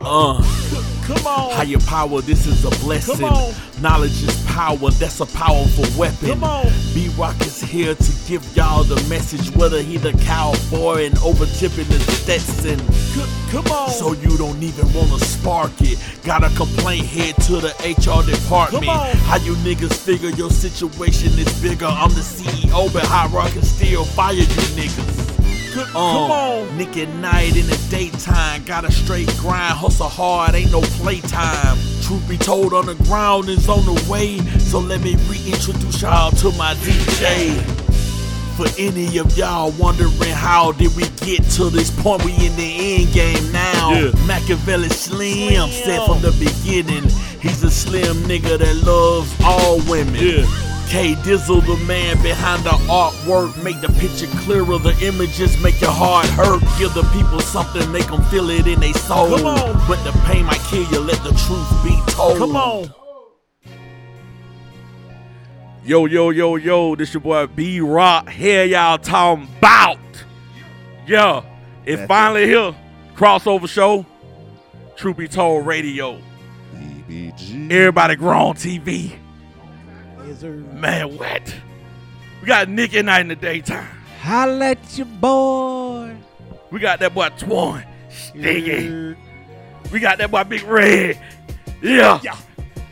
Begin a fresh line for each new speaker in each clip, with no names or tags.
Uh,
Come on.
higher power, this is a blessing.
Come on.
Knowledge is power, that's a powerful weapon.
Come on.
B Rock is here to give y'all the message, whether he the cowboy and over tipping the Stetson.
C- come on.
So you don't even wanna spark it. Got a complaint head to the HR department.
Come on.
How you niggas figure your situation is bigger? I'm the CEO, but High Rock can still fire you niggas.
C-
Um,
come on.
Uh, Nick at night in the daytime. Got a straight grind, hustle hard, ain't no playtime. Truth be told, on the ground is on the way. So let me reintroduce y'all to my DJ. For any of y'all wondering how did we get to this point, we in the end game now.
Yeah.
Machiavelli Slim,
Slim.
said from the beginning, he's a slim nigga that loves all women.
Yeah.
K Dizzle, the man behind the artwork. Make the picture clearer, the images make your heart hurt. Give the people something, make them feel it in their soul.
Come on.
But the pain might kill you, let the truth be told.
Come
oh.
on.
Yo, yo, yo, yo, this your boy B Rock here, y'all talking about. Yeah, it's
That's
finally here. Crossover show, True Be Told Radio.
BBG.
Everybody grown TV.
Yes, sir.
Man, what? We got Nick and Night in the daytime.
Holla at your boy.
We got that boy Twan. Stingy. We got that boy Big Red. Yeah.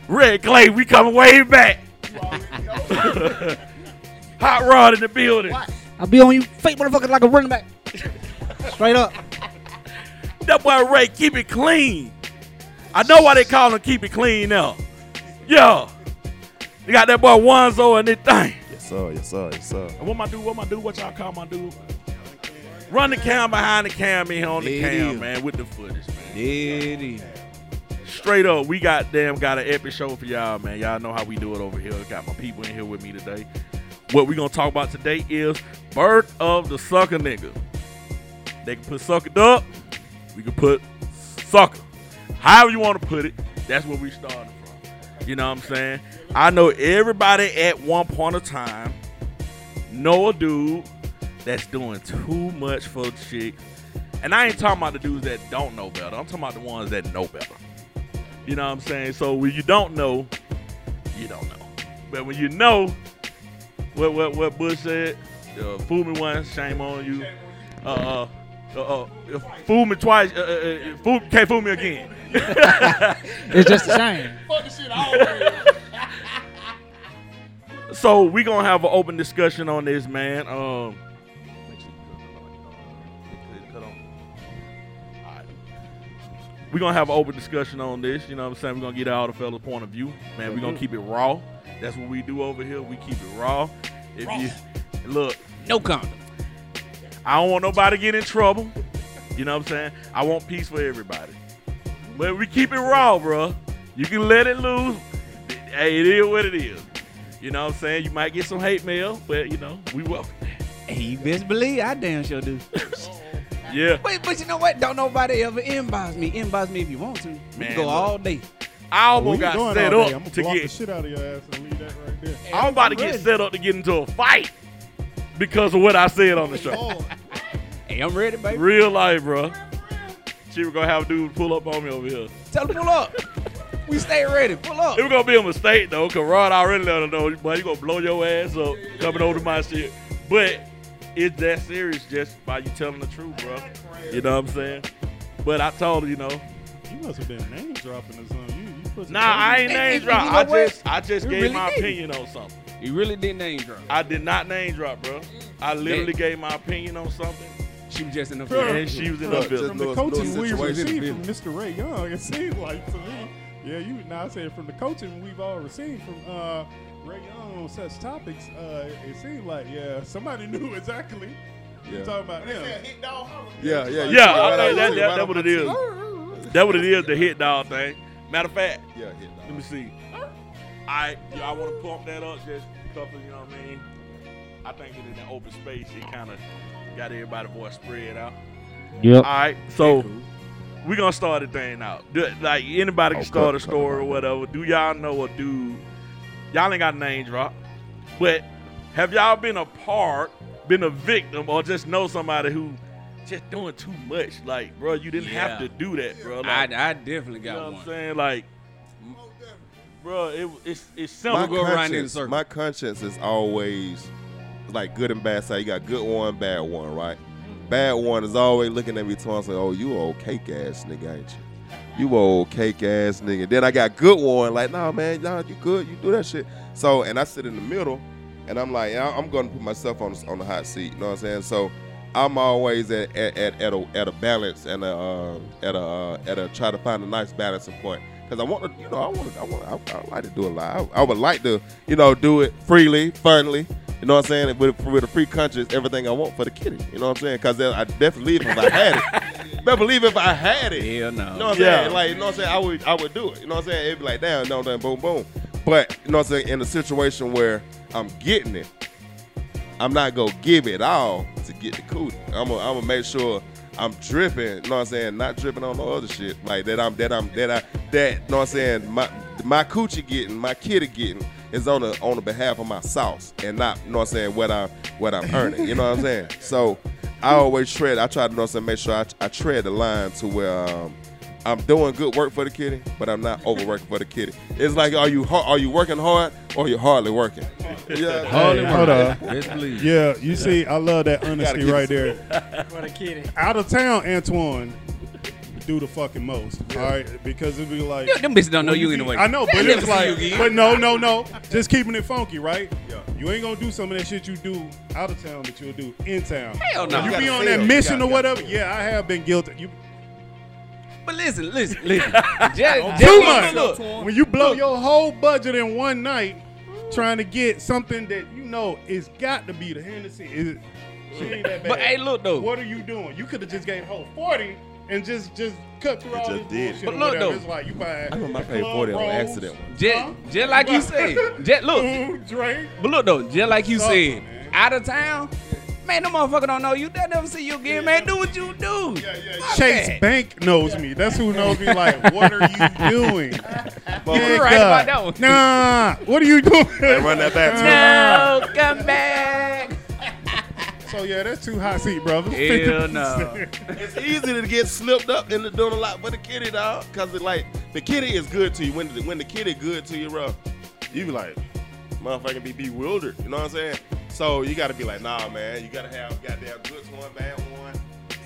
Red Clay, we coming way back. Hot Rod in the building.
I'll be on you fake motherfucker like a running back. Straight up.
That boy Ray, keep it clean. I know why they call him keep it clean now. Yo. They got that boy Wanzo and this thing.
Yes, sir. Yes, sir. Yes, sir.
And What my dude, what my dude, what y'all call my dude? Run the cam behind the cam in here on the
It
cam,
is.
man, with the footage, man.
Diddy.
Straight up, we got damn got an epic show for y'all, man. Y'all know how we do it over here. Got my people in here with me today. What we gonna talk about today is birth of the sucker nigga. They can put sucker up, we can put sucker. However you wanna put it, that's where we starting from. You know what I'm saying? I know everybody at one point of time know a dude that's doing too much for a chick. And I ain't talking about the dudes that don't know better. I'm talking about the ones that know better. You know what I'm saying? So when you don't know, you don't know. But when you know, what what what Bush said, uh, fool me once, shame on you. Uh, uh, uh, uh, fool me twice, uh, uh, uh, fool, can't fool me again.
It's just a shame.
So we gonna have an open discussion on this, man. Um, Uh, we gonna have an open discussion on this. You know what I'm saying? We're gonna get all the fellas' point of view, man. We're gonna keep it raw. That's what we do over here. We keep it raw. If you look,
No condom.
I don't want nobody to get in trouble. You know what I'm saying? I want peace for everybody. But we keep it raw, bro. You can let it loose. Hey, it is what it is. You know what I'm saying? You might get some hate mail, but you know, we welcome that.
Hey, you best believe I damn sure do.
Yeah.
Wait, but you know what? Don't nobody ever inbox me. Inbox me if you want to. We can
Man,
go
look.
all day.
I
What
almost
you
got
Oh, doing
set
all day? I'm
up
gonna
to
block the
get
shit out of your ass and leave that right there.
I'm about to get
ready.
set up to get into a fight because of what I said on the show.
Oh,
Hey, I'm ready, baby.
Real life, bro. She was gonna have a dude pull up on me over here.
Tell them pull up. we stay ready. Pull up.
It was gonna be a mistake though, cause Rod already let her know, but you gonna blow your ass up coming over to my shit. But it's that serious just by you telling the truth, bro. You know what I'm saying? But I told her, you know,
you must have been name dropping or something. You, you put
nah, I ain't
And-
name
and you
drop.
know
I
what?
just, I just
You
gave
really
my
didn't.
opinion on something.
You really did name drop.
I did not name drop, bro. I literally gave my opinion on something,
She was just in the
Bruh.
and she was in her
Bruh,
feelings.
from
Little-
the coaching
little
we
situation in
received
the
from Mr. Ray Young. It seemed like to me. Yeah, you. Now I said from the coaching we've all received from uh, Ray Young on such topics. Uh, it seemed like yeah, somebody knew exactly.
Yeah.
You talking about them?
Yeah, yeah. you
Yeah,
took it right
I think
out- you took it
that, that,
right
that
out
what
my
it is. That what it is, the hit dog thing. Matter of fact,
teeth. Yeah, hit
Let
dog.
me see. I yeah, I want to pump that up just because you know what I mean. I think that in the open space it kind of got everybody voice spread out. All
Yep.
right, so we're gonna start the thing out. Do- Like anybody can
Oh,
start
cut-
a
cut it
story or
out.
whatever. Do y'all know a dude? Y'all ain't got a name drop, but have y'all been a part, been a victim, or just know somebody who just doing too much. Like, bro, you didn't have
Yeah.
to do that, bro. Like,
I, I definitely
you know
got
what I'm
one.
saying? Like, bro, it, it's it's
my
simple.
go around in a
conscience,
circle.
my conscience is always like good and bad side. You got good one, bad one, right? Bad one is always looking at me twice like, oh, you old cake ass nigga, ain't you? You old cake ass nigga. Then I got good one, like, nah, man, nah, you good, you do that shit. So, and I sit in the middle, and I'm like, I- I'm gonna put myself on on the hot seat. You know what I'm saying? So, I'm always at at, at, at a at a balance and a uh, at a uh, at a try to find a nice balancing point because I want to, you know, I want to, I want, I, I like to do a lot. I, I would like to, you know, do it freely, funly. You know what I'm saying? With, with a free conscience, everything I want for the kitty. You know what I'm saying? Because I definitely believe if I had it, better believe if I had it.
Hell
You know
no.
what I'm
Yeah.
saying? Like, you know what I'm saying? I would, I would do it. You know what I'm saying? It'd be like, damn, no, no, boom, boom. But you know what I'm saying? In a situation where I'm getting it, I'm not gonna give it all to get the cootie. I'm gonna, I'm gonna make sure I'm dripping. You know what I'm saying? Not dripping on no other shit. Like that. I'm that. I'm that. I that. You know what I'm saying? My my coochie getting, my kitty getting is on the on the behalf of my sauce and not. You know what I'm saying? What I what I'm earning. You know what I'm saying? So I always tread. I try to you know what I'm saying, make sure I, I tread the line to where. Um, I'm doing good work for the kitty, but I'm not overworking for the kitty. It's like, are you har- are you working hard or you hardly working? Yeah,
Hey, hold on.
Best believe.
Yeah, you see, I love that honesty
keep
right
it
there.
For the kitty.
Out of town, Antoine, do the fucking most. All right, because it'd be like.
Them bitches don't know
Well,
you
see-
anyway.
I know, but
never
it's
see
like,
you again.
but no, no, no. Just keeping it funky, right? You ain't gonna do some of that shit you do out of town that you'll do in town.
Hell no.
You,
You
be
gotta
on
feel.
that
You
mission
gotta-
or whatever. Yeah, I have been guilty. You
But listen, listen, listen. just, just
too
look,
much.
look,
When you blow your whole budget in one night trying to get something that you know it's got to be the Hennessy. Is she ain't that bad.
But hey, look though.
What are you doing? You could have just gave the whole forty and just just cut through all this
just did.
bullshit.
But
or
look,
whatever.
though.
It's like you buy.
I remember I paid 40 on accident once.
Just, just like you said. Just look.
Food, drink.
But look though, just like you
Suck,
said,
man.
out of town, man, no motherfucker don't know you. They never see you again, man. Do what you do. Yeah, yeah.
Chase Bank knows me. That's who knows me. Like, what are you doing?
You right about that one.
Nah, what are you doing?
run that back. too.
No, come back.
So yeah, that's too hot seat, brother.
Hell no.
It's easy to get slipped up into doing a lot for the kitty, dog. Cause it like the kitty is good to you. When the when the kitty good to you, bro, you be like, motherfucking be bewildered. You know what I'm saying? So you gotta be like, nah, man. You gotta have goddamn good one, bad one.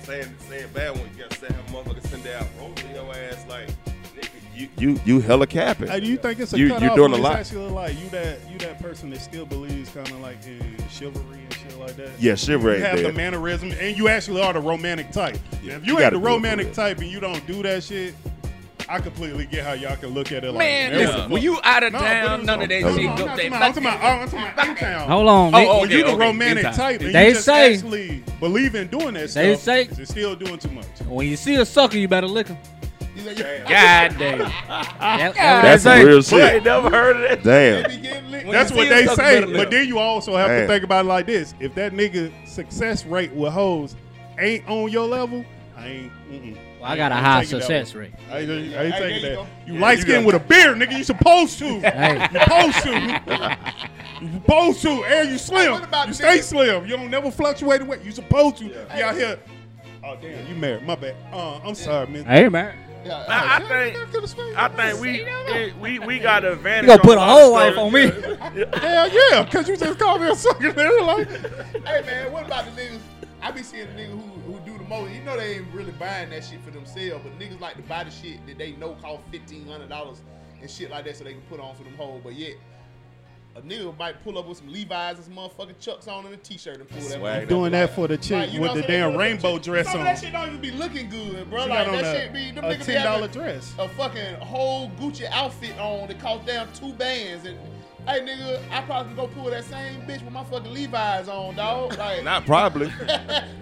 Saying saying bad one, you gotta say have motherfucker sitting down rolling your ass like, nigga, you you you hella capping.
Hey, do you think it's a
You-
cutoff?
you're doing
when
a lot.
It's actually like you that you that person that still believes kind of like in chivalry and shit like that.
Yeah, shiver
You
ain't
have the
dead.
mannerism, and you actually are the romantic type.
Yeah,
if
you
you, ain't the
gotta do it for
romantic
real.
type and you don't do that shit, I completely get how y'all can look at it. Like,
Man,
"Man,
listen,
what the
when
fuck?"
you out of
No, but it
town,
was-
none of that
no,
shit
I'm
go
not
they
talking about- I'm
fuck-
talking about I'm talking about in town.
Hold on. Nick.
Oh,
When you the
Okay, okay,
romantic
anytime.
type, and
They
you just
say-
actually believe in doing that
They
stuff,
say-
is it still doing too much?
When you see a sucker, you better lick him.
God damn.
That- that
That's
what they say.
some
I
real
ain't
shit.
never heard of that.
Damn.
When
That's
you
what
see a
they
sucker,
say.
better lick
But
'em.
then you also have
Man.
to think about it like this: if that nigga success rate with hoes ain't on your level, I ain't. Mm-mm.
Well, I got a
ain't
high
taking that
success
one.
rate.
I ain't, I ain't taking
there you
that.
go.
You light skinned with a beard, nigga. You supposed to.
Hey.
You supposed to. you supposed to. And you slim. you stay slim. You don't never fluctuate away. You supposed to. You out here. Oh damn, you married. My bad. Uh, I'm sorry, man.
Hey, man.
I, I think I think we it- we we got an advantage.
You gonna put a
on
whole
lot of
wife
stuff.
on me.
Hell yeah, cause you just called me a sucker. They were like,
Hey man, what about the niggas? I be seeing the niggas who, who do the most. You know they ain't really buying that shit for themselves, but niggas like to buy the shit that they know cost fifteen hundred dollars and shit like that, so they can put on for them hoes. But yet, a nigga might pull up with some Levi's and some motherfucking chucks on and a t-shirt and pull that.
Swag.
motherfucker.
doing that for the chick
Like, you know
with
what
the
I'm saying? They
damn
put up-
rainbow dress
Some
on.
of that shit don't even be looking good, bro.
She
like
got on
that
a-
shit be them
a
niggas be
ten dollar
having
dress.
a fucking whole Gucci outfit on that cost down two bands. And hey, nigga, I probably go pull that same bitch with my fucking Levi's on, dog. Like,
Not probably.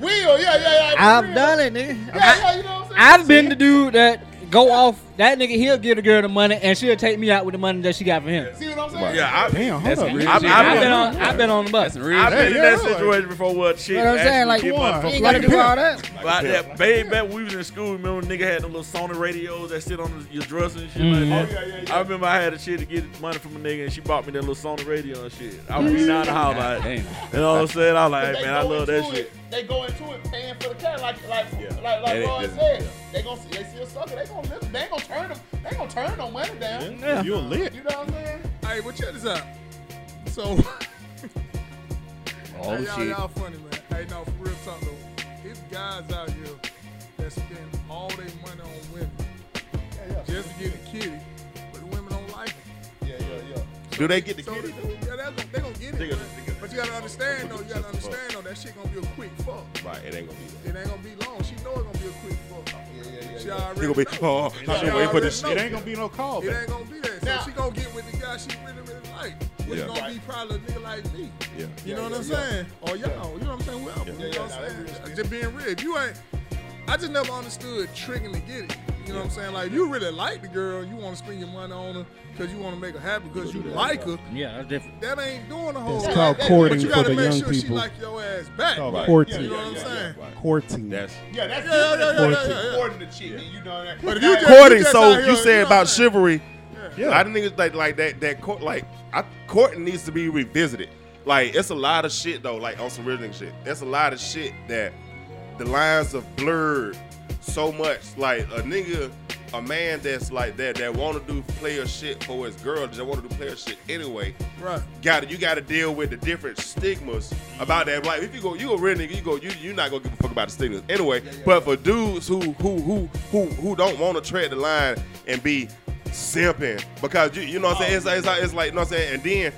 Will, yeah, yeah, yeah.
I've done it, nigga.
Yeah, yeah, you know what I'm saying?
I've been the dude that go off that nigga, he'll give the girl the money, and she'll take me out with the money that she got from him.
See what I'm saying?
Yeah, I,
Damn, hold
That's
up.
real
I've-
shit.
I've
I've
been
been on, I've been on the
That's
bus.
some real
I've
shit.
been
yeah,
in that
like-
situation before. What shit?
You know what I'm saying? Like,
get
you
motherfuckers
ain't gotta do all that.
Like that, babe, back when we was in school, remember nigga had them little Sony radios that sit on your dresser and shit like that?
Oh, yeah, yeah, yeah.
I remember I had a shit to get money from a nigga and she bought me that little Sony radio and shit. I was beating out the house like,
Damn.
you know what I'm saying? I was like,
They
hey, man, I
go
love that
into
shit.
it- They go into it paying for the car, like like like
That
like
is-
Roy
yeah.
said. They gonna they still sucker. They gonna listen. They ain't gonna turn them. They ain't gonna turn no money down.
Yeah. You a lit.
You know what I'm saying?
All right, well, check this out. So,
Oh,
hey, y'all,
shit.
y'all funny, man. Hey, no, for real talk, though. It's guys out here that spend all their money on women just to get a kitty, but the women don't like it.
Yeah, yeah, yeah.
Do they get the
So,
kitty?
yeah, they're gonna, they gonna get it. but, but you gotta understand, though, you gotta understand, though, that shit gonna be a quick fuck.
Right, it ain't gonna be
It ain't gonna be long. She know it's gonna be a quick fuck.
Yeah, yeah, yeah,
She
yeah.
already
It gonna be, oh, I've
She
been waiting for this shit.
already
It ain't gonna be no call.
It
back.
ain't gonna be that. So
Nah.
she gonna get with the guy she really, really like. Which
Yeah.
gonna be
Right.
probably a nigga like me.
Yeah.
You
Yeah,
know what
yeah,
I'm
yeah.
saying? Or y'all, you know what I'm saying? Whoever.
Yeah.
You
Yeah,
know
yeah,
what
nah,
I'm
that's
saying? uh,
real shit.
Just being real. If you ain't I just never understood tricking to get it. You know what I'm saying? Like if you really like the girl, you wanna spend your money on her because you wanna make her happy because you
do that,
like her,
Yeah, that's different.
that ain't doing a whole
That's
lot.
called courting
But you
for
gotta make sure she like your ass back.
Called
You
Right.
courting.
know
Yeah,
what I'm
yeah,
saying?
Courting.
That's
Yeah, that's
Yeah, yeah, yeah,
different.
yeah, yeah, yeah.
Supporting the chick, and you know that.
But if you just-
courting.
just
So
out here,
you
you
said
know what I'm
about
saying?
chivalry.
Yeah.
A lot of niggas like like that that court like I courting needs to be revisited. Like it's a lot of shit though, like on some real nigga shit. That's a lot of shit that the lines have blurred so much. Like a nigga, a man that's like that that wanna do player shit for his girl, that wanna do player shit anyway.
Right.
Got to You got to deal with the different stigmas about that. Like if you go, you a real nigga. You go, you you not gonna give a fuck about the stigmas anyway. But for dudes who who who who who don't want to tread the line and be simping because you you know what I'm saying. It's, it's, it's like you know what I'm saying. And then.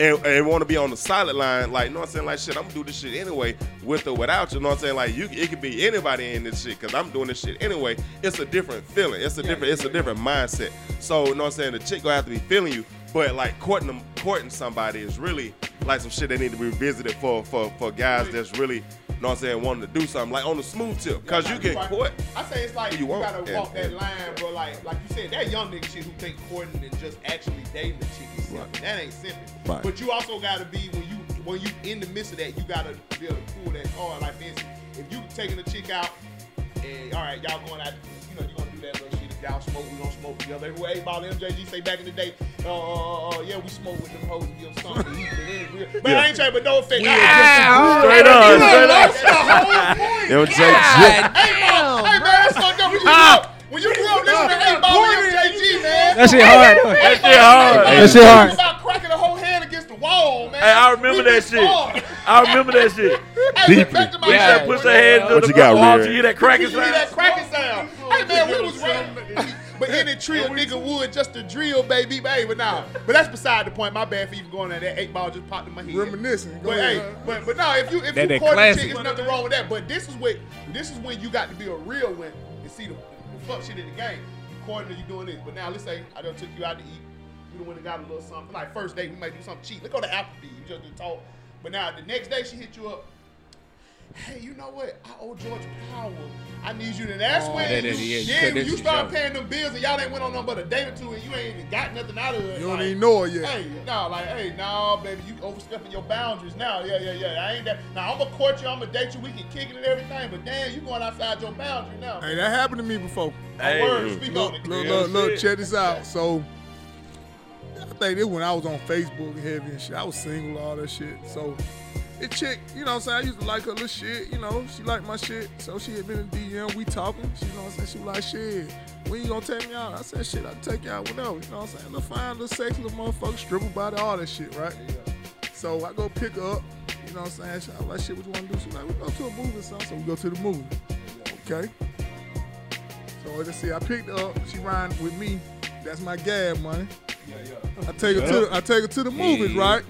And, and want to be on the solid line, like you know what I'm saying, like shit, I'm gonna do this shit anyway, with or without you. You know what I'm saying, like you, it could be anybody in this shit, cause I'm doing this shit anyway. It's a different feeling, it's a different, it's a different mindset. So you know what I'm saying, the chick gonna have to be feeling you, but like courting them, courting somebody is really like some shit they need to be revisited for for for guys that's really, you know what I'm saying, wanting to do something like on the smooth tip, cause you
Like,
get
right.
caught.
I say it's like
You
you,
won't.
gotta
And-
walk that
and-
line, bro. Like like you said, that young nigga shit who think courting and just actually dating the chick is simple.
Right.
That ain't simple.
Right.
But you also gotta be when you when you in the midst of that, you gotta be able to pull that hard. Like for instance, if you taking a chick out and all right, y'all going out, you know, you gonna do that little shit. If y'all smoke, we gonna smoke together. Everywhere eight ball MJG say back in the day, uh, uh, uh yeah, we smoke with them hoes and give them something to eat. and then we're- But I ain't trying, but no offense. Ah,
Straight up, straight up.
that's the whole point. Hey, man, hey, man, that's fucked up. When you grew
Ah.
up, when you grew up listening to Eight Ball and MJG, man.
That shit hard.
That shit hard.
That shit hard.
About cracking the whole hand against the wall, man.
Hey, I remember
We
that
was
shit.
hard.
I remember that shit.
Hey,
Deeply.
but back to my
We
shit.
should push her head into
What
the
you got,
wall
Rear?
so you hear that cracking
You hear that
sound.
cracking sound. Hey man, we was running. But any trill nigga would just a drill, baby, baby. But now, but that's beside the point. My bad for even going at that eight ball just popped in my head.
Reminiscing. Go
But
ahead.
hey, but but no, if you if
That-
you
that
court the
classic.
chick, there's nothing wrong with that. But this is what this is when you got to be a real one and see the, the fuck shit in the game. You courting and you doing this. But now let's say I done took you out to eat. You done went and got a little something. Like first date, we might do something cheap. Look on the Applebee's. You just done talk. But now the next day she hit you up. Hey, you know what? I owe George Powell. I need you to. That's when
Oh, that-
you,
that- yeah, you
yeah,
cut that
you
shit
start
out.
paying them bills and y'all ain't went on nothing but a date or two and you ain't even got nothing out of it.
You don't
Like,
even know it yet.
Hey, no, like, hey, no, baby, you overstepping your boundaries now. Yeah, yeah, yeah. I ain't that. Now I'm gonna court you. I'm gonna date you. We can kick it and everything. But damn, you going outside your boundary now.
Hey, that happened to me before.
My words speak on
Look,
it.
look,
Yeah,
look, look,
shit.
check this out. So, I think this when I was on Facebook and heavy and shit. I was single, all that shit. So, it chick, you know what I'm saying? I used to like her little shit, you know. She liked my shit. So, she had been in DM. We talking. She, you know what I'm saying? She was like, shit, when you gonna take me out? I said, shit, I'll take you out whenever. You know what I'm saying? Little fine, little sexy, little motherfucker, stripper body, all that shit, right? So, I go pick her up. You know what I'm saying? She- I was like, shit, what you wanna do? She was like, we go to a movie or something. So, we go to the movie. Okay? So let's see, I picked her up. She riding with me. That's my gab money. I take her to the, I take her to the movies,
Yeah.
right?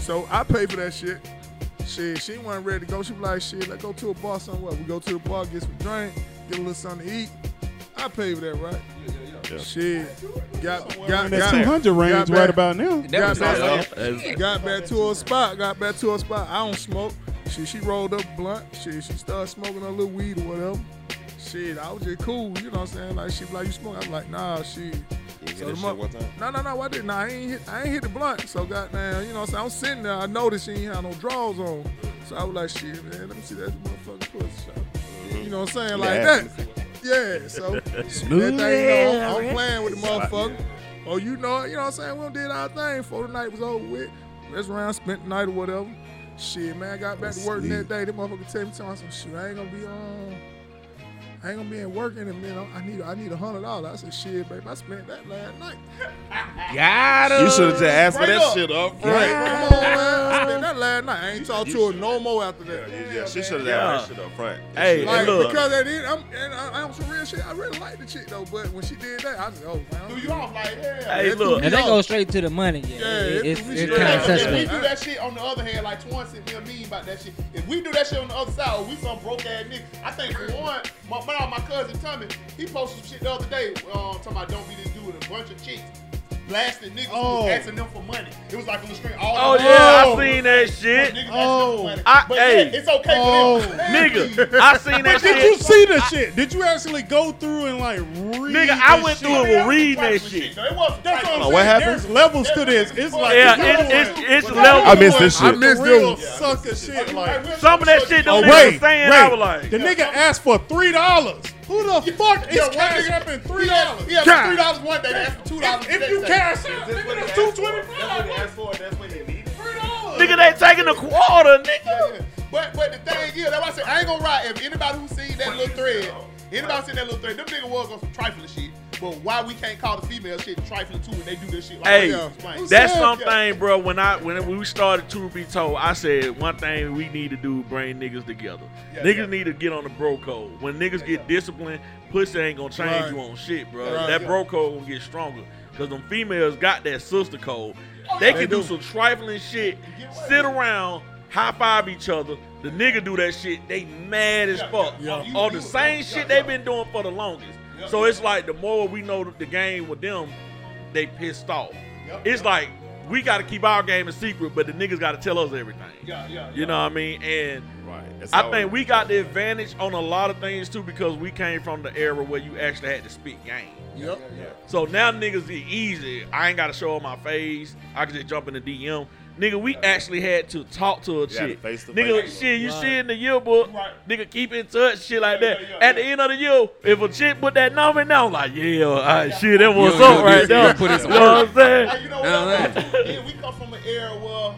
So I pay for that shit. Shit, she wasn't ready to go. She was like, shit, let's go to a bar somewhere. We go to the bar, get some drink, get a little something to eat. I pay for that, right? Shit, got got
That
got,
200 range
got
right
back-
about now.
That was
Got
all-
back, got back to her spot. Got back to her spot. I don't smoke. Shit, she rolled up blunt. Shit, she started smoking a little weed or whatever. shit, I was just cool, you know what I'm saying? Like, she be like, you smoke? I'm like, nah,
You
shit. So
hit that
the
shit
mo-
one time?
No, no, no, I didn't. Nah, I ain't hit, I ain't hit the blunt. So goddamn, you know what I'm saying? I'm sitting there, I noticed she ain't had no drawers on. So I was like, shit, man, let me see that motherfucking pussy shot. You know what I'm saying? Like
Yeah.
that. Yeah, so that thing, you know, I'm, I'm playing with the motherfucker. Oh, you know it, you know what I'm saying? We done did our thing before the night was over with. Rest around, spent the night or whatever. Shit, man, I got back to work that day. That motherfucker tell me, tell me some shit. I ain't gonna be on. I ain't gonna be at work in a minute. I need, I need a hundred dollars. I said, shit, babe, I spent that last night.
You should have just asked for that shit up
Right,
front.
come on, man. I spent that last night. I ain't talked to her no more after that.
Yeah, she should have asked for that shit up front.
Hey,
Like,
look.
because at the end, I'm, and I, I'm some real shit. I really like the chick though, but when she did that, I was like, oh, man.
Do you off like yeah.
Hey, look.
That threw
Now
me
that
off.
goes straight to the money. Yeah,
Yeah,
It-
it-
it's,
we
it's
should-
kind
Yeah,
of
If we
suspect.
do that shit on the other hand, like Twan said, me and me about that shit. If we do that shit on the other side, or we some broke ass nigga. I think for one, my, my, my cousin Tommy, he posted some shit the other day, um, talking about don't be this dude with a bunch of chicks blasting niggas who was asking them for money. It was like a little string. All
Oh
the-
yeah, I seen that shit,
Niggas oh. for money.
I-
but
hey. Oh,
yeah, it's okay for them. Man,
nigga. I seen that
Did you
shit,
see the shit? Did you actually go through and like read?
nigga. I
the
went
shit?
through it with reading that
Some
shit.
though. It was
That's what I'm
Oh,
saying.
what happened?
There's levels to this. It's like
Yeah,
there's
it's- it's-
levels.
it's
But
level-
I missed this
I'm
shit.
the
I
missed
real
this.
sucker shit. Like,
Some of that shit
oh
them niggas
wait,
was saying,
wait.
I was like,
the nigga asked for three dollars. Who the fuck is
Yeah, one
cash
nigga-
up in three
Yeah,
dollars?
yeah, for three dollars one day, that's for two dollars.
If you cash out,
That's what
nigga,
he
that's
asked
two
for.
twenty five.
for. That's what he needed.
nigga, they taking a quarter, nigga.
But but the thing is, that's why I said I ain't gonna ride. If anybody who seen that little thread, anybody seen that little thread, them nigga was on some trifling shit. But why we can't call the female shit trifling too when they do this shit? Like,
Hey,
what you explain?
That's
Yeah.
something, bro. When I when we started to be told, I said one thing we need to do: bring niggas together.
Yeah,
niggas
yeah.
need to get on the bro code. When niggas get disciplined, pussy ain't gonna change
Right.
you on shit, bro.
Right.
That
Yeah.
bro code gonna get stronger because them females got that sister code.
Oh,
they can do. some trifling shit, sit around, high five each other. The nigga do that shit, they mad as
Yeah,
fuck
yeah.
on,
You-
on the
you-
same
yeah,
shit
yeah.
they've been doing for the longest.
Yeah.
so it's like the more we know the game with them, they pissed off.
Yep.
It's like we got to keep our game a secret, but the niggas got to tell us everything.
Yeah, yeah, yeah.
You know what I mean? And
Right.
I think we got the advantage on a lot of things too because we came from the era where you actually had to speak game.
Yep.
So now niggas is easy. I ain't got to show 'em my face. I can just jump in the DM. Nigga, we actually had to talk to a
had to
chick.
face to
Nigga,
face.
shit, you see in the yearbook.
Right.
Nigga, keep in touch, shit like
Yeah,
that.
yeah, yeah,
At the
yeah.
end of the year, if a chick put that number down, I'm like, yeah, all right, shit, that was up
you-
right
you
there.
put in some
you know what I'm saying?
Hey, you know what?
Nah,
I'm saying, too? Yeah, we come from an era where,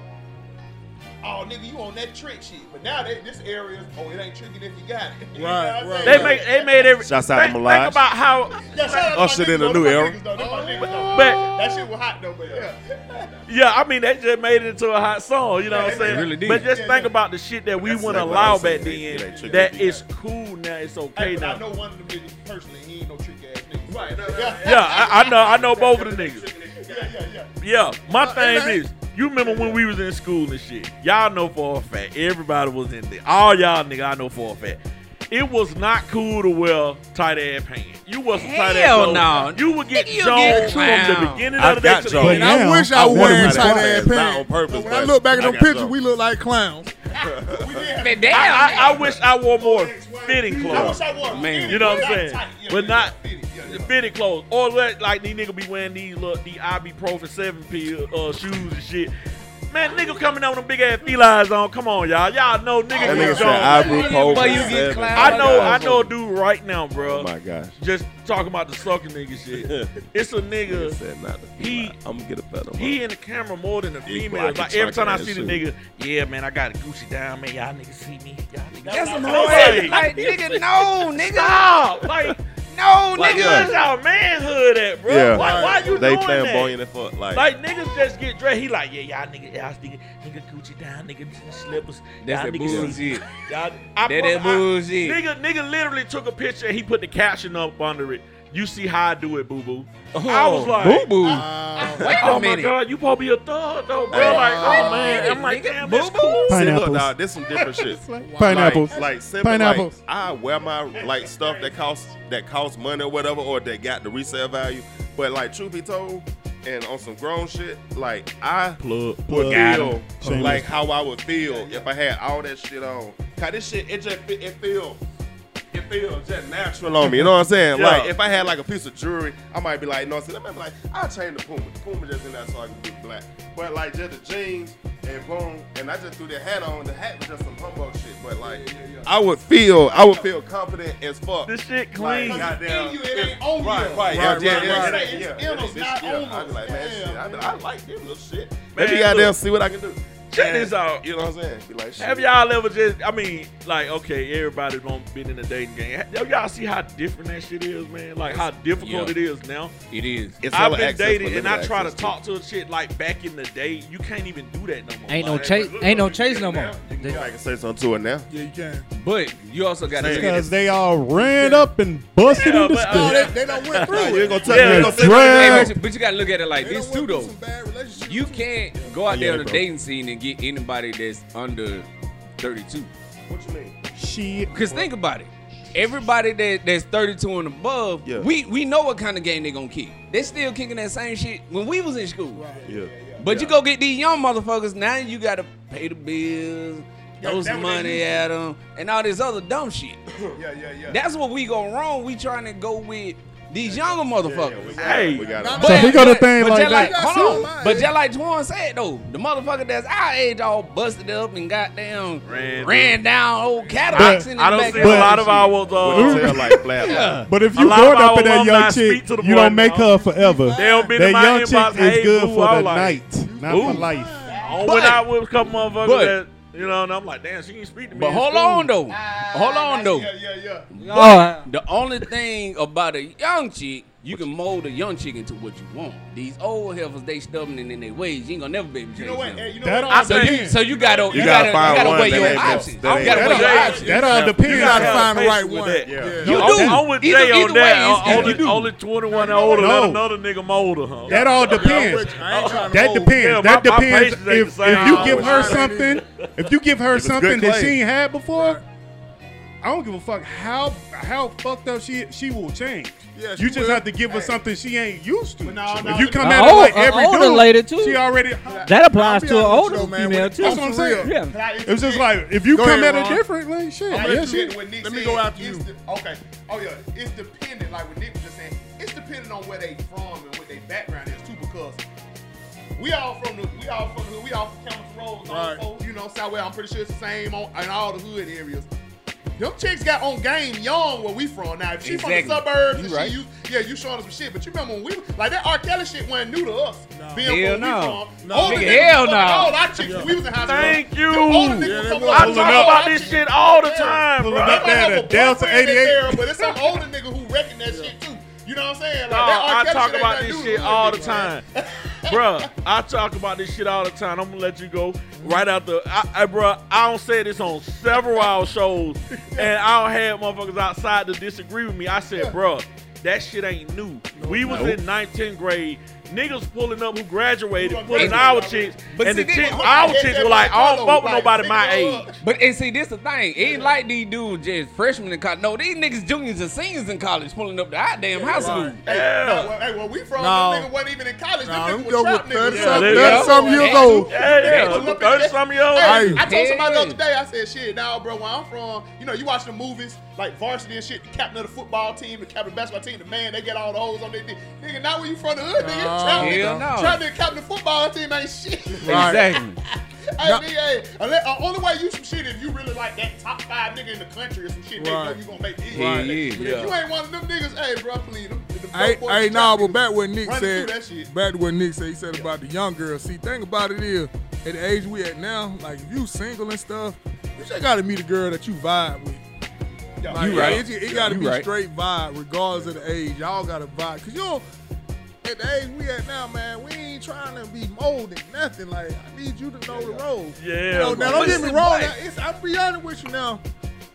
oh nigga, you on that trick shit. But now that this area, is, oh it ain't tricking if you got it. You know
Right,
what I'm saying?
right.
They made they made every.
Shouts out to
think, think
Melodge.
about how,
Yeah, shout out to my
Ushered in
niggas,
a
though.
new
They my
era.
niggas, though. They my niggas, though.
Oh. but
That shit was hot though, but yeah.
yeah, I mean they just made it into a hot song. You know what I'm saying?
really did.
But just
Yeah,
think
yeah.
about the shit that we
that's
want to
like what I
allow
was saying.
back then.
They- they tricked
that
the beat
it's cool now. It's okay
Hey, but I know
now.
one of them niggas personally. He ain't no trick ass nigga. Right.
Yeah, I, I know. I know both of the niggas.
Yeah, yeah, yeah.
Yeah, my
Uh,
it
thing
ain't-
is, you remember when we was in school and shit? Y'all know for a fact, everybody was in there. All y'all nigga, I know for a fact. It was not cool to wear tight ass pants. You wasn't tight ass.
Hell
clothes.
no.
You would get
Nigga, you'll get
zoned from the
clowned.
beginning
I
of the day
got
to the
zoned.
end.
And I
Now,
wish
I
I
wanted
wore
my
tight ass
pants. Not on
pants.
purpose,
So When
but
I look back at
I
them
got
pictures,
drunk.
we look like clowns.
We did have
Man, damn.
I, I, I wish I wore more fitting
I wish
clothes.
I wore.
Man.
You know what I'm saying? But not-
Yeah,
Fitted clothes, or let, like these niggas be wearing these look, the ibuprofen seven pill uh, shoes and shit. Man, nigga coming out with them big ass felines on. Come on, y'all, y'all know nigga.
That
get
nigga said
zoned.
eyebrow pole.
But you get clowned.
I know, I know a dude right now, bro.
Oh my Oh gosh.
just talking about the sucker nigga shit. It's a
Nigga
nigga.
said not to be
He-
loud. I'm gonna get a better one.
He in the camera more than the
He
female.
blocked
Like
the
every time I
truck
see the
ass
nigga, yeah, man, I got a Gucci down, man. Y'all niggas see me. Y'all niggas.
That's some
I'm
whole
saying,
Like, nigga, no, nigga.
Stop! Like,
No,
like
nigga.
where's y'all manhood at, bro?
Yeah.
Why, why you
they
doing that?
fanboying the fuck like,
Like niggas just get dressed. He like, yeah, y'all nigga, y'all nigga, nigga Gucci down, nigga slippers.
That's
y'all
that
niggas see me.
bullshit.
Y'all, I,
That is
I-
bullshit.
Nigga, nigga literally took a picture and he put the caption up under it. You see how I do it, boo boo. I was like,
boo boo.
Uh,
Wait
oh
Oh. a
my
minute.
god, you probably a thug though, bro. like, oh man, I'm like, damn, that's cool.
See, look,
Pineapples.
dog, this some different shit.
Pineapples.
Like, like simple,
Pineapples.
Like, I wear my like stuff that costs that costs money or whatever, or that got the resale value. But like truth be told, and on some grown shit, like I
Plug,
would
Got
feel
Shameless.
like how I would feel if I had all that shit on. Cause this shit, it just fit- it feel it feels just natural on me. You know what I'm saying?
Yeah.
Like if I had like a piece of jewelry, I might be like, you know what I'm saying? I might be like, I'll change the Puma. The Puma just in there so I can get black. But like just the jeans and boom, and I just threw the hat on. The hat was just some humbug shit. But like, I would feel, I would feel confident as fuck.
This shit
Like,
clean.
goddamn,
in you, it ain't on you.
Right, right, yeah,
Right,
yeah,
right,
yeah,
right.
yeah,
It's
yeah.
in
It's-
us, not
yeah,
on
I be
us.
like, man, shit, I, be like, I like this little shit.
Man,
Maybe goddamn
look.
see what I can do.
Check
And-
this out.
You know what I'm saying? Be like, shit.
Have y'all ever just? I mean, like, okay, everybody's gonna been in the dating game. Have y'all see how different that shit is, man? Like how difficult
Yeah.
it is now.
It is.
It's
I've
hella
been
access, but
dating and I
limited
try to
access,
talk to a chick like back in the day. You can't even do that no more.
Ain't no
Like,
chase.
look,
Ain't no
you
chase
can
no more.
now. too. Yeah, I can say something to it now.
Yeah, you can.
But you also got
Same.
to
Because they all ran up and busted
Yeah,
into
but, uh,
stuff.
They, they done went through
You ain't
it.
gonna tell
Yeah.
me. you ain't gonna tell me-
Draft.
but, you, but you got to look at it like
They
this
done
too,
went through
though.
some bad relationships.
You can't go out
Yeah,
there on the
bro.
dating scene and get anybody that's under 32.
What you mean?
Shit.
Because think about it. Everybody that, that's 32 and above,
Yeah.
we, we know what kind of game they going to kick. They still kicking that same shit when we was in school.
Yeah.
But you go get these young motherfuckers, now you got to pay the bills,
Yeah,
throw
that
some
what they
money
do.
at them, and all this other dumb shit.
Yeah, yeah, yeah.
That's what we go wrong. We trying to go with these younger
Yeah, we
motherfuckers.
got
Hey.
it. We got it.
Nah,
So he got a thing
but
like
just
that.
hold on.
That's
But
so
just like Juan said though, the motherfucker that's our age all busted up and goddamn
Ran
ran, down old Cadillacs in the
I don't
back
see
of
a
the-
lot of our
With
uh,
the tail light flash.
But if
A
you
lot
going
of
up
our
in that
alumni
young
speak
chick,
to the
you
boy
don't make
now.
her forever.
they'll be in
That
my
young
inbox.
chick is
hey,
good
boo,
for
I
the
like.
night, not for
Boo.
life.
I went
But-
out with a couple motherfuckers
but-
that you know, and I'm like, damn, she can speak to me.
But
in
hold
school.
on though. Hold
Yeah,
on though.
Yeah, yeah, yeah.
Oh,
The only thing about a young chick, you can mold a young chick into what you want. These old heifers, they stubborn and in their ways. You ain't gonna never be able to
You
change
know what?
them.
Hey, you know
That
what?
don't-
So you, so you gotta, you,
gotta
gotta,
find
you gotta
one
weigh
that
your
ain't gonna-
options. You
that ain't
gotta
gonna-
weigh your
That-
options.
That all
You
depends.
gotta
on-
find the
patience
right
with
one.
that.
Yeah.
You
I'm,
do.
I'm with
Either-
Jay on
either
that.
way,
Uh,
you
Only,
do.
only 21 and older,
No.
let another nigga mold her. Huh?
That all
I'm
depends.
with you. I ain't trying to
That
hold-
depends.
Yeah,
that
my- my
depends.
patience ain't
if,
the same.
if you
Nah,
give
it's
her
not.
something, if you give her
was good
something that
clay.
she ain't had before, I don't give a fuck how how fucked up she she will change.
Yeah, she
you just
will.
have to give her something she ain't used to.
But no, no,
if you
no,
come
no.
at her like
Oh, a
every
older
dude,
lady, too.
she already.
that applies
I'll be
to an
honest with
older
you, though, man,
female
with-
too.
that's what I'm saying.
Yeah.
Can I
It's just
interject?
like if you
Go
come
ahead,
at her
Ron.
differently, shit.
I'm
Yeah,
interjecting
shit.
what Nick
Let me
said.
go after
It's
you.
de- okay. Oh yeah, it's dependent. Like what Nick was just saying, it's dependent on where they from and what their background is too. Because we all from the we all from the hood. We all from Campbell's Road,
Right.
Norfolk, you know, Southwest. I'm pretty sure it's the same on in all the hood areas. Them chicks got on game young where we from. Now, if she from
Exactly.
the suburbs, and
You right.
she used, yeah, you showing us some shit. But you remember when we like that R. Kelly shit wasn't new to us. Being
Hell
from where
no.
we from.
No.
Older
Nigga,
niggas
hell
was fucking
no.
All our chicks, when we was in high school.
Thank
Them
you.
older niggas
Yeah,
was
they
fucking
were
all
I talk
our
Pulling
chicks.
up.
about this shit all the
Yeah.
time,
Pulling
bro.
up.
They might have a
That Delta
boyfriend in
88.
there, but it's some older nigga who reckon that shit too. You know what I'm saying? Like,
No,
that R.
I
Kelly
talk
shit ain't
about
nothing
this
new
shit
to
all the
us, man.
time. bruh, I talk about this shit all the time. I'm gonna let you go right after. I, I bruh, I don't say this on several hour shows, and I don't have motherfuckers outside to disagree with me. I said, bruh, that shit ain't new. we was in 9th, 10th grade. Niggas pulling up who graduated,
Who are
pulling
graduated,
our
right?
chicks,
But
and
see,
the
they-
chicks, our
Yeah,
chicks
that
were like,
Marcelo
I don't fuck with
like,
nobody my
nigga,
age.
look.
But and see, this the thing. It ain't like these dudes just freshmen in college. No, these niggas juniors and seniors in college pulling up the high damn high school.
Hey,
Yeah.
no, well, hey, where we from,
No.
them niggas wasn't even in college.
Nah,
them
them
niggas
go
was
with
trap
30
niggas.
Yeah, they
something, thirty
go.
something years
Yeah.
old.
Yeah,
They pull
yeah.
up in
30
that-
something years old.
Hey, I told
Hey.
somebody the other day, I said, shit, now, bro, where I'm from, you know, you watch the movies, like varsity and shit, the captain of the football team, the captain of the basketball team, the man, they get all the hoes on their dick. Nigga, not where you from the hood, nigga.
Nah,
Trout,
hell
nigga.
no.
Trout, nigga, captain of the football team ain't shit.
Exactly.
Hey, nigga, hey, unless, uh, only way you some shit if you really like that top five nigga in the country or some shit. They know
Right.
you gonna make these.
Right,
niggas.
yeah.
If you ain't one of them niggas, hey, bro, please. Them, them
Hey,
dope boys
hey,
trap
nah, but
niggas.
back when Nick
Running
said,
through that shit.
back to what Nick said, he said about the young girls. See, thing about it is, at the age we at now, like if you single and stuff, you just gotta meet a girl that you vibe with.
Yeah.
Like,
You right.
It, it, it gotta
You
be
right.
straight vibe, regardless of the age. Y'all gotta vibe, cause you don't. At the age we at now, man, we ain't trying to be molded nothing. Like I need you to know the road.
Yeah,
You know,
bro.
now don't get me wrong.
Listen,
Now,
boy.
it's, I'll be honest with you now.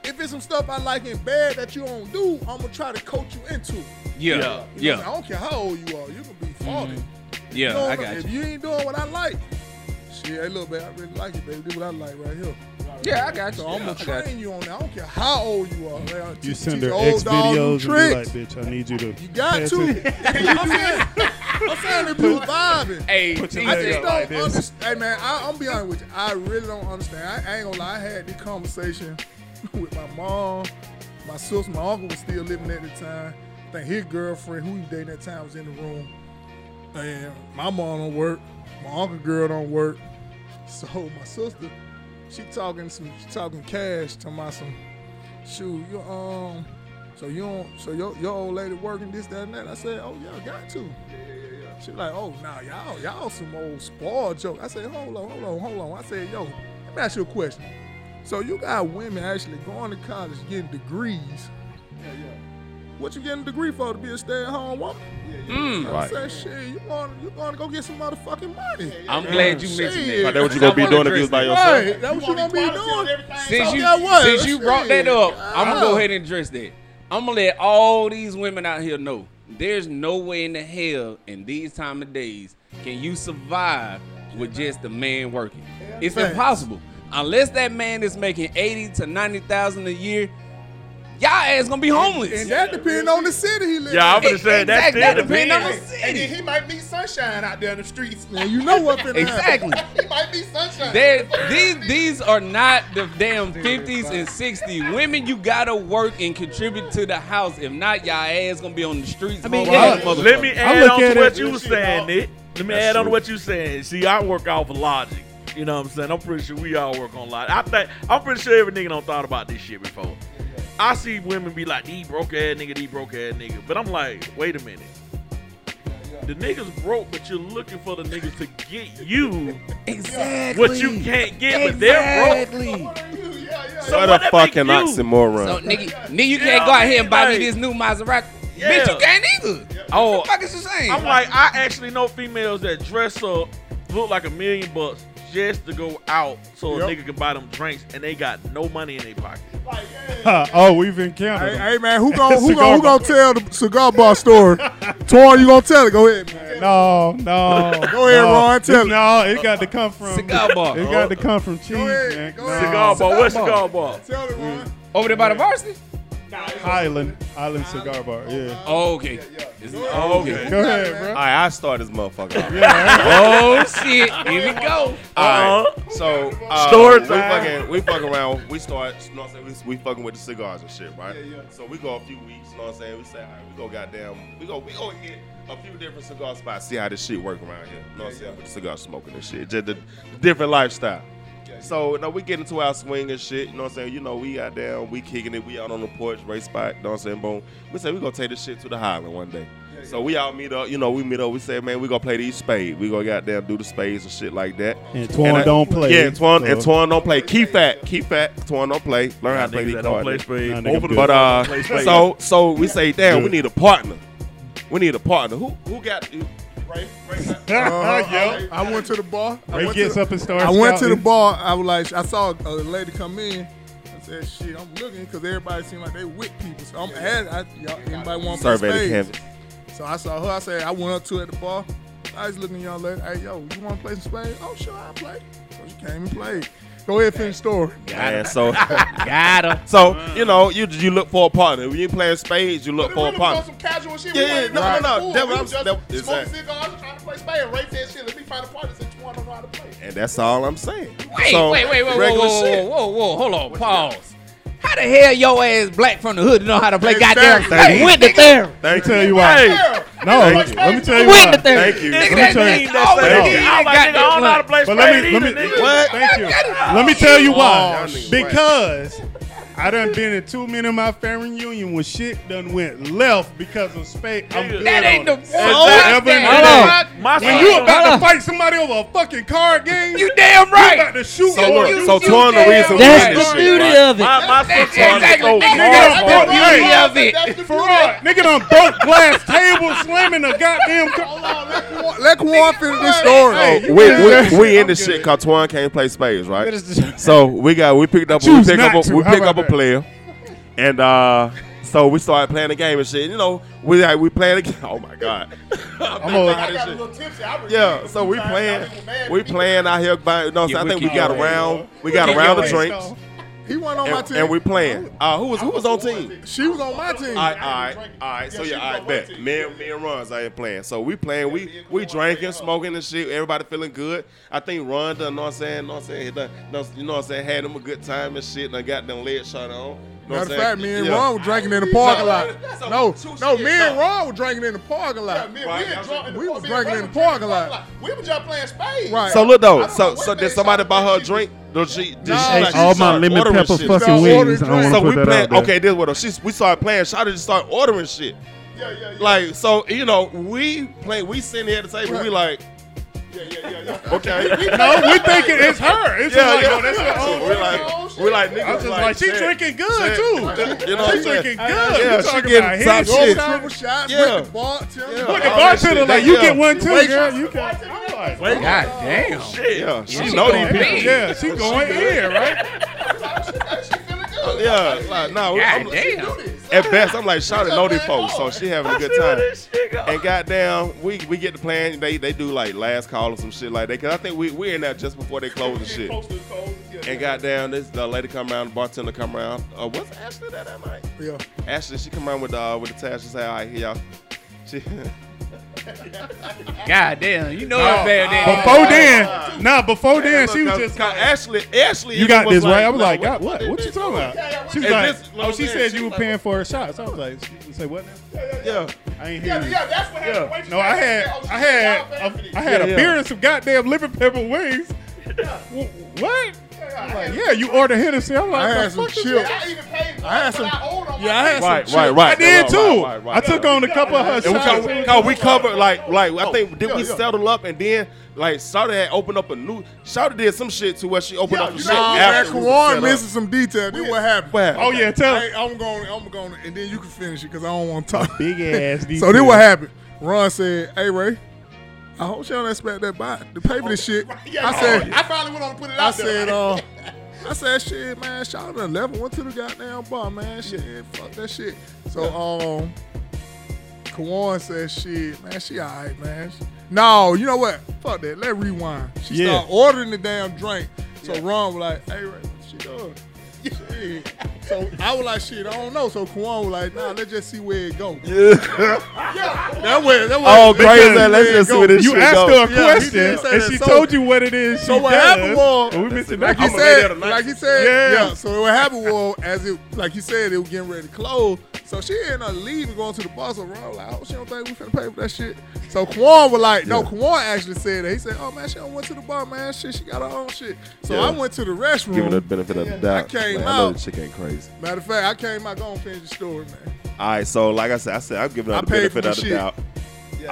If it's some stuff I like in bed that you don't do, I'm gonna try to coach you into. it.
Yeah.
You know what
Yeah. Mm-hmm.
I'm saying? I don't care how old you are, you can be 40. You
Yeah.
know
I
what I'm saying?
got
If
you.
you ain't doing what I like, shit, hey, look, baby, I really like it, baby. This what I like right here.
Yeah, I got you.
So I'm
Yeah,
gonna
I got you.
train you on that. I don't care how old you are. Man.
You
Teach-
send
teach
her
your old
X
dog new
videos and
tricks.
be like, bitch, I need you to.
you got
pass
to.
it.
I'm saying, I'm saying if you vibing.
Hey,
Put your
he
I
leg
said-
just
up like
don't
this.
understand. Hey man, I, I'm be honest with you. I really don't understand. I, I ain't gonna lie. I had this conversation with my mom, My sister, my uncle was still living at the time. I think his girlfriend, who he was dating at the time, was in the room. And my mom don't work. My uncle girl don't work. So my sister, she talking some, she talking cash to my some. Shoot, you um, so you don't, so your your old lady working this, that, and that. I said, oh yeah, I got to. She like, oh nah, y'all, y'all some old spoiled joke. I said, hold on, hold on, hold on. I said, yo, let me ask you a question. So you got women actually going to college, getting degrees.
Yeah, yeah.
What you getting a degree for? To be a stay-at-home woman?
Yeah, yeah.
Mm.
I said, shit, you going you going to go get some motherfucking money?
I'm glad you
Shit.
mentioned that.
Like, that what you gonna be
I wanna
doing if you was by
address
yourself?
Right, that's what you gonna
want
be
equality on
doing.
everything?
that. Since
So
you,
that was- Uh-huh.
since you brought that up, I'm gonna go
God.
ahead and address that. I'm gonna let all these women out here know there's no way in the hell in these time of days can you survive with just a man working. It's
Right.
impossible unless that man is making eighty to ninety thousand a year. Y'all ass gonna be homeless.
And that depends on the city he lives
Yeah, I'm
in.
gonna say that
Exactly, that
still
depend on
depends.
the
And then
city.
he might meet sunshine out there in the streets.
Man, you know what finna happen.
Exactly.
he might meet sunshine.
There, these these are not the damn fifties and sixties. Women, you gotta work and contribute to the house. If not, y'all ass gonna be on the streets. I
mean, yeah.
Let me add
look
on to
at
what
it-
you were saying, Nick. Let me
That's
add on to
true.
what you saying. See, I work off of logic. You know what I'm saying? I'm pretty sure we all work on logic. I think I'm pretty sure every nigga don't thought about this shit before. I see women be like, "These broke ass nigga, these broke ass nigga," but I'm like, wait a minute. The niggas broke, but you're looking for the niggas to get you
exactly.
what you can't get, but they're broke.
What are you? Yeah, yeah.
So
what a
that make
fucking
you?
oxymoron.
So, nigga, nigga, you can't go out here and buy me this new Maserati. Bitch, you
Yeah.
can't either.
Oh,
What the fuck is the same?
I'm like, I actually know females that dress up, look like a million bucks just to go out so a
Yep.
nigga can buy them drinks, and they got no money in their pocket.
Like, yeah.
oh, we've encountered.
Hey,
them.
hey, man, who gon' who
Cigar
gon' who
bar.
gonna tell the cigar bar story? Torn, you gonna tell it? Go ahead, man.
No, no.
Go ahead,
no.
Ron, tell
It- No, it got to come from.
Cigar bar.
It got to come from cheese,
ahead,
man.
go ahead.
Cigar
Cigar
bar, what's
bar.
cigar bar?
Tell it, Ron.
Over there by the varsity?
Island, Island cigar bar. Yeah.
Oh, okay. It's-
Oh,
okay.
okay.
Go ahead, bro.
All right, I start this motherfucker. off.
Oh, shit. Here we go.
All
Uh-huh.
right. So uh,
Story time.
we fucking we fuck around. We start. You know what I'm saying? We, we fucking with the cigars and shit, right?
Yeah, yeah.
So we go a few weeks. You know what I'm saying? We say, all right, we go goddamn. We go we go hit a few different cigar spots. See how this shit work around here. You know what I'm saying? With the cigar smoking and shit, just the, the different lifestyle. So you know, we get into our swing and shit. You know what I'm saying? You know we got down, we kicking it, we out on the porch, race spot. You know what I'm saying? Boom. We say we gonna take this shit to the Highland one day. So we all meet up. You know we meet up. We say, man, we gonna play these spades. We gonna goddamn do the spades and shit like that.
And Twan
I-
don't play.
Yeah, and Twan, and
so-
Twan don't play. Keep fat, keep fat. Twan don't play. Learn how to play
Niggas
these
that don't play
cards.
spades.
Nah, nigga,
Open
I'm
the
But uh,
Play spades.
so so we say, damn, we
Good.
need a partner. We need a partner. Who who got? Right,
Uh, I, I went to the bar. I
Ray
went
gets
to,
up and starts.
I went to the
scouting.
bar. I was like, I saw a lady come in. I said, shit, I'm looking because everybody seemed like they with people. So I'm asking, I, y'all, anybody want to
Survey the
play
canvas.
So I saw her. I said, I went up to her at the bar. I was looking at y'all lady. Hey, yo, you want to play some spades? Oh, sure, I'll play. So she came and played. Go ahead, finish the story.
Yeah, so
Got him.
so you know you you look for a partner. When you playing spades, you look
But
for
it really
a
was on
partner.
some casual shit.
Yeah,
We
yeah,
wasn't
no,
even
no,
cool.
that
We
was-
was just
that-
smoking
exactly.
cigars, trying to play spades. Ray said, "Shit, let me find a partner since you want to know how to play."
And that's all I'm saying.
Wait,
So,
wait, wait, wait, whoa,
regular
whoa,
shit.
whoa, whoa, whoa, hold on, pause. How the hell your ass black from the hood to know how to play goddamn
Exactly.
spades?
Went to therapy.
Let me tell you why.
Yeah.
No, let me, let me tell you
Went to
why.
therapy.
Thank you.
Nigga,
Nigga,
that
that
tell you-
mean that's
all
all
they
they
did,
did.
they
I'm like,
got
nigga, I
that
don't know how to
blunt.
play
But let me,
spades
let
either,
me,
nigga.
thank you.
Got it.
Let me tell you why.
Y'all niggas
Because I done been in too many of my family reunion when shit done went left because of spade. I'm
Nigga.
good
That
on
ain't the
it.
one.
Ever in
Hold
my
on.
life,
My
When
son-
you about to fight somebody over a fucking card game,
You damn right.
about to shoot
So
or
look,
do
so
you
Twan the
damn
reason we
right.
in
That's
this
the
shit.
beauty
right?
of it.
My, my
That's
sister wanted to
exactly-
throw
nigga,
hard
that's
parties.
the beauty of it.
That's the
Fraud. Nigga done broke glass table slamming a goddamn car.
Let Quan finish this story.
Hey,
We,
you
Oh, we, we
good.
in this shit called Twan can't play spades, right?
Finish the-
So we got we picked up we
Choose
pick up
not
a,
to.
we
How
pick
about
up a
that?
player, and uh, so we started playing the game and shit. You know, we like, we playing the game. Oh my god!
I'm gonna,
I got a little tipsy. I was
Yeah, so we playing we playing out here. By, no, so
Yeah,
I think
we
we got
keep-
around we got
keep
around
your
the drinks.
He wasn't on my
And,
team.
and we playing. Uh, who was who was on team?
she was on my team.
All right, all right, all right. So yeah, all right, bet. Me and me and Ron's out here playing. So we playing, we we drinking, smoking and shit. Everybody feeling good. I think Ron done, know what I'm saying, know what I'm saying, he done, know- you know what I'm saying, had him a good time and shit. And I got them lead shot on. You know what I'm
Matter of
saying?
fact, me and
Yeah.
Ron were drinking in the parking
No,
lot.
so-
No,
so
no,
shit,
me and
no.
Ron were drinking in the parking lot.
Man,
Right,
we,
that's
was drunk in the
we was
me and
drinking
Ray
in the
drinking
parking lot.
We were just playing spades.
Right.
So look
I
though,
don't
so
know what
so
they
did somebody
shot
buy her a
at.
drink? Did she? Did
No.
she
Ate
like, she
all my
started
lemon
ordering
pepper
shit?
No,
fucking
ordering
wings. I
drinks.
want
So
to
we
put that
playing.
out there.
Okay, this what though. She we started playing. Shawty just started ordering shit.
Yeah, yeah, yeah.
Like so, you know, we play. We sitting here at the table. We like,
yeah, yeah, yeah, yeah.
okay.
No, we thinking it's her. It's
Yeah,
like,
yeah.
oh, that's her own
we
drinking.
like, we like, niggas
I'm just like,
like
she
shit.
drinking good
shit.
too.
You know what I'm
She
saying?
drinking good.
yeah,
you
she
talking
getting
about him?
top shit.
Roll
Shit.
triple shots
Yeah.
with the bartender.
Yeah.
Look, the
All that
bartender like,
shit. They-
you
yeah.
get one too,
Waitress.
girl. You can. I'm like,
God
Oh,
damn.
Shit, yeah, she
she
know
going
these people.
yeah, she going in, right?
Oh, Yeah, like, nah, we, I'm,
God damn.
at best, I'm like, Shawty know these folks, so she having a good time.
Shit,
And goddamn, we we get the plan. They they do like last call or some shit like that. Cause I think we we in there just before they close and shit. And goddamn, this the lady come around, the bartender come around. Uh, what's Ashley that that night?
Yeah.
Ashley, she come around with uh with the tag. She say, all right, here y'all. She,
God damn. You know that bad daddy.
Before then, nah, before then, Oh, she was
Cause-
just.
cause Ashley. Ashley,
You
even
got
was
this right. I was
nah,
like, God, what? What you talking about? She was
And
like,
this-
oh, she
man,
said
she
you were
was
paying for her shots. I was like, she- say what? now?
Yeah,
I ain't
Yeah,
hearing. you.
yeah, that's what happened. Wait,
No,
you
I
said,
had,
oh, shit,
I had,
y'all
a-
family.
I had a
Yeah, yeah.
beer and some goddamn lemon pepper wings. W- What? I'm like, yeah, you order Hennessy. I'm like,
I
the
had some
fuck is
chips.
that?
I even paid.
I had
for
some-
what I owed on my
Yeah, I had some
right,
chips.
right, right.
I did
right,
too.
right, right,
I took
right.
on a couple of her
And we,
shots.
covered, no, we covered like like
oh,
I think did we settle up and then like Shawty had opened up a new Shawty did some shit to where she opened up the
No,
shit
that
after we
Kawan
settled up.
missing some detail. Then what happened?
What happened?
Oh yeah, tell.
Hey, I'm going. I'm going, and then you can finish it because I don't want to talk.
Big ass.
So then what happened? Ron said, "Hey Ray, I hope you don't expect that buy to pay for this shit." I said,
Oh, I finally went on and put it out
I
there.
said, uh, I said, shit, man, shout out left and went to the goddamn bar, man. Shit, fuck that shit. So, um, Kawan said, shit, man, she all right, man. She- No, you know what? Fuck that. Let rewind. She
Yeah.
started ordering the damn drink. So Ron was like, hey, Ray, what she doing? Shit. So I was like, shit, I don't know. So Kwan was like, nah, let's just see where it go. Yeah. that way, that way.
Oh, crazy!
Because
Let's just see where this
You
shit
asked
go.
her a
Yeah, he
question,
did say
and
that.
she
So-
told you what it is.
so
she
what
does,
happened was-
and we missed it.
like he
I'ma be there
said,
tonight.
like he said,
Yeah.
yeah. So what happened was, as it, like he said, it was getting ready to close. So she ended up leaving, going to the bar. So Ron was like, oh, she don't think we finna pay for that shit. So Quan was like, no, Quan actually said that. He said, oh man, she don't went to the bar, man. Shit, she got her own shit. So
Yeah.
I went to the restroom.
Give her the benefit of the
I
doubt.
came
Like, I know
out.
the chick ain't crazy.
Matter of fact, I came out. Go and finish the story, man.
All right, so like I said, I said I'm giving her
I
the
paid for
benefit of
the
the
shit.
doubt.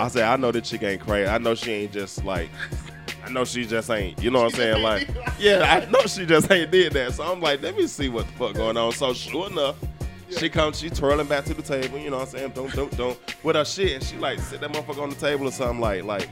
I said I know this chick ain't crazy. I know she ain't just like. I know she just ain't. You know what I'm saying? Like, yeah, I know she just ain't did that. So I'm like, let me see what the fuck going on. So sure enough, she comes, she twirling back to the table. You know what I'm saying? Don't, don't, don't. With her shit, and she like sit that motherfucker on the table or something. Like, like,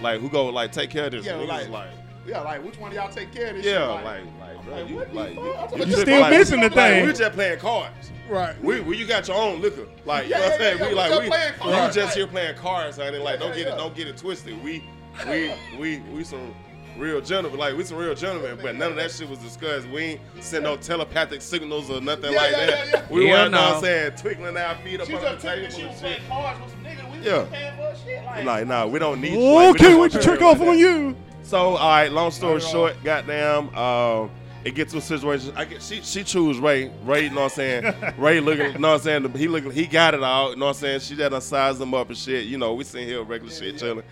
like who go like take care of this?
Yeah,
And he was
like, yeah, like which one of y'all take care of this?
yeah,
shit?
like, like, bro, you, like, you,
You still missing the
like,
thing.
we just playing cards.
Right.
We, we you got your own liquor. Like, you know
Yeah,
what I'm saying?
yeah,
we
yeah, we
like
just
we
playing
you
cards.
just here playing cards, honey. Like, don't
Yeah,
get
yeah.
it don't get it twisted. We we we we some real gentlemen. Like, we some real gentlemen, but none of that shit was discussed. We ain't send no telepathic signals or nothing
Yeah,
like
yeah,
that.
yeah, yeah.
We
Hell
weren't know
no.
what I'm saying twinkling our feet up
She
on
just
the
took it and
table
she
and
was
shit.
playing cards with some niggas. We
Yeah.
was paying for her shit. Like,
Like, nah, we don't need like, we
Okay,
don't
what you
want
trick
to-
off on you?
so, all right. Long story short, goddamn, um, it gets to a situation. I get, she she choose Ray. Ray, you know what I'm saying? Ray looking, you know what I'm saying? He looking, he got it all. You know what I'm saying? She that done sized him up and shit. You know, we sitting here regular shit chilling.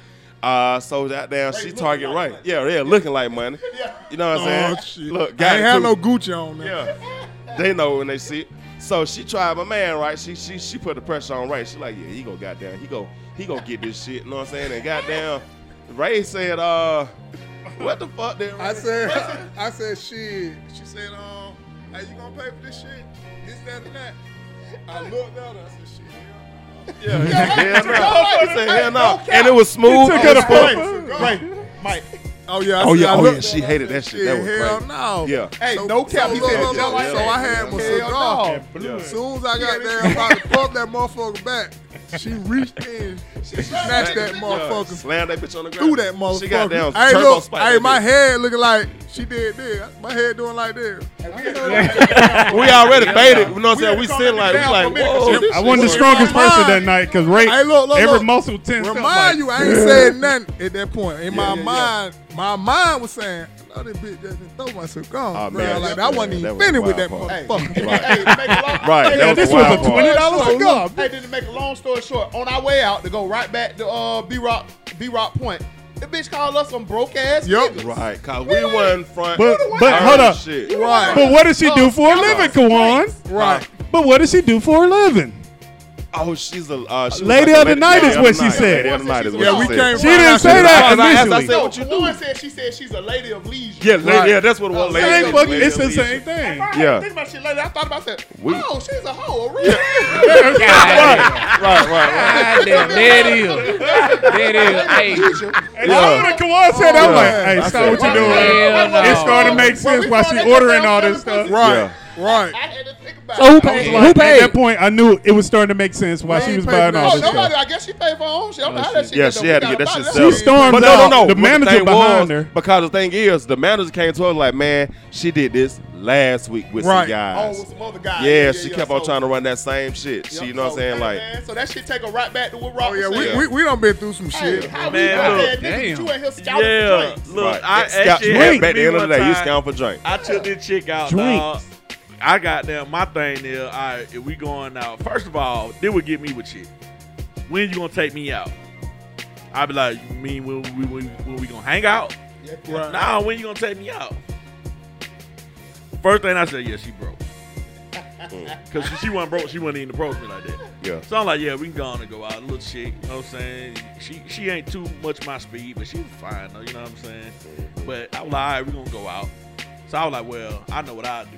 Uh, so goddamn, she target Ray. yeah, yeah, looking like money. You know what I'm saying?
Oh, shit.
Look,
I
got
ain't
it
have
too.
no Gucci on there.
Yeah. They know when they see it. So she tried my man, right? She she she put the pressure on Ray. She like, yeah, he go goddamn, he go, he go get this shit, you know what I'm saying? And goddamn, Ray said, uh, what the fuck did Ray
I said, I said, shit. She said, um, hey, you gonna pay for this shit? This, that, and that. I looked at her. I said, shit.
Yeah, he said, hell no. He said, hell no. And it was smooth.
Took
it
her to
was smooth.
play.
Oh yeah. I
Oh,
said,
yeah,
I
oh,
looked
yeah,
at
she
her,
hated
I
that
said,
shit. That was
hell
crazy.
no.
Yeah.
Hey, no cap. He
look,
said,
look,
"Just
look,
like
so I had my
Hell
cigar.
no.
As soon as I got there, I'm about to pump that motherfucker back. She reached in, she snatched that motherfucker.
Slam that bitch on the ground.
through that motherfucker.
She got down.
Hey,
turbo
look,
spike
hey,
that
my
bitch.
head looking like she did this. My head doing like this.
We already faded. You know what I'm saying? We sitting like, we like, whoa.
I wasn't the
shit
strongest
was-
person that night because Ray,
Hey, look, look,
every
look.
muscle tensed up.
Remind you, I ain't saying nothing at that point. In my mind, my mind was saying, I know this bitch just didn't throw myself gone.
Oh,
bruh."
man.
Like,
Yeah,
I wasn't
that
even
was
finished with that
wild part.
motherfucker.
Right.
Right.
Right.
Yeah,
That was
this
the
was
wild
a
part.
twenty dollars
So,
cigar.
Hey, then to make a long story short, on our way out to go right back to uh, B Rock, B Rock Point, the bitch called us some broke ass.
Yup.
Right, cause we weren't front.
But-
Turbo
but hold up.
shit.
Right.
But what does she do
Oh,
for a
come
living,
on.
Kawan?
Right.
But what does she do for a living?
Oh, she's a uh, she was
Lady
like a
of the night
lady
is
of
what
the
she
night.
said.
Lady of the night is what
Yeah,
she
we
said.
came
She didn't say that
As I, as I
initially.
said, what you
No
do?
one said she said she's a lady of leisure.
Yeah, lady,
Right.
yeah, that's what it was.
It
Lady,
ain't
lady,
fucking-
lady
it's the
leisure.
same thing.
Right,
Yeah.
Think about shit later. I thought about that.
We-
oh, she's a hoe, a real.
Right, right, right.
God damn, there it is. There it is. Hey,
And I would have Kawan said that. I'm like, hey, stop what you doing.
Hell no.
It's starting to make sense why she ordering all this stuff.
Right. Right.
I had to think about
So who
it.
paid?
like,
Who
At
paid?
that point, I knew it was starting to make sense why
Man,
she was
you paid
buying
for
all
Oh,
this
that.
stuff.
nobody. I guess she paid for her own shit. I don't know how that shit
Yeah,
get done.
she had
We
to get
got
that
a
shit
body.
settled.
She stormed
But no, no,
out.
no.
The
But
manager
thing
behind
was,
her.
Because the thing is, the manager came to us like, man, she did this last week with some
Oh,
Right.
guys.
with some other guy.
yeah, she kept on trying to run that same shit. she, you know what I'm saying? Like,
man, so that shit take her right back to what Rock
Oh, yeah,
was
we,
saying.
we, we done been through some shit.
Hey, how
Man,
we
look,
look, niggas,
damn.
you in here scouting for
Yeah,
drinks.
look,
right.
I
Scout-
actually
you-
had
At the
me
end of the
one
day, you
time.
scout for drink.
I took this chick out, dog.
Drinks.
I got down my thing there. All right, if we going out, first of all, they would get me with shit. When you gonna take me out? I'd be like, you mean when we when, when we gonna hang out? Right. Nah, when you gonna take me out? First thing I said, yeah, she broke. Cause she, she wasn't broke, she wasn't even approach me like that.
Yeah.
So I'm like, yeah, we can go on and go out, little chick. You know what I'm saying? She she ain't too much my speed, but she was fine though. You know what I'm saying? But I was like, all right, we gonna go out. So I was like, well, I know what I'll do.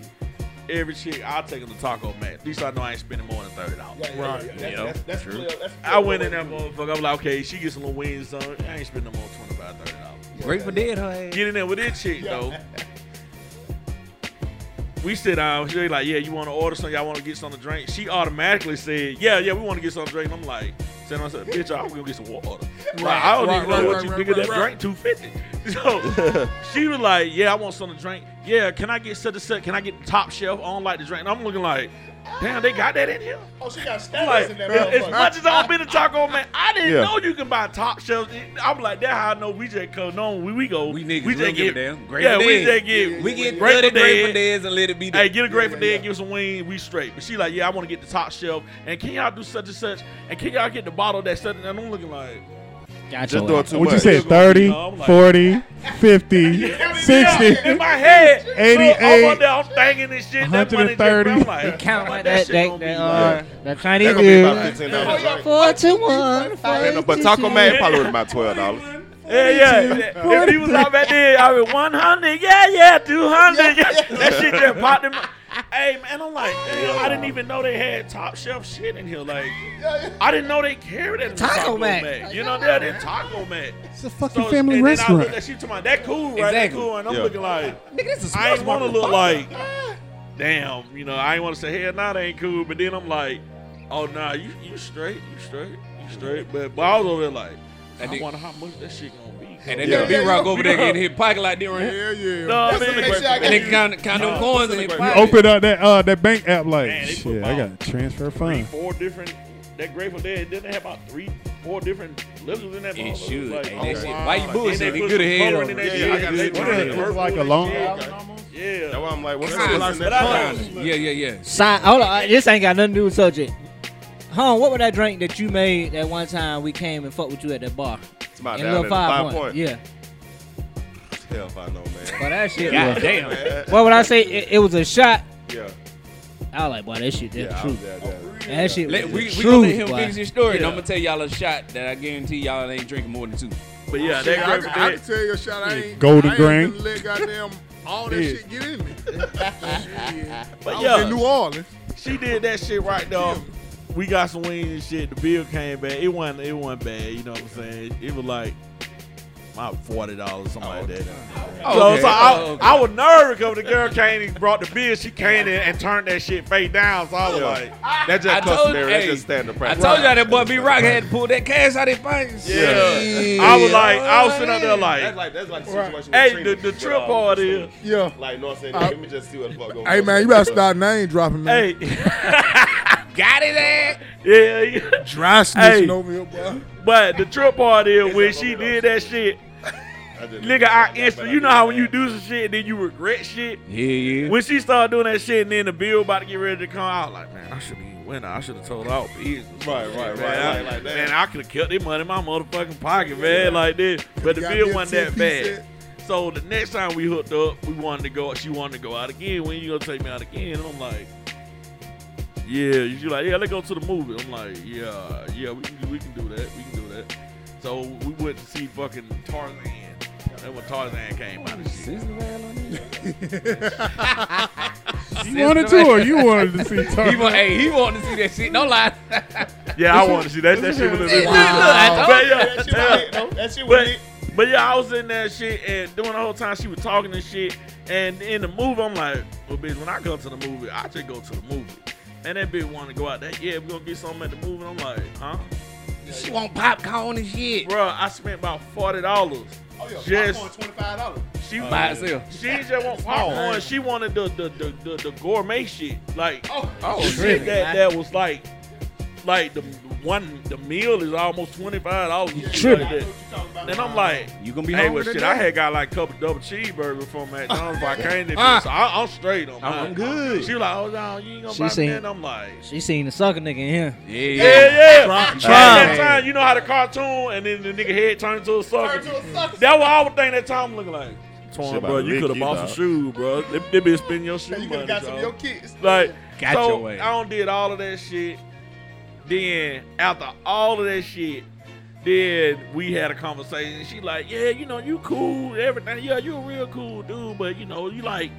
Every chick, I'll take them to Taco Man. At least I know I ain't spending more than thirty dollars.
Yeah, yeah, yeah, yeah. That's-
You know?
that's- that's
True.
clear. That's
I
clear.
went in that motherfucker. I was like, okay, she gets a little wings on. it. I ain't spending no more than twenty five, thirty dollars.
Grateful Dead, her ass.
Get in there with this chick though. We sit down. She like, yeah, you want to order something? Y'all want to get something to drink? She automatically said, yeah, yeah, we want to get something to drink. And I'm like, saying, I said, bitch, I'm gonna get some water. Like, I don't
right,
even know
right,
what
right,
you
right,
think of
right,
that
right.
drink. Two fifty. So she was like, yeah, I want something to drink. Yeah, can I get set to set? Can I get the top shelf? I don't like the drink. And I'm looking like, damn, they got that in here.
Oh, she got
I'm
status
Like,
in that
as
motherfucker.
much as I've been to Taco Man, I didn't
Yeah.
know you can buy top shelf. I'm like, that how I know we just come on. We, we go.
We niggas, we
just
don't give a
get
damn. Grateful
Yeah, we
Dead.
just get.
We get
Grateful
30 Grateful
Dead.
Deads and let it be
Hey,
that.
get a grateful
yeah,
dead,
yeah.
give us a wing, we straight. But she like, yeah, I want to get the top shelf, and can y'all do such and such, and can y'all get the bottle that such? And I'm looking like,
Got
Just
your
doing
ass.
too
What you
much.
said, 30,
No, I'm like-
40, 50,
Yeah,
60.
in my head, so
88,
I'm up there, I'm thinking this shit. That money, just-
130.
I'm like,
They count like
that
that.
shit
That,
gonna be
that,
like-
uh, that Chinese
gonna be about
dude.
fifteen dollars.
Four to one.
No, but Taco Man probably was about twelve dollars.
Yeah, yeah. If he was out back there, I was 100. Yeah, yeah, 200. Yeah, That shit just popped in my. Hey, man, I'm like, damn, I didn't even know they had top shelf shit in here. Like, I didn't know they carried that in
Taco
Taco
Mac.
Mac. You know, they're that Taco Mac.
It's a fucking
So,
family
and then I
restaurant.
looked at she talking about that cool, right? That
Exactly.
cool. And I'm
Yeah.
looking like,
Nigga, this is
I ain't want to look like, damn, you know, I ain't want to say, hell, nah, that ain't cool. But then I'm like, oh, nah, you, you straight, you straight, you straight. But, but I was over there like,
And
I
then-
wonder how much that shit gonna be.
And that
Yeah.
nigga B Rock over there getting his pocket like they were here.
Hell yeah.
No, I
That's
mean,
the next shot.
And they count, count them coins in his
You
pocket.
Open up that uh, that bank app like,
Man, they put
shit, I
balls.
got to
three,
transfer funds.
four different. That Grateful Dead didn't they have about three, four different levels in that.
It
motherfucker?
should.
Like,
Hey, that shit.
wow.
Why you
And they
bullshitting? He
put
good
some
ahead
color
on
in
it.
that
Yeah, I got
shit.
that
Yeah,
shit.
It's like a long.
That's
Yeah.
why I'm like, what's
Kinda.
up with
But
that?
I
punch?
Yeah, yeah, yeah.
Sign, hold on, uh, this ain't got nothing to do with subject. Huh, what was that drink that you made that one time we came and fucked with you at that bar?
It's my
In
down
Little
at five,
Five
point.
Point. Yeah.
Hell if I know, man.
But that shit was,
damn.
What would I say? It, it was a shot.
Yeah,
I was like, boy, that shit, that's
yeah, I
true.
was there, there.
That shit was
Let, we
the
we gonna let
truth,
him
boy.
finish his story, and I'm gonna tell y'all a shot that I guarantee y'all ain't drinking more than two.
But yeah,
Shit, I,
that
can- I can
Grateful
tell you a shot. I ain't,
Golden
I ain't
Grain.
finna Let goddamn all that
Yeah.
shit get in me. I
But
was
yeah.
in New Orleans.
She did that shit right though. We got some wings and shit. The bill came back. It wasn't. It wasn't bad. You know what I'm saying? It was like
about forty dollars, something like that.
Oh,
So, so I, I was nervous because the girl came and brought the bill. She came in and turned that shit face down. So I was like,
That's
I told-
just customary. That's
hey,
just standard
I
practice.
told y'all that boy B Rock had to pull that cash out of his pockets.
Yeah.
I was like, I was sitting up there
That's
like,
like that's like the situation. with
hey,
Trina.
the, the
But,
trip
uh,
part is,
Yeah.
Like, you know what I'm saying?
Uh,
Let me just see what the fuck going on.
Hey man, you better stop name dropping. Man.
hey,
Got his ass.
yeah, yeah.
dry snitching
Hey.
over here, bro.
But the trip part is when she did that shit,
I just-
nigga, I
but
instantly,
did
you know how when
that.
you do some shit and then you regret shit.
Yeah, yeah.
When she started doing that shit and then the bill about to get ready to come out, like man, I should have went. I should have told her out. Business.
Right, right, right,
Man,
right, like that.
man, I could have kept this money in my motherfucking pocket, man, like this. But the
Got
bill
me a
wasn't that bad.
10-piece set.
So the next time we hooked up, we wanted to go. She wanted to go out again. When you gonna take me out again? And I'm like, yeah. She like, yeah. Let's go to the movie. I'm like, yeah, yeah. We can, we can do that. We can do that. So we went to see fucking Tarzan. That's when Tarzan came out and shit.
You wanted to, or you wanted to see Tony?
He want, hey, he wanted to see that shit. Don't lie.
Yeah, I wanted to see that. That shit was a little bit.
I
But
told
yeah,
Oh, That shit
yeah.
was lit, though. That shit was
But
lit.
but yeah, I was in that shit and doing the whole time she was talking and shit. And in the movie, I'm like, well, bitch, when I go to the movie, I just go to the movie. And that bitch want to go out there. Yeah, we gonna get something at the movie. I'm like, huh?
you. She want popcorn and shit.
Bro, I spent about forty dollars.
Oh, yeah.
Just-
Popcorn, $25.
She
By herself.
she just want popcorn. She wanted the the, the the the gourmet shit, like
Oh,
the shit that that was like like the one the meal is almost twenty five dollars.
I know what
Like
you're talking about.
that. And I'm like.
You gonna be
Hey,
hungry
well, shit,
today?
I had got like a couple double cheeseburgers from McDonald's, but I came to
Ah.
this. So I, I'm straight on mine.
I'm good.
She was like, oh, no, you ain't gonna
She
buy
seen-
me that. I'm like,
She seen the sucker nigga in here.
Yeah, yeah.
yeah, yeah. At that
Trump.
time, you know how the cartoon and then the nigga head turned into a sucker.
Turn to a sucker.
That what I would think that time looking like. Torn,
Shit
bro,
about to
you
lick
could have
you,
bought
dog.
some shoes, bro. They, they been spending your shoe
Yeah, You could
money,
have got some of
dog.
your kids.
Like,
Got
so
your ass.
I done did all of that shit. Then after all of that shit, then we had a conversation. She like, yeah, you know, you cool, everything. Yeah, you a real cool dude, but you know, you like,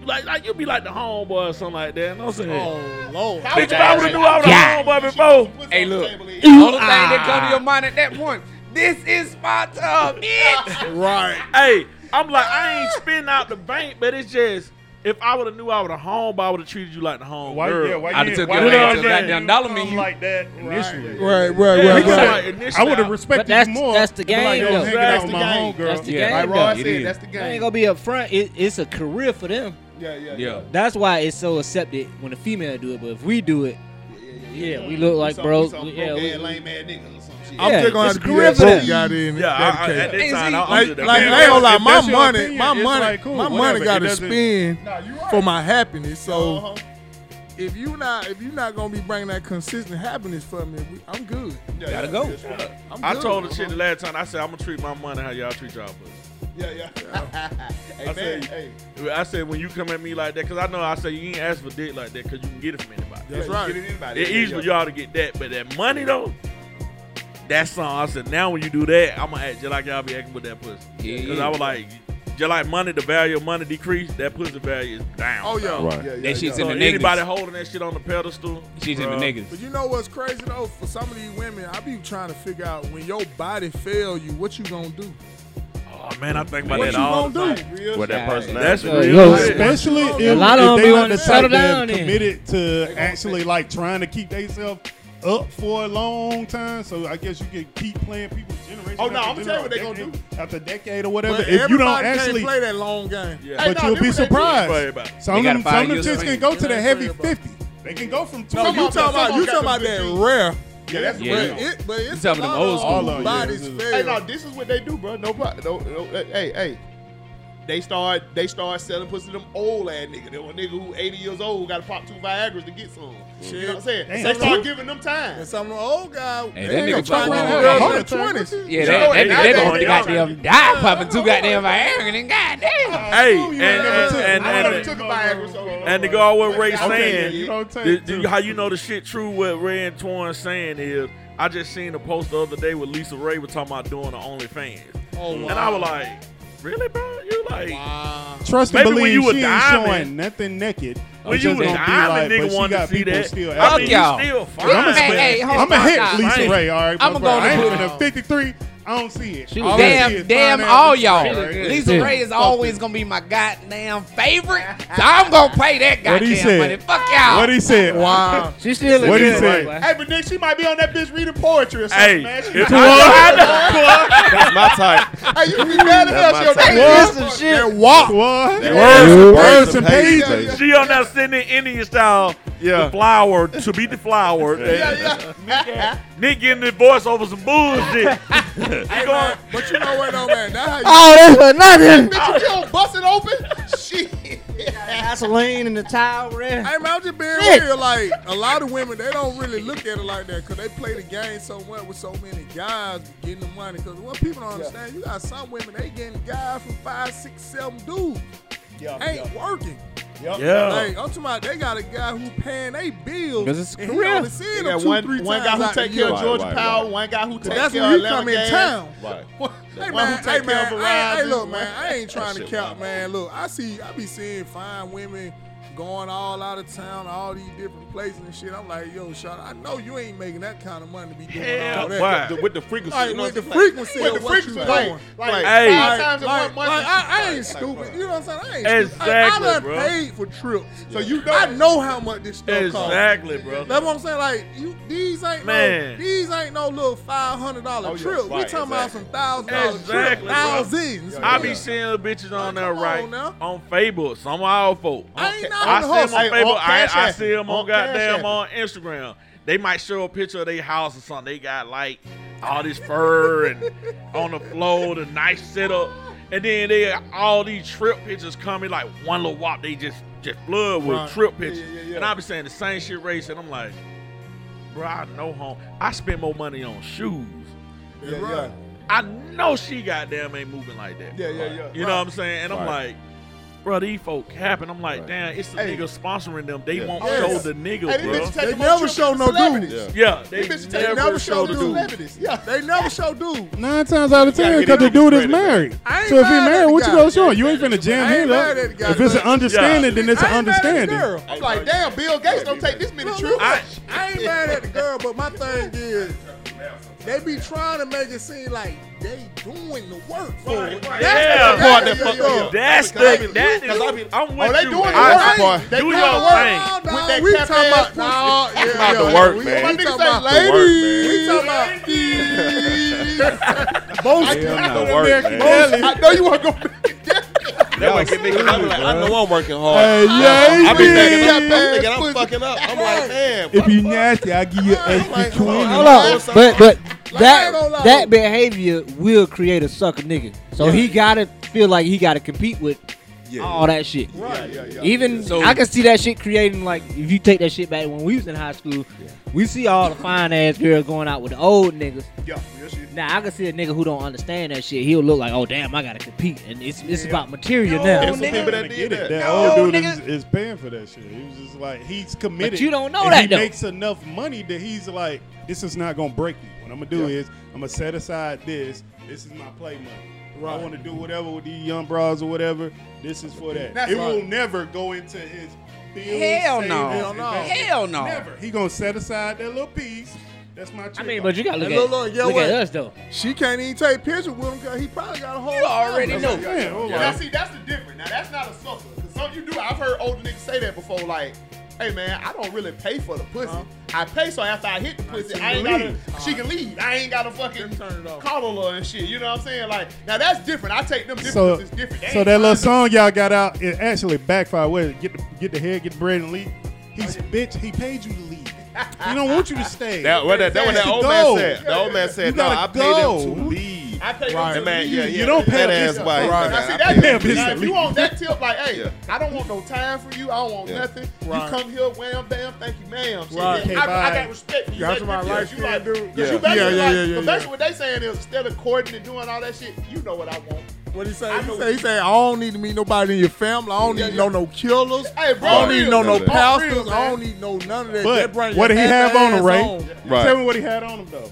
you like, like you be like the homeboy or something like that. And I'm saying,
Oh lord.
bitch, if I would have knew I was the
Yeah.
homeboy before.
Hey, look.
Only
The only thing that come to your mind at that point, this is Sparta, bitch.
Right.
Hey, I'm like, I ain't spitting out the bank, but it's just. If I would have knew I was a homeboy, I would have treated you like the home
Why,
girl.
yeah, why
I
you
done took
why
your
you
ass
do
to that
goddamn dollar menu.
like that initially?
Right, right,
Yeah,
right,
because,
right.
like, initially,
I would have
I-
respected
But that's-
you more.
that's the
Be like,
game,
yo,
though.
hanging
That's
out
the
with my
game.
homegirl.
That's the
Yeah.
game.
Like
though.
Roy
It
said,
is.
that's the
They ain't
game.
gonna be up front. It, it's a career for them.
Yeah, yeah,
Yeah.
yeah.
That's why it's so accepted when a female do it. But if we do it, yeah, we look like
some-
broke.
some
we-
broke
Yeah, we-
ass, lame ass niggas or some shit.
I'm
Yeah,
just gonna
it's
have to be
career
that
for
broke
them.
guy then.
Yeah, I, I, at
dedicated.
that time, I, I'm
Like,
just-
like,
Yeah,
I ain't gonna lie,
if
my
that's your
money,
opinion,
my
it's
money,
like, cool,
my
whatever,
money
it
got to
doesn't-
spend
Nah, you right.
for my happiness. So
Uh-huh.
if you not, if you not gonna be bringing that consistent happiness for me, we- I'm good.
Yeah,
Gotta
yeah,
go.
yeah, sure.
I'm
I
good.
told the shit the last time. I said I'm gonna treat my money how y'all treat y'all pussy.
Yeah, yeah. Hey, man,
said-
hey.
I said when you come at me like that, cause I know I say you ain't ask for dick like that, cause you can get it from anybody.
That's
yeah,
right.
You get it in by
It's
that.
easy for y'all to get that, but that money though, that's something. I said now when you do that, I'm gonna act just like y'all be acting with that pussy.
Yeah,
Cause
yeah.
I was like, just like money, the value of money decreased, that pussy value is down.
Oh yeah.
Right.
Yeah, yeah,
That shit's
So
in the
anybody
negatives.
holding that shit on the pedestal,
She's in the
bruh,
But
negatives.
you know what's crazy though? For some of these women, I be trying to figure out when your body fail you, what you gonna do?
Oh man, I think about
What
that
you
all
gonna
the time.
do?
With that person.
That's
Yeah,
real.
yo.
shit.
Especially if,
A
lot of
if
them
they
be
not
wanting
the
to
type
settle
that
down then.
committed to actually like trying to keep themselves up for a long time. So I guess you can keep playing people's generation.
Oh, no,
after
I'ma tell you what they
generation,
gonna
decade after decade or whatever.
But
if you don't
everybody can't
actually,
play that long game.
Yeah.
but
Hey, no,
you'll be
this what they do.
surprised.
Everybody.
Some of
They
them,
gotta
some
find
of them
your
chicks can
strength.
go to the heavy
Everybody.
fifty. They can go from two.
No, you
Some of
talking
them-
about you
some
talking
of
about
them got
that
some good
rare.
Yeah, that's
Yeah.
But
real.
it, but it's
talking
a
them
lot
old
of
school.
All of 'em, yeah,
bodies
this is-
fail.
Hey, no, this is what they do, bro. No, pro- no, no, uh, hey, hey. They start, they start selling pussy to them old ass nigga. They want nigga who 80 years old got to pop two Viagra's to get some. You know what I'm saying?
Damn.
They start giving them time.
And some of the old guy,
Hey,
hey,
that
they
nigga
ain't trying to
fucking
have
around.
a hundred twenties.
Yeah, that,
Yeah,
that,
they-
that,
they
that
gonna-
nigga goddamn die popping two goddamn Viagra and goddamn.
Hey,
Oh,
and
you
and,
never took-
and,
I
and,
never
and,
took a Viagra. So
and to go on what Ray
Okay,
saying,
yeah, you
don't take
the- the-
two.
how you know the shit true? What Ray and Torn saying is, I just seen a post the other day with Lisa Ray was talking about doing the OnlyFans,
Oh, wow.
and I was like, really, bro? You like?
Trust and
Maybe when
believe
you a
she ain't
diamond-
showing nothing naked.
When
It's
you
just
was
gonna be
diamond,
like, but
nigga
she
wanted to
got
see
people
that.
still
I
after
mean,
you.
you
y'all.
still
I'ma
fine.
Hey, hey, hold
I'm a
on,
hit
guys.
Lisa
Fine.
Ray, all right.
I'ma
bro, bro.
go to
I ain't
the-
finna 53. I don't see it.
She
All I
was
see is
Damn, damn,
fine
all
ass
y'all.
Detroit, right?
Lisa
Yeah.
Ray is always gonna be my goddamn favorite. So I'm gonna pay that
What he
goddamn money.
said.
Fuck y'all.
What he said.
Wow.
She still
What he
good,
said?
boy.
Hey, but Nick, she might be on that bitch reading poetry or something,
Hey,
man. She
it's
might-
That's my type.
hey, you can be mad at her. She'll
That's
take
my
this.
Some shit.
That walk.
What?
Words,
Words and
pages.
pages.
She on that sending Indian style
Yeah.
the flower to be the flower.
Yeah, yeah.
Nick getting the voice over some bullshit. he going,
But you know what though, man? That's how you
Oh, that's for nothing.
bitch, if you don't bust it open, shit.
Vaseline in the towel, man.
Hey man, I'm just being
Shit.
real. Like a lot of women, they don't really look at it like that because they play the game so much with so many guys getting the money. Because what people don't understand, you got some women they getting guys from five, six, seven dudes.
Yeah,
Ain't working.
yeah.
Like I'm talking about, they got a guy who paying they bills.
'Cause it's
and
career.
He only seeing
Yeah,
them two, three
one, one guy
times
who
out the
take care
year.
of George
Right, right,
Powell,
right.
one guy who takes
That's
care
when
of
you come
Atlanta Gas.
in town.
Right.
Hey
One who
man,
take
hey
care
man,
of
I, hey
Verizon,
look
one-
man, I ain't trying to
shit
count
wild.
man. Look, I see, I be seeing fine women going all out of town, all these different places and shit. I'm like, yo, shot, I know you ain't making that kind of money to be doing all that.
why?
The- with the frequency.
Like
you know
with the
what I'm
frequency,
With
of
the
what
frequency,
you
like,
doing.
like,
Hey.
five times in
Like,
one month.
like, I, I ain't
Like,
stupid.
bruh.
you know what I'm saying? I ain't stupid. Like, I
Exactly,
done
bro.
paid for trips, so
Yeah.
you know I know how much this stuff costs.
Exactly, bro.
That's what I'm saying. Like you, these ain't
Man.
no, these ain't no little five hundred dollar
Oh, yeah,
trip. we
right,
talking about
exactly.
some thousand dollar
Exactly,
trip,
bro.
thousands.
I be seeing little bitches on there
Come on
right
now.
on Facebook. Some of our folk.
I ain't not
I
on the
see them on
hustle.
Facebook.
on
I,
Cash
I
App.
see them on
On Cash
goddamn
App.
on Instagram. They might show a picture of their house or something. They got like all this fur and on the floor, the nice setup, and then they all these trip pictures coming like one little wop. They just just flood with
Right.
trip pictures,
yeah, yeah.
and I be saying the same shit, race, and I'm like, bro, I know home. I spend more money on shoes.
Yeah, right.
I know she goddamn ain't moving like that.
Yeah, yeah, yeah.
You know what I'm saying? And I'm like, bro, these folk capping. I'm like, damn, it's the
Hey.
nigga sponsoring them. they won't
Yes.
show the nigga,
Hey, these
bro.
bitches take
They
them on
never
trips
show
with
no
celebrities.
dudes.
yeah, they
These bitches take
never,
never
show the
show
dude.
Celebrities, yeah.
They never show dudes.
Nine times out of ten,
gotta
because
get
the
it
dude is
integrated.
married.
I ain't
So if he
mad at
married,
the
what you
guy.
gonna show him? You ain't finna
I
jam
ain't
him
mad at the
up.
guy,
If it's an
but-
understanding, then it's an
I ain't mad at the
understanding.
girl.
I'm like, damn, Bill Gates don't take this many
Look,
trips.
look, I, ain't mad at the girl, but my thing is, they be trying to make it seem like they doing the work for it. That's
Yeah,
the
part
thing,
that fuck
yo.
me up.
That's
Because I
the
be-
that
because I be-
is. I'm with
Oh, they
you.
doing the
I-
work.
support-
They
Do
doing
your
the work.
thing.
Oh, no,
With that
we
cap
talking
ass
about no, yeah,
about
yeah,
the work,
we,
man.
We
My niggas
talking
say
about
ladies.
ladies. We talking about these. Most
saying? The work, man.
I know you want to go.
That way get me. 'cause I be like, I know I'm working hard.
Hey,
I be thinking,
yeah,
I'm,
yeah.
I'm, thinking I'm fucking up. I'm like, man.
If you nasty, I give you extra
Hold
twenty.
on, but but that
gonna lie.
that behavior will create a sucker nigga. So he gotta feel like he gotta compete with all that shit.
Right, yeah, yeah.
Even
So-
I can see that shit creating like if you take that shit back when we was in high school, we see all the fine ass girls going out with the old niggas.
Yeah, yes, you-
Now I can see a nigga who don't understand that shit. He'll look like, oh damn, I gotta compete, and it's it's about material now.
There's some people that did that.
That old dude is, is paying for that shit. He was just like, he's committed.
But you don't know
and
that,
he
though.
makes enough money that he's like, this is not gonna break me. What I'm gonna do is, I'm gonna set aside this. This is my play money. I want to do whatever with these young bras or whatever. This is for that.
That's
it
right.
will never go into his. bills,
Hell
savings,
no. Hell
no.
investments.
Hell no.
Never. He gonna set aside that little piece. That's my.
I
check.
mean, but you gotta look
Hey,
at
look, look, yeah,
look
what?
at us though.
She can't even take pictures with him because he probably got a whole.
You already
family.
know.
Yeah, hold
Now,
on.
see, that's the difference. Now, that's not a sucker. Because some you do, I've heard older niggas say that before, like, hey, man, I don't really pay for the pussy. I pay so after I hit the pussy, I ain't gotta, she can leave. I ain't gotta fucking coddle her and shit. You know what I'm saying? Like, now that's different. I take them
So,
differences different. They
so
ain't
that little
mine.
song y'all got out, it actually backfired. Where get the get the head, get the bread, and leave. He's bitch. He paid you to leave. He don't want you to stay.
That what that, that, what that
You
old
go.
man said. The old man
You
said, "No, I
gotta
paid
go.
him to leave."
I pay
That
them to
man,
leave.
yeah, yeah.
You don't pay
that
him.
ass wife.
Right.
Now, see,
Right.
that's
Yeah,
different. Now,
bitch,
if you
leave.
want that tip, like, hey,
Yeah.
I don't want no time for you. I don't want
Yeah.
nothing.
Right.
You come here, wham, bam, thank you, ma'am. Shit,
Right.
yeah, I, I
Bye.
got respect for you.
That's what I like,
because you like,
dude.
dude.
Yeah.
You basically
Yeah, yeah,
like,
yeah, yeah,
but
yeah.
basically what they saying is instead of courting and doing all that shit, you know what I want.
What he say?
I
He
know-
say, he say, I don't need to meet nobody in your family. I don't need to know no killers.
Hey, bro,
I don't need to know no
real, man.
pastors.
Real,
I
man.
don't need to know none of that.
But
That bring
what
your
did he have
fat
on him,
ass
Ray?
on.
Right.
Tell me what he had on him though.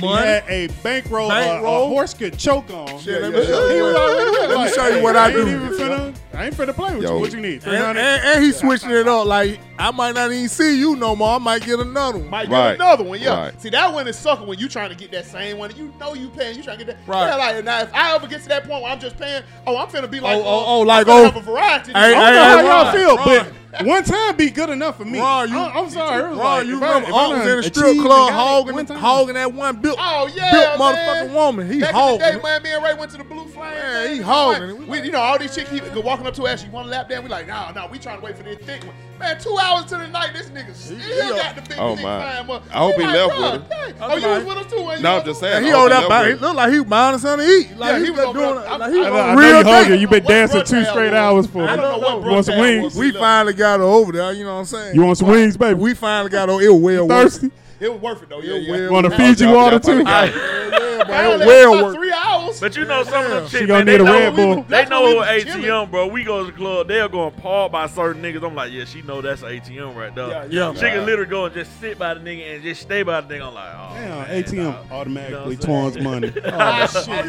He
money.
had a bankroll, uh, a, a
Bankroll.
horse could choke on.
Yeah, let,
yeah,
me show you what, let me show you what I
ain't
do.
even finna, I ain't finna play with
Yo.
you. What you need? Three
And,
hundred.
and, and he switching it up. Like I might not even see you no more. I might get another one.
Might
Right.
get another one, yeah.
Right.
See, that one is sucker when you trying to get that same one. and You know you paying, you trying to get that.
Right.
Yeah, like, now, if I ever get to that point where I'm just paying, oh, I'm finna be like,
Oh, oh, oh,
I'm
like,
finna
oh,
have a variety.
hey,
I
hey,
don't know
hey,
how
Ron,
y'all feel,
Ron.
but one time be good enough for me.
Ron, you,
I, am sorry. It was
Ron,
like,
you
if I-
remember
if
I, was in the
done
strip
achieved and
club
got it one
hogging,
time.
hogging that one built,
Oh, yeah,
built
man.
motherfucking woman. He
Back in the day,
hogging.
man, me and Ray went to the Blue Flame.
Yeah,
man.
he
We
hogging
like-
it. We
we-
like-
you know, all these chicks keep walking up to us. You want to lap down? We like, nah, nah, we trying to wait for this thick one. Man, two hours to the night, this nigga still
yeah.
got the big
Oh,
dick
my.
climb up.
I hope
We
he
like,
left with
bruh,
her.
dang. Oh, you was with him too? wasn't you?
No, I'm just saying.
And he
I hope
on that
left
body. He
with
looked like he minding something to eat. Like
Yeah,
he,
he was
was
over
doing
there.
like
I'm-
he
I
was
know-
I
on
know you
real
hungry.
thing.
You been
What
dancing
brunch I
two
had
straight
was-
hours for. me.
I don't know what
You want
brunch
some
I had
wings?
was.
We finally got her over there. You know what I'm saying?
You want some wings, baby?
we finally got her. It was well worth. it.
thirsty?
It was worth it, though. Yeah,
It
yeah.
was
Want
well
to
worth. it.
feed you
y'all-
water
y'all probably
too?
got-
Yeah, but
Man,
it was
that's
well
about
worth. it.
Three hours.
But you know some of them
She
shit,
gonna
man, they
need a
know,
Red Bull.
they
That's when we
know
was
ATM,
chilling.
bro. We go to the club, they'll go and par by certain niggas. I'm like, yeah, she know that's an ATM right there.
Yeah,
Yeah.
She can literally go and just sit by the nigga and just stay by the nigga. I'm like, oh,
Damn,
man, dog.
ATM automatically
You know what I'm
Twan's money.
Oh,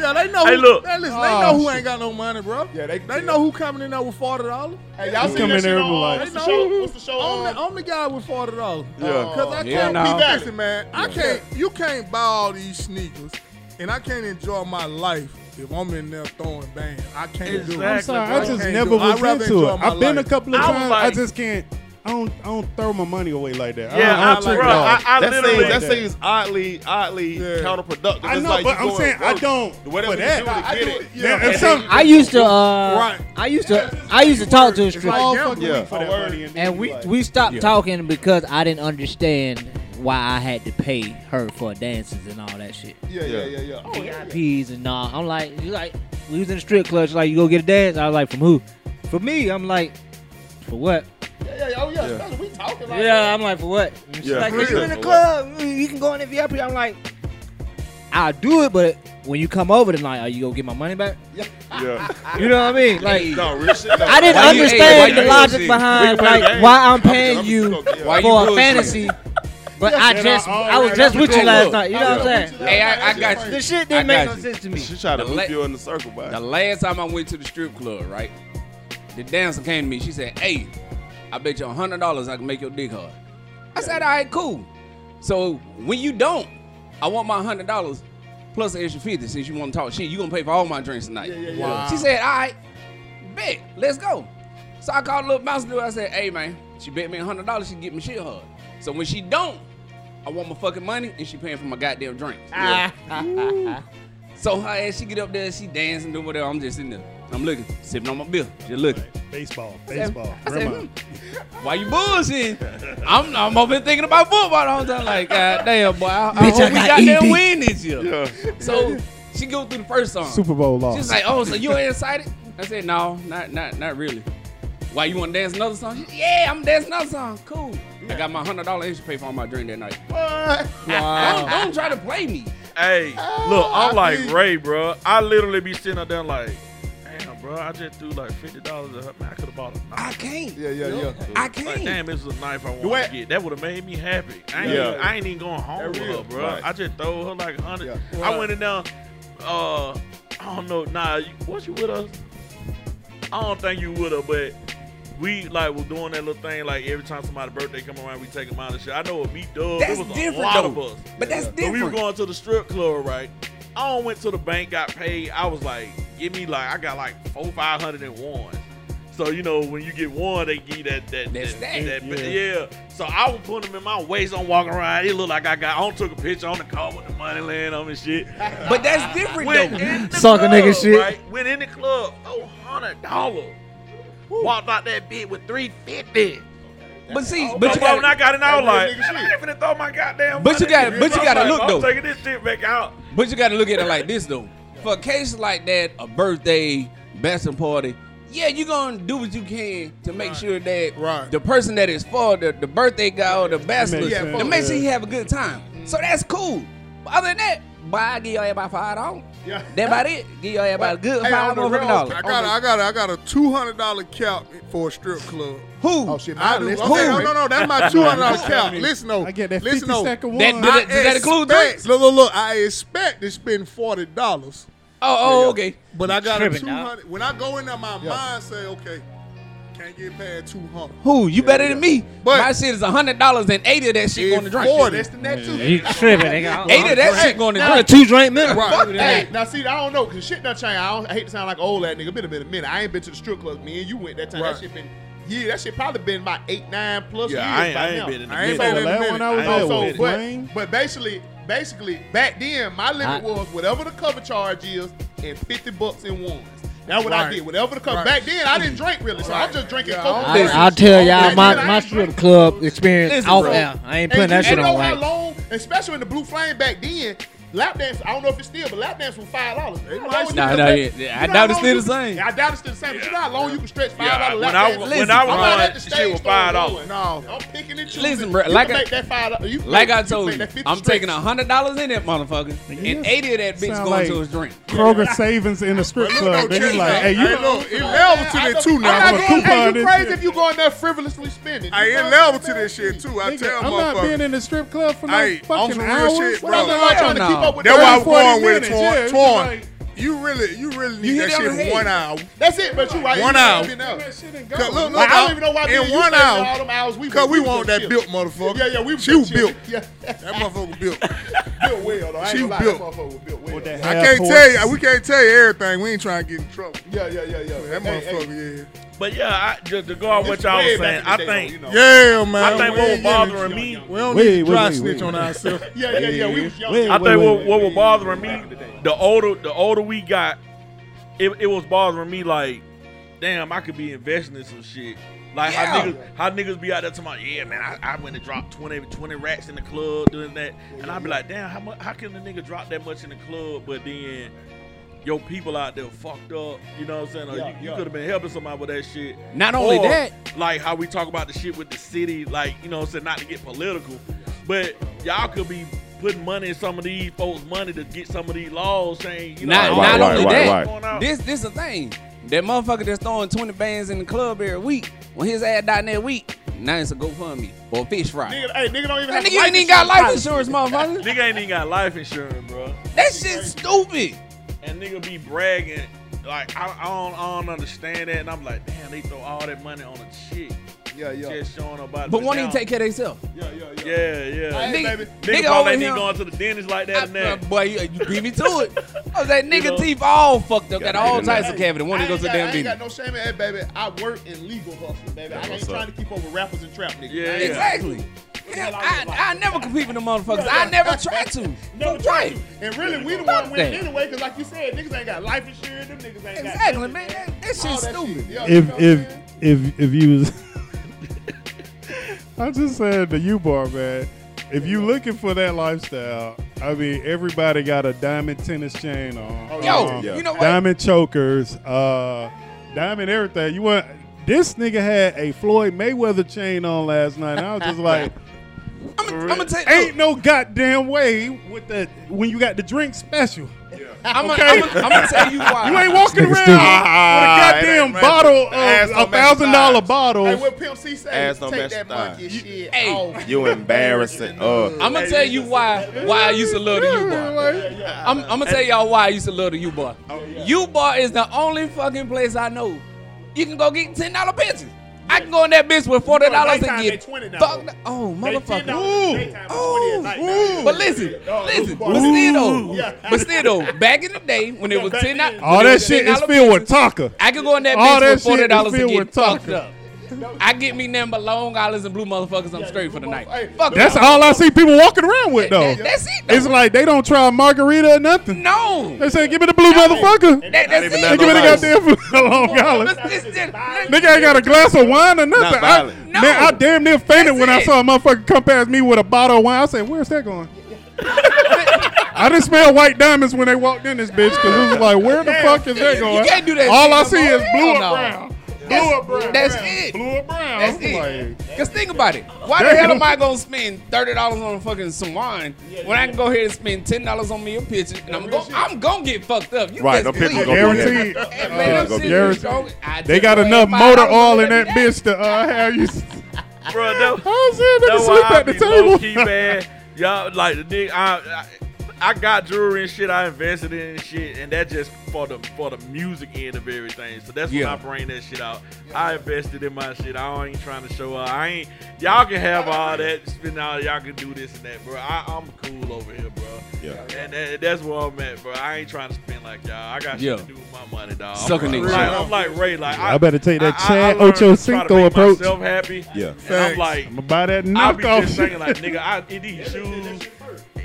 yeah, they know.
Hey,
who,
look.
Hey, listen,
Oh,
they know who
shit.
ain't got no money, bro.
Yeah, they can
They
tell.
know who coming in there with forty dollars.
Hey, y'all
You
seen
come in
that shit
there
on,
and be like-
what's the
They
show?
know.
What's the show
I'm the,
on?
I'm the guy with forty dollars.
Yeah.
because I
Yeah,
can't
nah.
be listen, man. I can't. You can't buy all these sneakers, and I can't enjoy my life if I'm in there throwing bands. I can't do
Exactly.
it.
I'm sorry, I
I
just
can't
never
do it.
was
I'd rather
into
enjoy
it.
my
I've been
life.
a couple of
I was
times. I
like-
just can't. I don't. I don't throw my money away like that.
Yeah,
I,
I,
don't- I, don't
bro,
trick
I,
dogs.
I
that
literally.
seems that seems oddly oddly counterproductive.
I
It's
know,
like
but
you
I'm
going
saying
to
I
work.
don't.
Do Whatever
for
you
that.
do to
I- I
get
do
it.
it.
Yeah,
And
if some,
then
I used to, uh,
Right.
I used to, I used to talk to a
It's like
stripper,
gambling.
Yeah.
for that money and,
and we
like,
we stopped
Yeah.
talking because I didn't understand why I had to pay her for dances and all that shit.
Yeah, yeah, yeah, yeah. Oh, yeah.
VIPs and all. I'm like, you like, we was in the strip club. She's like, you go get a dance. I was like, from who? For me, I'm like, for what?
Yeah, yeah, oh, yeah. especially We talking like
Yeah, I'm like, for what? And she's
Yeah,
like,
for
if you
real,
in the
for
club, mm, you can go in the VIP. I'm like, I'll do it, but when you come over tonight, are you gonna get my money back?
Yeah.
You know what I mean? Like,
No, real shit. No.
I didn't
Why you- hey, why
understand
you
the
doing
logic
shit?
behind
We can play the
like
game.
why I'm
I'm-
paying
I'm
you
just gonna-
Why you
for a
bullshitting?
fantasy. But I
and I
just, I
already
was just
got
with
the
you
good
last
look.
night. You know what I'm saying?
Hey, I, I got you.
The shit
I
didn't make
got
no
you.
sense to me.
She tried to
The
loop
la-
you in the circle, boy.
The last time I went to the strip club, right? The dancer came to me. She said, "Hey, I bet you a hundred dollars I can make your dick hard." I said, "All right, cool." So when you don't, I want my hundred dollars plus an extra fifty since you want to talk shit. You gonna pay for all my drinks tonight?
yeah, yeah.
She said, "All right, bet, let's go." So I called little bouncer dude. I said, "Hey man, she bet me a hundred dollars. She can get me shit hard." So when she don't, I want my fucking money, and she paying for my goddamn drinks.
Ah.
So her ass, she get up there, she dance and do whatever. I'm just sitting there. I'm looking, sipping on my beer, just looking.
baseball,
I said,
baseball.
I said,
Grandma.
"Hmm, why you bullshitting? I'm I'm over here thinking about football the whole time. Like, God damn, boy, I, I
Bitch,
hope
I
we
got
got
ED.
damn win this year.
Yeah.
So she go through the first song.
Super Bowl loss.
She's like, oh, so you ain't excited? I said, no, not not not really. Why you want to dance another song? She, yeah, I'm dancing another song. Cool. I got my hundred dollar extra pay for all my drink that night. Don't, don't try to play me.
Hey, look, I'm like Ray, bro. I literally be sitting up there like, damn, bro. I just threw like fifty dollars at her. Man, I could have bought a knife.
I can't.
Yeah, yeah, yeah.
I
Like,
can't.
damn, this is a knife I
way-
want to get. That would have made me happy. I ain't,
Yeah.
even, I ain't even going home with her, bro.
Right.
I just throw her like a hundred.
Yeah.
I went in there. Uh, I don't know. Nah, you, was you with us? I don't think you would have, but we like was doing that little thing. Like every time somebody's birthday come around, we take them out and shit. I know with me, Doug,
That's
it was
different,
a lot
though.
of us.
But that's
So we were
different.
going to the strip club, right? I don't went to the bank, got paid. I was like, give me like I got like four five hundred and one. So you know when you get one, they give you that that
That's
that,
that.
that- yeah. So I was putting them in my waist. I'm walking around. It looked like I got. I done took a picture on the car with the money laying on and shit.
But that's different
Went
though.
in the
Sucker
club,
nigga shit.
Right? Went in the club, four hundred dollar. Walked out that bit with three fifty.
But see,
But
but you got
when I got in, I was like,
That's real nigga
I ain't finna throw my goddamn.
But you
money
gotta-
in
but you
I'm
gotta
like,
look,
I'm
though.
taking this shit back out.
But you got to look at it like this though. For cases like that, a birthday, bachelor party, yeah, you're gonna do what you can to make sure that
Right.
the person that is for the, the birthday guy or the bachelor,
makes
to
sense,
make sure
yeah.
he have a good time. So that's cool. But other than that, why I give y'all everybody five dollars?
Yeah.
That about it. Give y'all everybody a good
Hey,
five
on the
motherfucking
real,
dollars.
I got a, I got a, I got a two hundred dollar cap for a strip club.
Who?
Oh shit,
I
mine
do. Okay,
list.
no, no, no, that's my two hundred dollar cap.
mean,
Listen though,
I get that 50
listen though.
stack of one.
That- did
I
it- does that include
expect-
drinks?
Look, look, look. I expect to spend forty dollars,
Oh, oh, okay.
but I got a
Tripping,
two
dog.
hundred. When I go in there, my mind say, okay, can't get past two hundred.
Who? You better than me.
But-
my shit is hundred dollars and eighty of that shit
It's
going to drink.
forty.
Less than that too.
You tripping, nigga. I'm-
Eighty of that shit going to
I'm a
drink.
two drink minimum.
Right.
Hey, now see, I don't know, cause shit done changed. I, don't, I hate to sound like an old that nigga. Been a been a minute. I ain't been to the strip club. Me and you went that time.
Right.
That shit been yeah. That shit probably been about eight, nine plus
Yeah, I
years.
ain't,
by
I ain't
now.
been in the
I ain't
middle.
been
the
in
last
a
one
minute.
I was
I ain't no
there
So,
with
minute.
Dwayne.
but, but basically, basically back then my limit
I-
was whatever the cover charge is and fifty bucks in ones. That's what I
Right.
did. Whatever the cover.
Right.
Back then I didn't drink really, so I'm
Right.
just drinking
Yeah, I
Coke.
don't
I,
Listen,
I'll tell y'all
back
my,
then I
my
ain't
strip
drink.
club experience
Listen,
off
bro.
air. Oh, I ain't putting
And you,
that shit
you
on
know how
wax.
long, especially in the Blue Flame back then, lap dance. I don't know if it's still, but lap dance was five dollars.
Nah, nah, yeah, yeah, I doubt it's still the same.
I doubt it's still the same. But you know how long you can stretch five
Yeah,
dollars
when
lap
I-
dance.
when I was
I'm not
on,
at the
shit
stage
was
store
$5.
going. No, I'm picking and choosing.
Listen, bro,
You
like
can
I-
make that five dollars. You can
Like
make-
I
can
told
make
you,
that 50
I'm taking
stretches.
hundred dollars in that motherfucker, and
Yeah.
eighty of that bitch
Sound
going
like-
to his drink.
Kroger savings in the strip club. They
check
was like,
it out.
hey, you
Hey, look, it Oh, level to
I
that
don't-
too now.
I'm
I'm a
not going, hey,
coupon
you
this
crazy
shit.
if you going there frivolously spending.
I
You
ain't
know?
level to this shit too. I
Nigga,
tell
I'm not being
motherfuckers.
in the strip club for
Hey,
like
on
fucking
some real
hours.
shit,
What
bro.
I'm
the
not
fuck?
trying to
no.
keep up with
That's why
that.
I'm going with
minutes,
it,
yeah,
Torn.
it's
Torn.
like-
You really, you really
You
need that
hit
shit
on the
in
head.
one hour.
That's it, but you right.
One
you
hour.
ain't been out.
That shit ain't
Cause
go.
look, look,
Like, I don't even know why me and
in
you
one
saved all
hour.
them hours we
Cause we
was
want that
chill.
built motherfucker.
Yeah, yeah, we
She was
was
built.
built. Yeah,
That motherfucker built.
built well though. I
She
ain't gonna lie,
built.
that motherfucker was built well.
With that
I
half
can't
horse.
tell you. We can't tell you everything. We ain't trying to get in trouble.
Yeah, yeah, yeah, yeah.
That
Hey, hey,
motherfucker,
But yeah, I, just to go on what
it's
y'all
way
was
back
saying,
in the
I
day,
think
though, you know.
yeah. Yeah, man.
I think
We
what was
ain't getting-
bothering me,
We don't
Wait,
need to
wait,
dry
wait,
snitch
wait.
on ourselves.
Yeah, yeah, yeah. We was young.
Wait,
I
wait,
think what,
wait.
what was bothering me, the older the older we got, it, it was bothering me like, damn, I could be investing in some shit. Like
Yeah.
how niggas how niggas be out there talking about, yeah, man, I, I went and dropped 20, 20 racks in the club doing that. And I'd be like, damn, how much how can the nigga drop that much in the club? But then your people out there fucked up, you know what I'm saying? Or
Yeah,
you, you
yeah.
could have been helping somebody with that shit.
Not only
Or,
that-
like how we talk about the shit with the city, like, you know what I'm saying, not to get political, but y'all could be putting money in some of these folks' money to get some of these laws changed. You know,
Not,
like,
not
what's
only
right,
that,
going on?
this this a thing. That motherfucker that's throwing 20 bands in the club every week, when his ass died that week, now it's a GoFundMe or a fish fry.
Nigga, hey, nigga don't even
That
have
nigga you ain't even got life insurance, motherfucker.
Nigga ain't even got life insurance, bro.
That shit stupid.
And nigga be bragging. Like, I, I, don't, I don't understand that. And I'm like, damn, they throw all that money on a chick.
Yeah, yeah,
Just showing up out
But won't
one
even take care of himself.
yeah, yeah, yeah.
Yeah, yeah.
Nigga,
Hey, baby.
Nigga,
nigga
probably
over
ain't
here.
even going to the dentist like that
I,
and that.
boy, you, you beat me to it. I was like, nigga,
know?
teeth all fucked up. Got
Gotta
all
get it out.
types of cavity. One
I
that goes
ain't
to
got, I
damn
ain't got
beating.
no shame in that, baby. I work in legal hustling, baby. I ain't
what's up.
trying to keep up with rappers and trap niggas.
Yeah,
I ain't
yeah.
Exactly.
hell I
I,
was like?
I, never compete with the motherfuckers.
Yeah, yeah.
I never try to.
Never
Fuck
tried
right.
to. And really, we the
Fuck
one winning
that.
anyway, because like you said, niggas ain't got life insurance. Them niggas ain't
Exactly,
got nothing,
man. That- that
All
shit's stupid.
Yeah, you know
if
what I'm
if
saying?
if if you was I just said the U bar man. If you looking for that lifestyle, I mean everybody got a diamond tennis chain on.
Yo,
uh,
you know what?
diamond chokers, uh diamond everything. You want this nigga had a Floyd Mayweather chain on last night and I was just like
I'm gonna tell you.
Ain't no goddamn way with that when you got the drink special.
I'm gonna tell you why.
You ain't walking
Nigga
around
stupid.
with
Ah,
a goddamn
match.
bottle of
Ass
a
don't match
thousand dollar
thighs.
Hey,
bottles.
what Pimp C say?
Ass don't
Take
match
that
the
monkey
thighs.
shit
Hey.
off.
You embarrassing. Uh,
I'm gonna tell you why why I used to love the U bar. I'm, I'm gonna tell y'all why I used to love the U bar.
Oh,
U bar is the only fucking place I know you can go get ten dollar bitches. I can go in that bitch with forty dollars
nighttime,
and get
they $20
fucked. Oh
They $10
motherfucker.
daytime, but
Ooh,
20 at
ooh.
night.
But listen,
Oh,
listen,
Uber.
but still though,
Yeah.
but still though, back in the day when it
Yeah,
was
back
ten
then.
dollars,
All that shit is filled with taco.
I could go in that
All
bitch
that
with
shit
forty
is
dollars and
filled
get
with
fucked
taco.
up. I get me them but Long Islands and blue motherfuckers. I'm straight for the
blue
night.
motherfuckers. Hey,
Fuck
That's
y'all.
all I see people walking around with though.
That- that's it. Though.
It's like they don't try margarita or nothing.
no.
They say, "Give me the blue motherfucker."
That- that's
even
it.
that
They give me the
violence.
goddamn Long Island.
It's- it's- it's-
Nigga ain't got a glass of wine or nothing. I,
violent.
No.
Man, I damn near fainted
That's
when I
it.
saw a motherfucker come past me with a bottle of wine. I said, "Where's that going?" I didn't smell white diamonds when they walked in this bitch because it was like, "Where the fuck is that
you
going?"
can't do that
All
shit
I
no
see
more.
is blue
Hell no.
around. Blue or brown?
That's, that's it.
Blue or brown.
That's
I'm
it.
like,
Cause think about it. Why the hell am I gonna spend thirty dollars on fucking some wine when I can go here and spend ten dollars on me a picture and I'm gonna I'm gonna get fucked up. You
Right,
best
no picture
believe
gonna
it.
be
Guaranteed.
Hey, man, I'm
uh,
serious,
guaranteed.
dog. I
They
just
got
paid
enough
five
motor
dollars
oil
for
in that bitch to uh, have you.
bro. That,
I was in there
That's
to
why
sleep
I
at the
be low key,
table.
man. Y'all like the nigga. I, I I got jewelry and shit. I invested in and shit, and that just for the for the music end of everything. So that's
Yeah.
when I bring that shit out. I invested in my shit. I ain't trying to show up. I ain't. Y'all can have all that. Spend all. Y'all can do this and that, bro. I, I'm cool over here, bro.
Yeah.
And that, that's where I'm at, bro. I ain't trying to spend like y'all. I got
Yeah.
shit to do with my money, dog.
Suck a
I'm,
nigga
like,
shit.
I'm like Ray. Like
I better take that
I- I- I
Chad
learned
Ocho
to try to
Cinco
make
approach.
Myself happy.
Yeah.
And I'm
Facts.
like,
I'm gonna buy that
I be just
knockoff.
thinking like, nigga, I, in these shoes,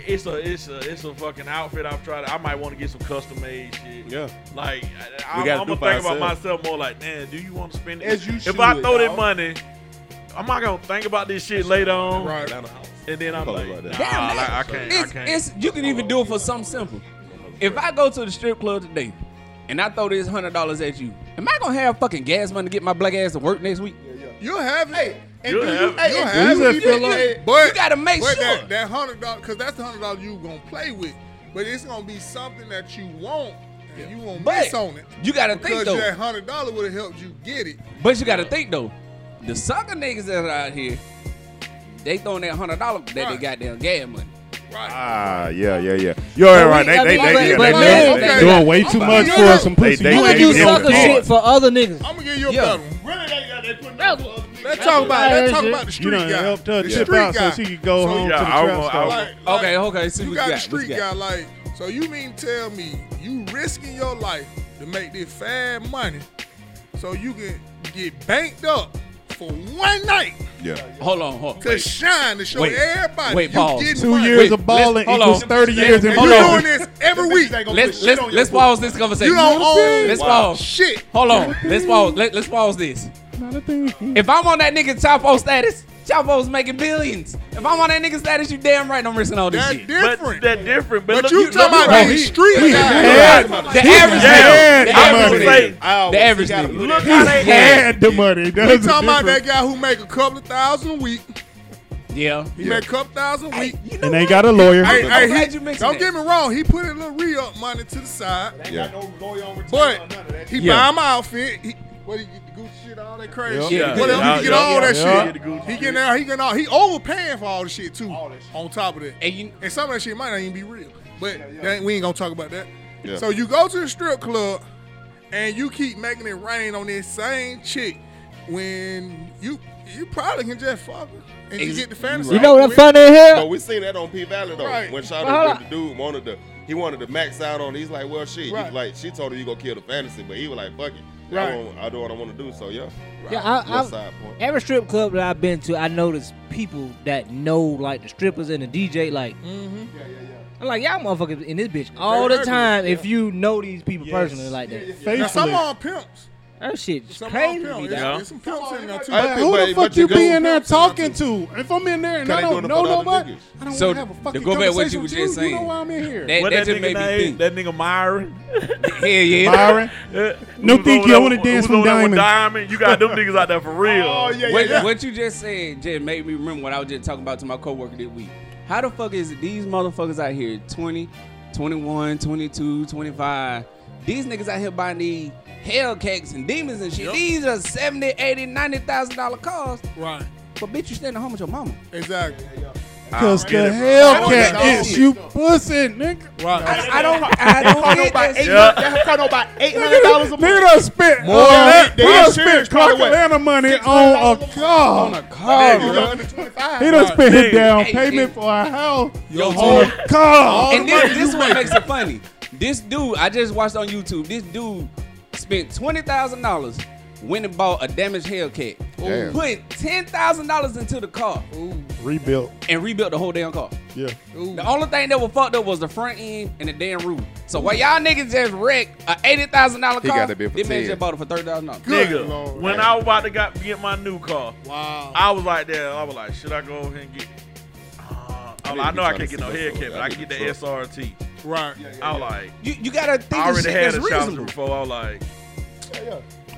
it's a, it's a, it's a fucking outfit. I've tried. I might want to get some custom made shit.
Yeah.
Like, I,
We
I'm,
gotta
I'm
do
gonna
for
think about
ourselves.
myself more. Like, man, do you want to spend it?
As you
if I
should,
throw that
dawg.
money, I'm not gonna think about this shit later on.
Right.
And then I'm
Probably
like,
about
nah,
that.
Damn,
like, I
that's-
can't.
It's,
I can't.
it's you can even do it for something simple. If I go to the strip club today and I throw this hundred dollars at you, am I gonna have fucking gas money to get my black ass to work next week?
You'll have it.
Hey, and
You
do
have-
you, hey,
you
and
have
do
it,
you
feel
think
like-
that-
But
You gotta make
but
sure.
that, that hundred dollars, because that's the hundred dollars you gonna play with. But it's gonna be something that you want, and you won't
But
miss on it.
you gotta
Because
think though.
that hundred dollar would have helped you get it.
But you gotta think though, the sucker niggas that are out here, they throwing that hundred dollar that they
Right.
got their gas money.
Right.
Ah, yeah, yeah, yeah. You're right. They, they, they, they,
But
they,
man,
they-
okay.
Doing way too
I'm
much
like,
for
yeah.
some
They-
pussy.
they-
you
You
they-
can
ain't
do
they-
getting
sucker
they-
shit for other niggas.
I'm gonna give you a
Yeah.
better one.
Really, they got they putting up for other niggas.
Let's talk about let's talk about the
You
street
done
guy.
helped her
the
tip
street
out
guy.
so she could go
So,
home
yeah,
to the
I
trap
want-
store.
I-
Like, like,
okay, okay. See
you
what
got
you got.
the
What
street
you got.
guy. Like, so you mean tell me you risking your life to make this fad money, so you can get banked up for one night
yeah.
Hold on, hold
to
on.
shine to show
Wait.
everybody
Wait,
you
pause.
getting
Two
money.
years
Wait,
of balling
let's- hold
equals
on.
thirty years in
And
Hold
you
on.
doing
prison.
this every
Bitches
week.
ain't gonna
Let's let's
put shit on
let's
your
pause this conversation.
You don't own
Let's pause.
shit.
Hold on. Let's pause. Let, let's pause this.
Not a thing.
If I'm on that nigga Chapo status, Chapo's making billions. If I'm on that nigga status, you damn right I'm risking all this
That's
shit.
but
different.
that different. But, look,
but you talking
look,
about
right.
being
He-
street
he
guy.
had-
The average nigga.
had
The
the
average
money.
nigga.
I always
The average
gotta
nigga.
put
look
it
how they
Had the money.
We
That's
talking about that
different.
guy who make a couple of thousand a week.
Yeah.
He make a couple thousand a week.
You know
And they
what?
got a lawyer.
Hey, hey,
glad
he-
you mentioned that.
don't get me wrong. He put a little re-up money to the side,
Ain't got no lawyer on return or
but
none of that
he
shit.
Yeah.
buy my outfit. He, what he get the Gucci shit, all that crazy
Yeah.
shit.
Yeah.
What else?
Yeah.
He get
Yeah.
all that
Yeah.
shit.
the Gucci
He
shit.
getting out. He getting all. He overpaying for all the shit too.
All that shit.
On top of that,
And you,
and some of that shit might not even be real. But that- we ain't gonna talk about that.
Yeah.
So you go to the strip club and you keep making it rain on this same chick when you you probably can just fuck her and you
Ex-
get the fantasy.
You know what I'm
over
funny here?
But we seen that on P Valley though.
Right.
When Shawty,
Well,
the dude wanted to, he wanted to max out on. it. He's like, well, shit. you-
Right.
like she told him you gonna kill the fantasy, but he was like, fuck it.
Right.
I, won't- I do what I want to do. So yeah.
Yeah, I,
Little
I,
side point.
every strip club that I've been to, I noticed people that know like the strippers and the DJ. Like,
Yeah, yeah, yeah.
I'm like, y'all motherfuckers in this bitch all the
heard me,
time. If you know these people personally like that,
it. Now, some
Faithfully.
on pimps.
that shit's
Some
crazy.
on
to me, dog.
pimps. There's, there's some pimps in there too.
I
But
think-
who
but-
the
but
fuck you
go-
be in there talking to? If I'm in there and
Cause they
I don't
doing it
know
for the other
nobody,
niggas.
I don't
So,
want to have a fucking
to go back what
conversation
you
with
were
you.
just
You know
saying.
why I'm in here.
that,
What
that
that,
just made
nigga
me think.
name? That nigga Myron.
Hell yeah.
Byron. No
Who's
thank
over
you, I
there
wanna
with-
dance
who's over
with
there with
Diamond.
Diamond. You got them niggas out there for real.
Oh yeah, yeah,
What,
yeah.
what you just said just made me remember what I was just talking about to my coworker this week. How the fuck is it these motherfuckers out here 20, 21, 22, 25, these niggas out here buying these Hellcats and demons and shit. These are 70, 80, 90,000 dollar cars.
Right.
But bitch, you staying at home with your mama.
Exactly.
Because the
get it, bro.
Hellcat
I don't
gets
get
you pussy, nigga.
Right.
I don't I don't get that shit.
Yeah.
That cost about eight hundred dollars a
Nigga
month.
done spent
More
all
than
that.
that,
He
the
done
insurance
spent
probably
Crocker Atlanta money on
$600
a car.
On a car,
You
bro.
go under
He
25.
done spent his
Hey,
down
hey,
payment
hey.
for a house
Your
on a car.
And this, Oh, this is what makes it funny. This dude, I just watched on YouTube. This dude spent twenty thousand dollars, went and bought a damaged Hellcat,
Damn.
put ten thousand dollars into the car,
Rebuilt.
and rebuilt the whole damn car.
Yeah.
The only thing that was fucked up was the front end and the damn roof. So while y'all niggas just wrecked a eighty thousand dollar
He
car,
got that bit for
this man
10.
just bought it for thirty thousand dollars.
nigga.
Lord.
When I was about to got, get my new car,
Wow.
I was like that. I was like, should I go over here and get? Uh, I, was like, I know I can't get no
Trying to see
haircut, but I can get the
that
SRT.
Right.
I was like,
You, you gotta think
I
of
already
shit
had
that's
a chopper
reasonable.
before. I was like,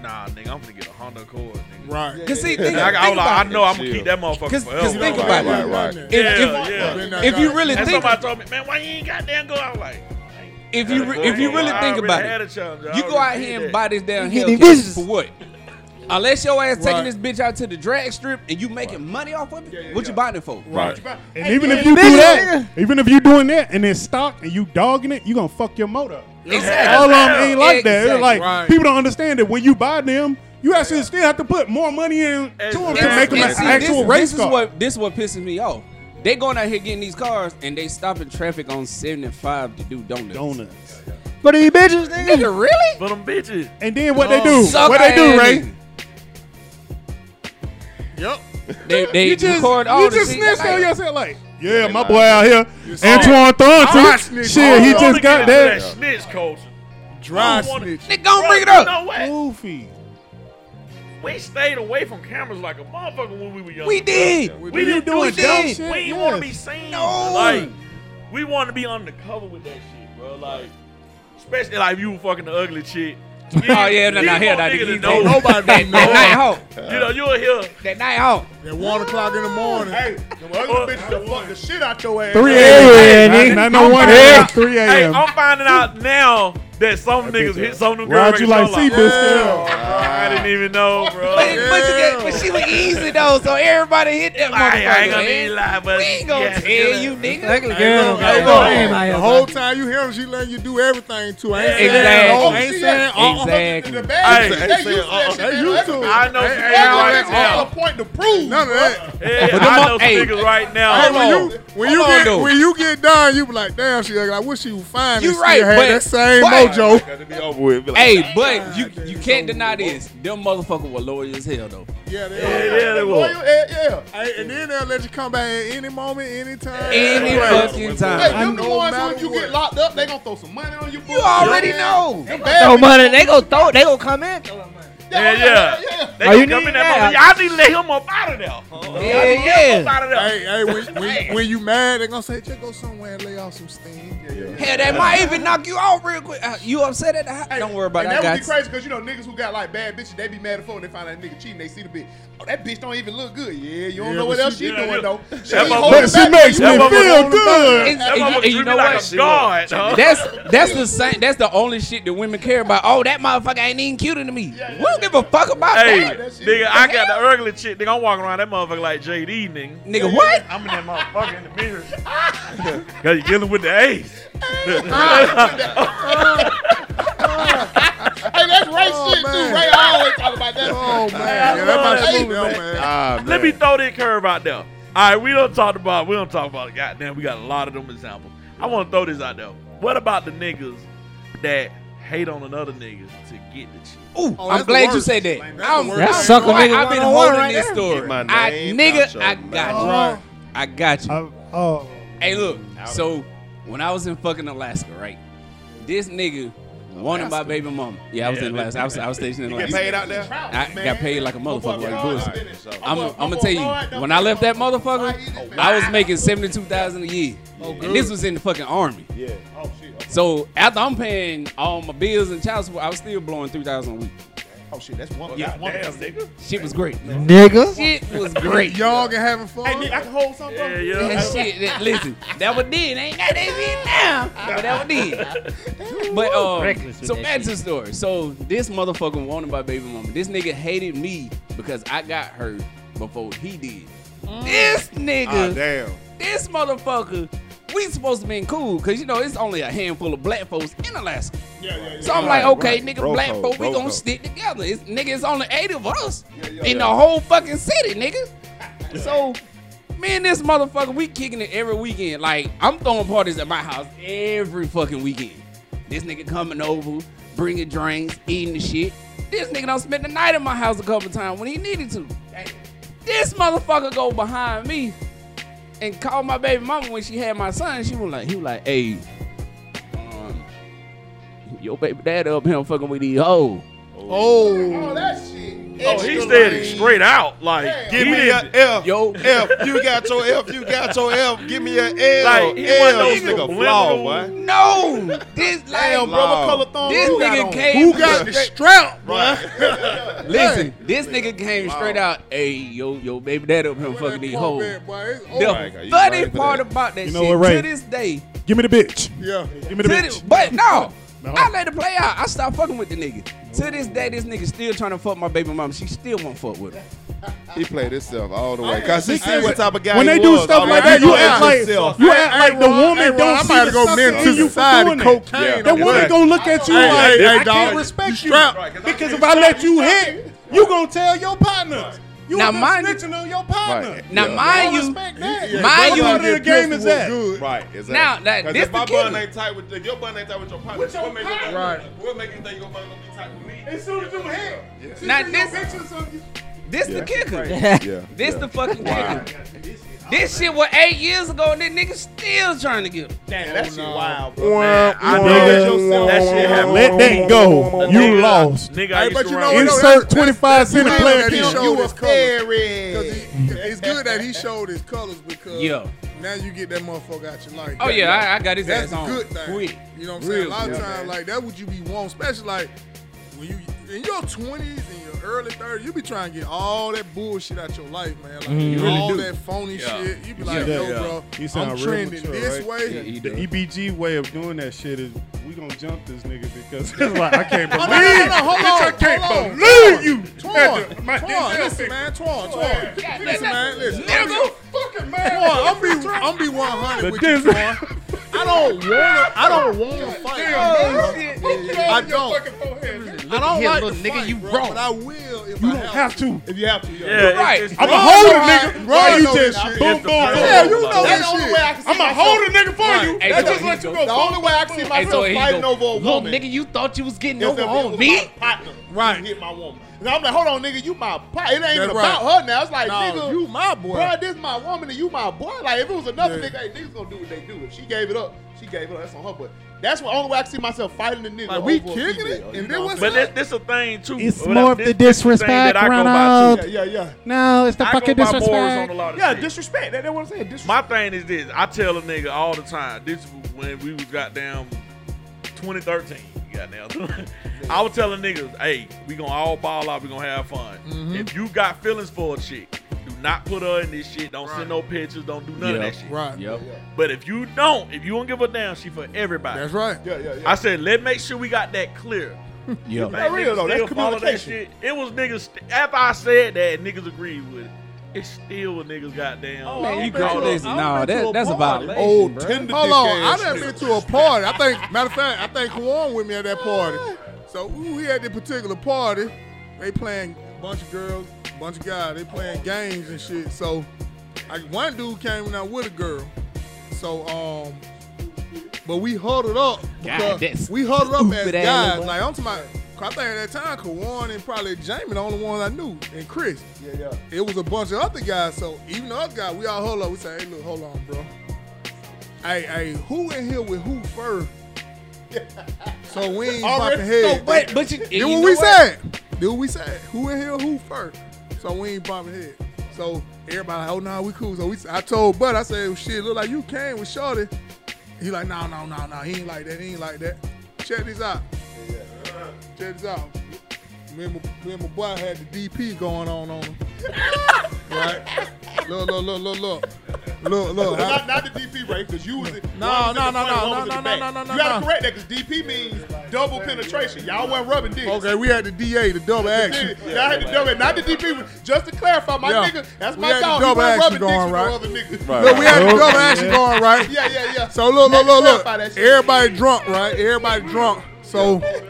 Nah, nigga, I'm gonna get a Honda Accord. Nigga.
Right.
Cause see, think,
And I,
think
I, was like, I
about it.
know I'm gonna
Chill.
keep that motherfucker
Cause,
forever.
cause think
Right,
about
right,
it.
right.
If,
Yeah,
if,
yeah.
if you really
And
think,
somebody told me, man, why you ain't got goddamn go? I was like,
if you re- if you really
I
think
already
about
had
it,
a challenge. I
you go out
already
here and
did that.
buy this damn
You getting
Hellcat
business.
for what? Unless your ass taking
Right.
this bitch out to the drag strip and you making money off of it,
yeah,
what you
yeah.
buying it for?
Right.
And
Hey,
even
yeah,
if you do
nigga,
that, even if you doing that and it's stock and you dogging it, you gonna fuck your motor.
Exactly.
All of them ain't like that. It's
Exactly.
like
Right.
people don't understand that when you buy them, you actually still have to put more money in to them to
Exactly.
make them
And
an
see,
actual
this,
race
this
car.
Is what, this is what pisses me off. They going out here getting these cars and they stopping traffic on 75 to do donuts.
Donuts.
But these bitches, nigga.
Nigga, really?
For them bitches.
And then what they do?
Suck
What they do,
ass
Ray?
nigga.
Yep.
They, they
You just,
record all
you
the
just
shit.
snitched on
Like,
yourself like, yeah,
They
my
lying.
boy out here, Antoine
I
Thornton.
snitched.
Shit, he
I
wanna
just
get
got
into
that.
snitch culture.
Dry
I don't wanna-
snitch.
Nigga, don't
Bro,
bring it
You
up.
know what?
Goofy.
We stayed away from cameras like a motherfucker when we were young.
We did.
We
You
didn't do
doing
shit.
dumb
We
shit?
didn't
Yes.
want to be seen. Like, we want to be undercover with that shit, bro. Like, especially like if you were fucking the ugly chick. Oh
Oh, yeah, no, no, here, that
You
nigga.
know,
Nobody
That
don't know.
night home.
you know, you'll hear.
That night home.
At one o'clock in the morning.
Hey, them ugly bitches done fuck the shit out your ass.
3
Yeah,
a.m.
nigga.
Not no one
Yeah.
at 3
Hey,
a.m.
I'm finding out now that some niggas hit some of them girls.
Why'd you like
regular
sea
show,
biscuit?
I didn't even know,
But,
bro.
but, you get, but she was easy though, so everybody hit that
I, I ain't
motherfucker.
gonna be
man.
lie, but
We ain't gonna
yeah,
tell you, nigga.
Regular
Hey,
girl.
look, hey,
goddamn,
look,
ain't my
the
ass,
whole
bro.
time you hear him, she letting you do everything to. her. Ain't
Exactly.
saying, oh, ain't
Exactly.
saying, uh-uh.
In
Exactly.
the bag,
Hey,
they
they
used to
saying,
that shit.
uh-uh, they
They
used to it.
I know.
Hey,
some
hey,
niggas right
I like
now.
all a point to prove.
None of that.
Yeah,
But them
I
all-
know some
hey.
niggas right
Hey,
now.
when
Hold
you
on.
when
Hold
you
on,
get
dude.
when you get done, you be like, damn, she ugly. I wish she was fine.
You
and
right,
still had
but-
that same
but-
mojo.
Got to be over with. Be like,
Hey, but you you can't deny this. Them motherfucker were loyal as hell though.
Yeah, they
Yeah,
are.
yeah, they
Boy,
will.
you- eh, yeah.
Hey, and then they'll let you come back at any moment, anytime.
Any
Right.
fucking
Hey,
time.
them
no
the ones
matter
when you
what.
get locked up, they gonna throw some money on you.
You already know.
No money. They gonna throw. They gonna come in. throw that money.
Yeah, yeah. They
Oh,
gonna
you
come
need
in that motherfucker. Y'all need to let him up out of there. Huh?
Yeah,
Y'all need to let him
yeah.
up out of there.
Hey, hey, when, when, when you mad, they're gonna say, just go somewhere and lay off some steam.
Hell, they might even knock you out real quick. Uh, You upset at the house? Don't worry about
and
it. I
that
got
would be
you.
crazy because you know niggas who got like bad bitches, they be mad at folk when they find out a nigga cheating. They see the bitch. Oh, that bitch don't even look good. Yeah, you don't
Yeah,
know
but
what else
she-
she,
yeah, yeah.
doing though. She,
That
ain't
motherfucker-
holding
But she
back.
makes
You
me
motherfucker
feel
It's-
good.
That
and you-
motherfucker
and you
treat
know
me like
what?
a god. huh?
That's that's the same. That's the only shit that women care about. Oh, that motherfucker ain't even cuter than me. We don't give a fuck about
Hey,
that.
that shit.
nigga, I got the ugly chick. Nigga, I'm walking around that motherfucker like JD, nigga.
Nigga, what?
I'm in that motherfucker in the mirror. Cause you dealing with the ace.
Hey, that's Ray
Oh,
shit
man.
too. Ray always talk about that.
Oh man,
I
yeah, that
love
might
it.
smooth though, man.
ah, man.
Let me throw this curve out there. All right, we don't talk about we don't talk about it. Goddamn, we got a lot of them examples. I want to throw this out there. What about the niggas that hate on another nigga to get the chick?
Ooh,
Oh, that's
I'm
the
glad you
worst.
said that.
Man, that's the
I'm,
worst.
I'm-
That's sucker
boy,
nigga
I've been
101
holding
right
this
there.
story.
Get my
I,
name out
nigga,
your
I
mouth. Uh,
got you.
Right.
I got you.
I- Oh,
Hey, look. So when I was in fucking Alaska, right? This nigga wanted my baby mama. Yeah, I was in Alaska. I was, I was stationed in
You get
Alaska.
paid out there?
I got paid like a motherfucker, like pussy. I'm,
My boy-
I'm
my
gonna
boy
tell
Lloyd
you,
done
when I left that
fucked up.
motherfucker,
Why he just-
I was making seventy-two thousand a year, and this was in the fucking army.
Oh, Yeah. Oh shit.
So after I'm paying all my bills and child support, I was still blowing three thousand a week.
Oh shit, that's one. Yeah, one.
Damn, nigga.
Shit was great.
Nigga.
Shit was great.
Y'all can having fun.
Hey, nigga, I can hold something.
Yeah,
bro.
yeah.
That shit, that, listen, that was then. Ain't that they did now? But that was then. But um,
Reckless with
so
that
back to the story. So this motherfucker wanted my baby mama. This nigga hated me because I got her before he did. This
Ah,
nigga,
damn.
this motherfucker, we supposed to been cool because you know it's only a handful of black folks in Alaska.
Yeah, yeah, yeah.
So I'm like,
Right,
okay,
right.
nigga,
Bro
black
code,
folk, we
bro
gonna
code.
stick together. It's nigga, it's only eight of us
yeah,
in the whole fucking city, nigga. So me and this motherfucker, we kicking it every weekend. Like I'm throwing parties at my house every fucking weekend. This nigga coming over, bringing drinks, eating the shit. This nigga don't spend the night at my house a couple times when he needed to. This motherfucker go behind me and call my baby mama when she had my son. She was like, he was like, hey, um, your baby dad up here fucking with these hoes.
Oh,
Oh, that shit.
Oh, he said it straight out. Like,
Give
he
me your
didn't.
F.
Yo.
F. You got your F. You got your F. Give me your L.
Like, he
L.
wasn't
This
no
nigga
subliminal-
flawed, boy.
No, this
Damn,
like
bro, what
Oh.
Lord.
color thumb
this
you got
nigga
on?
came.
Who got the strap, boy?
Listen, this nigga came straight out. Hey, yo, yo, baby, that up him fucking these hoes. The
Right, you
funny
right for
part
that.
about that
You know
shit
what, Ray?
to this day,
Give me the bitch.
Yeah.
Give
to
me the
this,
bitch.
but no,
No.
I let it play out. I stopped fucking with the nigga. To this day, this nigga still trying to fuck my baby mama. She still won't fuck with him.
He played himself all the way. Cause he see what type of guy
when
he
they do
was,
stuff
dog.
like
He
that, you
gonna
act
ask
like
himself,
you act like the woman
Hey, Ron,
don't
I'm
see
about to
the
go
substance
mental
in you for
society
doing that.
cocaine.
Yeah,
The
no,
woman
exactly.
gonna look at you
Hey,
like
hey, hey,
I
dog,
can't
you
respect you
strapped.
Right, 'cause I
because
can't
if I let
respect
you
you.
hit, you gonna tell your partners. You
Now,
been
mind you-
snitching on your partner.
Right.
Now,
Yeah.
mind you,
Yeah,
mind
that's
you,
how
the
that
game
pistol
is
was
at.
good.
Right, exactly.
Now, that-
'Cause
this
if my
the key.
bun ain't tight with if your bun ain't tight with your partner,
With your
what make
partner.
Right.
What make you think your bun gonna be tight with me?
As soon as you hit, she
Now,
see
this-
your pictures of you.
this the kicker.
Yeah.
This the fucking kicker. This shit was eight years ago, and this nigga still trying to get him.
Damn, that shit wild, bro.
Man,
I know
nigga,
that shit happened.
Let that go. You
Nigga,
lost.
Nigga, I
Hey,
used
but
to
you
run-
know
Oh,
what?
Insert 25 cent
Damn,
player.
that he
here.
showed
You a
his colors.
fairy.
'Cause he- It's good that he showed his colors because
Yeah.
now you get that motherfucker out your life.
Oh yeah, I, I got his
That's
ass on.
a good thing.
Quick.
You know what I'm saying?
Real
A lot of
quick.
times, like that, would you be wanting, especially like when you in your 20s and your early 30s, you be trying to get all that bullshit out your life, man. Like
You really
all
do.
that phony
Yeah.
shit. You be
You
like,
do.
yo,
Yeah.
bro,
You sound
I'm
real
trending
mature,
this
right?
way.
Yeah, he
The
does.
EBG way of doing that shit is we gonna jump this nigga because it's like I can't believe.
Oh, no, no, no, no, hold
Bitch,
on,
I can't
hold on.
believe you.
Twan,
My
Twan,
Denzel
listen,
pic-
man, Twan, Twan, listen, man, listen.
Nigga.
fucking man. Twan, I'm be, I'm be 100
The
with you,
Denzel-
Twan. I don't wanna, I don't wanna fight. I don't. I don't
here,
like
little
to
nigga,
fight,
you
bro,
wrong.
but I will if
You
I
don't have to.
If you have to, yeah.
Yeah,
Right.
it's-
I'm
it's-
a hold a
Ryan-
nigga. Why
Ryan
you
knows
just
that shit.
boom
It's the
boom?
problem.
Yeah, you know
That's
that
the only way
shit.
I can see
I'm a
myself-
hold a nigga for you.
Hey,
That
so
just
here
let
you
you
go.
The
go.
only way I can see
Hey,
myself
so here you
fighting
go.
over a
Little
woman.
nigga, you thought you was getting
If
over
it was
on me?
My partner,
Right.
right. Hit my woman. And I'm like, hold on, nigga, you my partner. It ain't even
That's
about
right.
her now. It's like,
No,
nigga,
you my boy.
Bro, this my woman and you my boy. Like, if it was another
Yeah.
nigga, hey, niggas gonna do what they do. If she gave it up, she gave it up. That's on her. But that's the only way I can see myself fighting the nigga.
Like, we
over a
kicking it,
female,
and
you
then
know
what's
what
But
I'm
this,
saying?
this a thing too.
It's
Well,
more of
this-
the
this thing that
disrespect,
I go by, too.
Ronald.
Yeah, yeah,
No, it's the
I go
fucking
by morals on a
disrespect.
lot of
yeah. Yeah,
shit.
disrespect. That, that's what I'm saying. Disrespect.
My thing is this: I tell a nigga all the time. This was when we was goddamn 2013. Goddamn, I was telling niggas, "Hey, we gonna all ball out. We gonna have fun. If you got feelings for a chick, do not put her in this shit. Don't send no pictures. Don't do none of
Yeah.
that shit.
Right.
Yep.
But if you don't, if you don't give a damn, she for everybody.
That's right.
yeah, yeah, yeah.
I said, let make sure we got that clear.
Yep.
Man,
real,
niggas
though. That's
still follow that
communication.
shit. It was niggas. After I said that, niggas agreed with it. It's still what niggas got down.
Oh, Man, you
call
got this. No, that, that's about
Old tender
Hold
dick
on, I
ass
done
nigga.
been to a party. I think, matter of fact, I think Kwan with me at that party. So we we at this particular party. They playing a bunch of girls, a bunch of guys. They playing games and shit. So like one dude came in out with a girl. So um, but we huddled up. because
that's-
we huddled up
that's
as
stupid ass
guys.
boy.
Like I'm talking about, 'cause I think at that time, Kwan and probably Jamie the only ones I knew, and Chris
Yeah, yeah.
it was a bunch of other guys. So even the other guy, we all hold up. We say, hey, look, hold on, bro. Hey, hey, who in here with who first? so we ain't
Already
popping heads.
so
But but you, and
Do
you
what
know
we said. Do what we said. Who in here who first? So we ain't popping heads. So everybody, like, oh no, we cool. So we, I told Bud, I said, well, shit, look like you came with Shorty. He like, no, no, no, no, he ain't like that. He ain't like that. Check this out. Check this out. Me and my, me and my boy had the DP going on on him. right? Look, look, look, look, look. Look, look. I-
Not, not the DP rate because you was it.
No,
one was
no,
in the
no,
front,
no,
one was
no,
in the
no,
back.
no, no, no,
You gotta
no.
correct that because DP means double penetration. Y'all weren't rubbing dicks.
okay, we had the DA, the double action.
Y'all had to double it. Not the DP. was- Just to clarify, my
Yeah.
nigga, that's
We
my
had the
dog. He
double
wasn't
action
rubbing dicks
going,
with
right?
no other nigga.
Look, we had the double action going, right?
Yeah, yeah, yeah.
So look,
Let
look,
me
look, look.
clarify that shit.
Everybody drunk, right? Everybody drunk. So,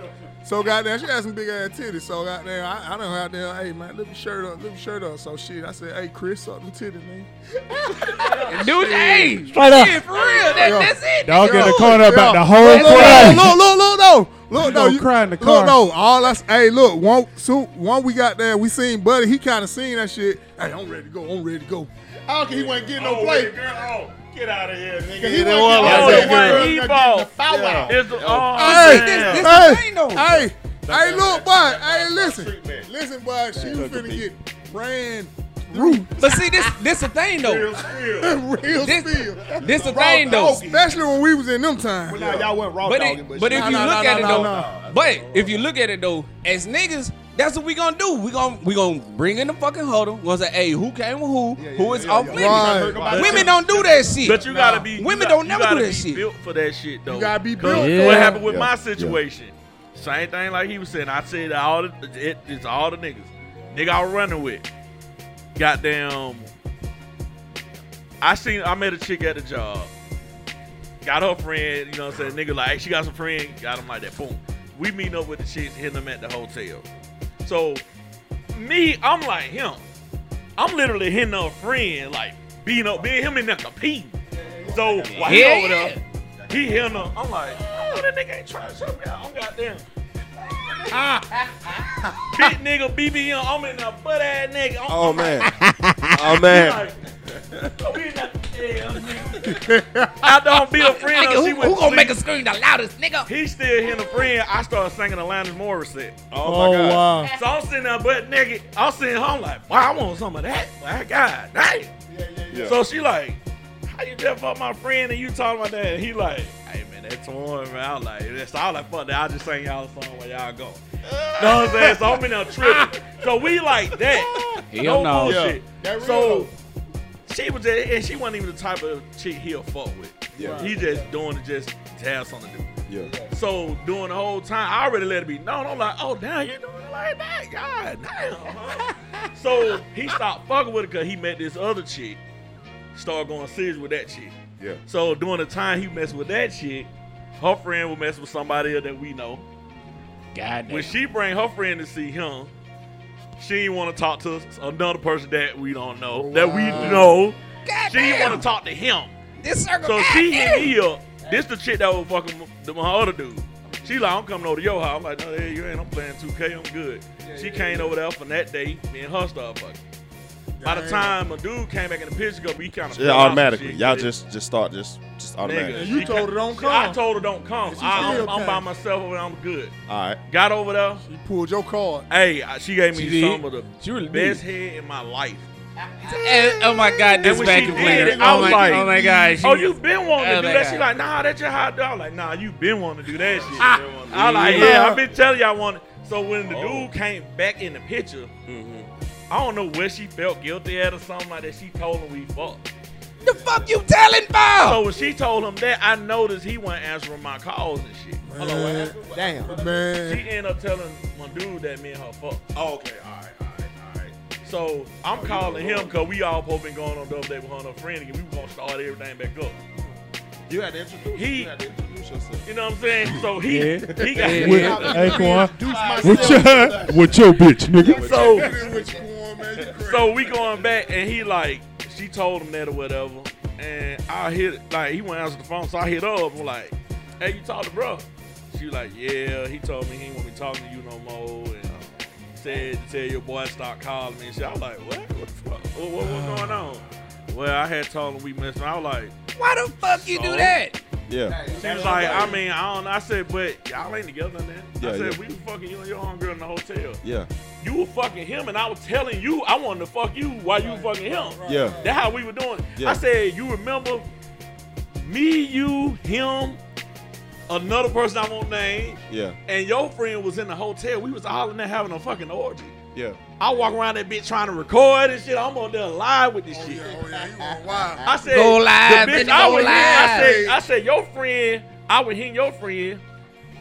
so goddamn, she had some big ass titties. So goddamn, I, I don't have damn. Hey man, lift your shirt up, lift your shirt up. So shit, I said, hey Chris, suck them titties, man.
what? Dude, hey,
Straight up.
shit, for real. That,
Yeah.
that's it.
Dog in the corner about
Oh, Yeah.
the whole
look,
crowd.
Look, look, look, look, though. Look,
You
though.
gonna
you-
cry in the
Look,
car.
though. All us. Hey, look. One, soon, one. We got there. We seen Buddy. He kind of seen that shit. Hey, I'm ready to go. I'm ready to go.
I don't care. He wasn't getting no
Oh,
play.
wait, girl. Oh, get out of here, nigga.
He wasn't
That
getting
was
no
like
play.
that.
Girl,
he
not
ball.
getting the foul out.
It's the, oh,
Hey,
man.
this-
hey,
the thing, though.
hey.
Hey, look, boy. Hey, listen.
treatment.
Listen, boy. She was
Sugar
finna
beet.
get ran through
But see, this this the thing though.
real
This-
spill.
This the thing though.
Especially when we was in them times.
Well, now y'all went raw
But
dogging,
it, but if
Nah,
you
nah,
look
nah,
at it
nah,
though,
nah.
but if you look at it though, as niggas, that's what we gonna do. We gonna we gonna bring in the fucking huddle. We're gonna say, hey, who came with who?
yeah,
who
yeah,
is
yeah,
off
yeah.
limits?
Right.
But Women don't do that shit.
But you gotta be you
Women
got-
don't
you
never
gotta
do that
be
shit.
Built for that shit though.
You gotta be
'Cause
built.
Yeah.
What happened with
Yeah,
my
yeah.
situation? Same thing like he was saying. I said all the it, it's all the niggas. Nigga I was running with. Goddamn. I seen I met a chick at the job. Got her friend, you know what I'm saying? Nigga like "Hey, she got some friend, got him like that. Boom. We meet up with the chicks, hit them at the hotel. So me, I'm like him. I'm literally hitting a friend, like being up, being him and them competing. So while he
Yeah, yeah.
over there, he hitting up. I'm like, oh, that nigga ain't trying to shut me out. I'm goddamn. Big nigga BBM, I'm in a butt ass nigga. I'm
Oh man. Oh man.
like, we in that yeah, nigga. After I'm be a friend,
Nigga,
she
who,
went
who
to
gonna
sleep.
make a scream the loudest, nigga?
He still hitting a friend. I started singing Alanis Morissette.
Oh my god.
wow.
So I'm sitting there butt naked. I'm sitting home like, wow, I want some of that. Like, God damn.
yeah.
So she like, how you just fuck my friend and you talking about that? And he like, hey man, that's one man. I was like, that's all I fuck that. I just sing y'all a song where y'all go. know what I'm saying? So I'm in there tripping. So we like that.
Hell no.
bullshit.
That real
So
though.
she was just, and she wasn't even the type of chick he'll fuck with.
Yeah.
He just doing it just to have something to do.
Yeah.
So during the whole time, I already let it be known. I'm like, oh damn, you doing it like that? God damn. huh?" so he stopped fucking with it because he met this other chick. Started going serious with that chick.
Yeah.
So during the time he messed with that chick, her friend would mess with somebody else that we know.
God
When she bring her friend to see him, she ain't want to talk to another person that we don't know, that we know.
God
She ain't
damn.
want to talk to him.
This circle.
So
God
she
damn.
hit me up. This the chick that was fucking with the- my other dude. She like, I'm coming over to your house. I'm like, no, hey, you ain't. I'm playing 2K. I'm good. she came over there from that day. Me and her started fucking. By the time a dude came back in the picture, we kind of
Yeah, automatically. Y'all just just start just just
nigga.
automatically.
You
she
told her don't
she- I
come.
told her don't come.
She
I,
still
I'm, I'm by
came.
myself and I'm good.
All right.
Got over there.
You pulled your card.
Hey, I- she gave me
She did.
some of the
She really
best head in my life.
And- oh my god, this
when she
vacuum
did
cleaner.
it, I
oh,
was
my,
like,
oh my god. She,
Oh, you been wanting to
Oh,
do
my
that?
God.
She like, nah, that's your hot dog. I'm like, nah, you been wanting to do that shit.
Ah,
I like, yeah, I've been telling y'all want. it. So when the
Oh.
dude came back in the picture,
Mm-hmm.
I don't know where she felt guilty at or something like that. She told him we fucked.
the fuck you telling about?
So when she told him that, I noticed he wasn't answering my calls and shit.
Man,
Damn.
man.
She ended up telling my dude that me and her fucked.
Oh, okay. All right. All right. All right.
So
Oh,
I'm calling him because we all both been going on double date with her and her friend again. We were gonna start everything back up.
You had to introduce.
He-
you had to introduce yourself.
You know what I'm saying? So he he got
Yeah.
With, hey, Quan. With your, with your bitch, nigga.
so
Which one, man? You crazy.
so we going back and he like she told him that or whatever and I hit like he went answer the phone so I hit her up I'm like hey you talk to bro she like yeah he told me he ain't want me talking to you no more and uh, said to tell your boy stop calling me and shit I was like what what, the fuck? what, what was going on well I had told him we missed I was like
Why the fuck you
So?
do that?
Yeah.
she was like I mean I don't know I said but y'all ain't together then I
Yeah,
said
yeah.
we was fucking you and your homegirl in the hotel
Yeah.
you were fucking him and I was telling you I wanted to fuck you while you were fucking him
Yeah.
That's how we were doing. it.
Yeah.
I said, you remember me, you, him, another person I won't name,
Yeah.
and your friend was in the hotel. We was all in there having a fucking orgy.
Yeah.
I walk around that bitch trying to record and shit. I'm on there live with this shit.
Oh, yeah, you went wild.
I said,
Go live,
the bitch
bitch,
I
go
was hitting- I said,
live.
I said, your friend, I would hit your friend.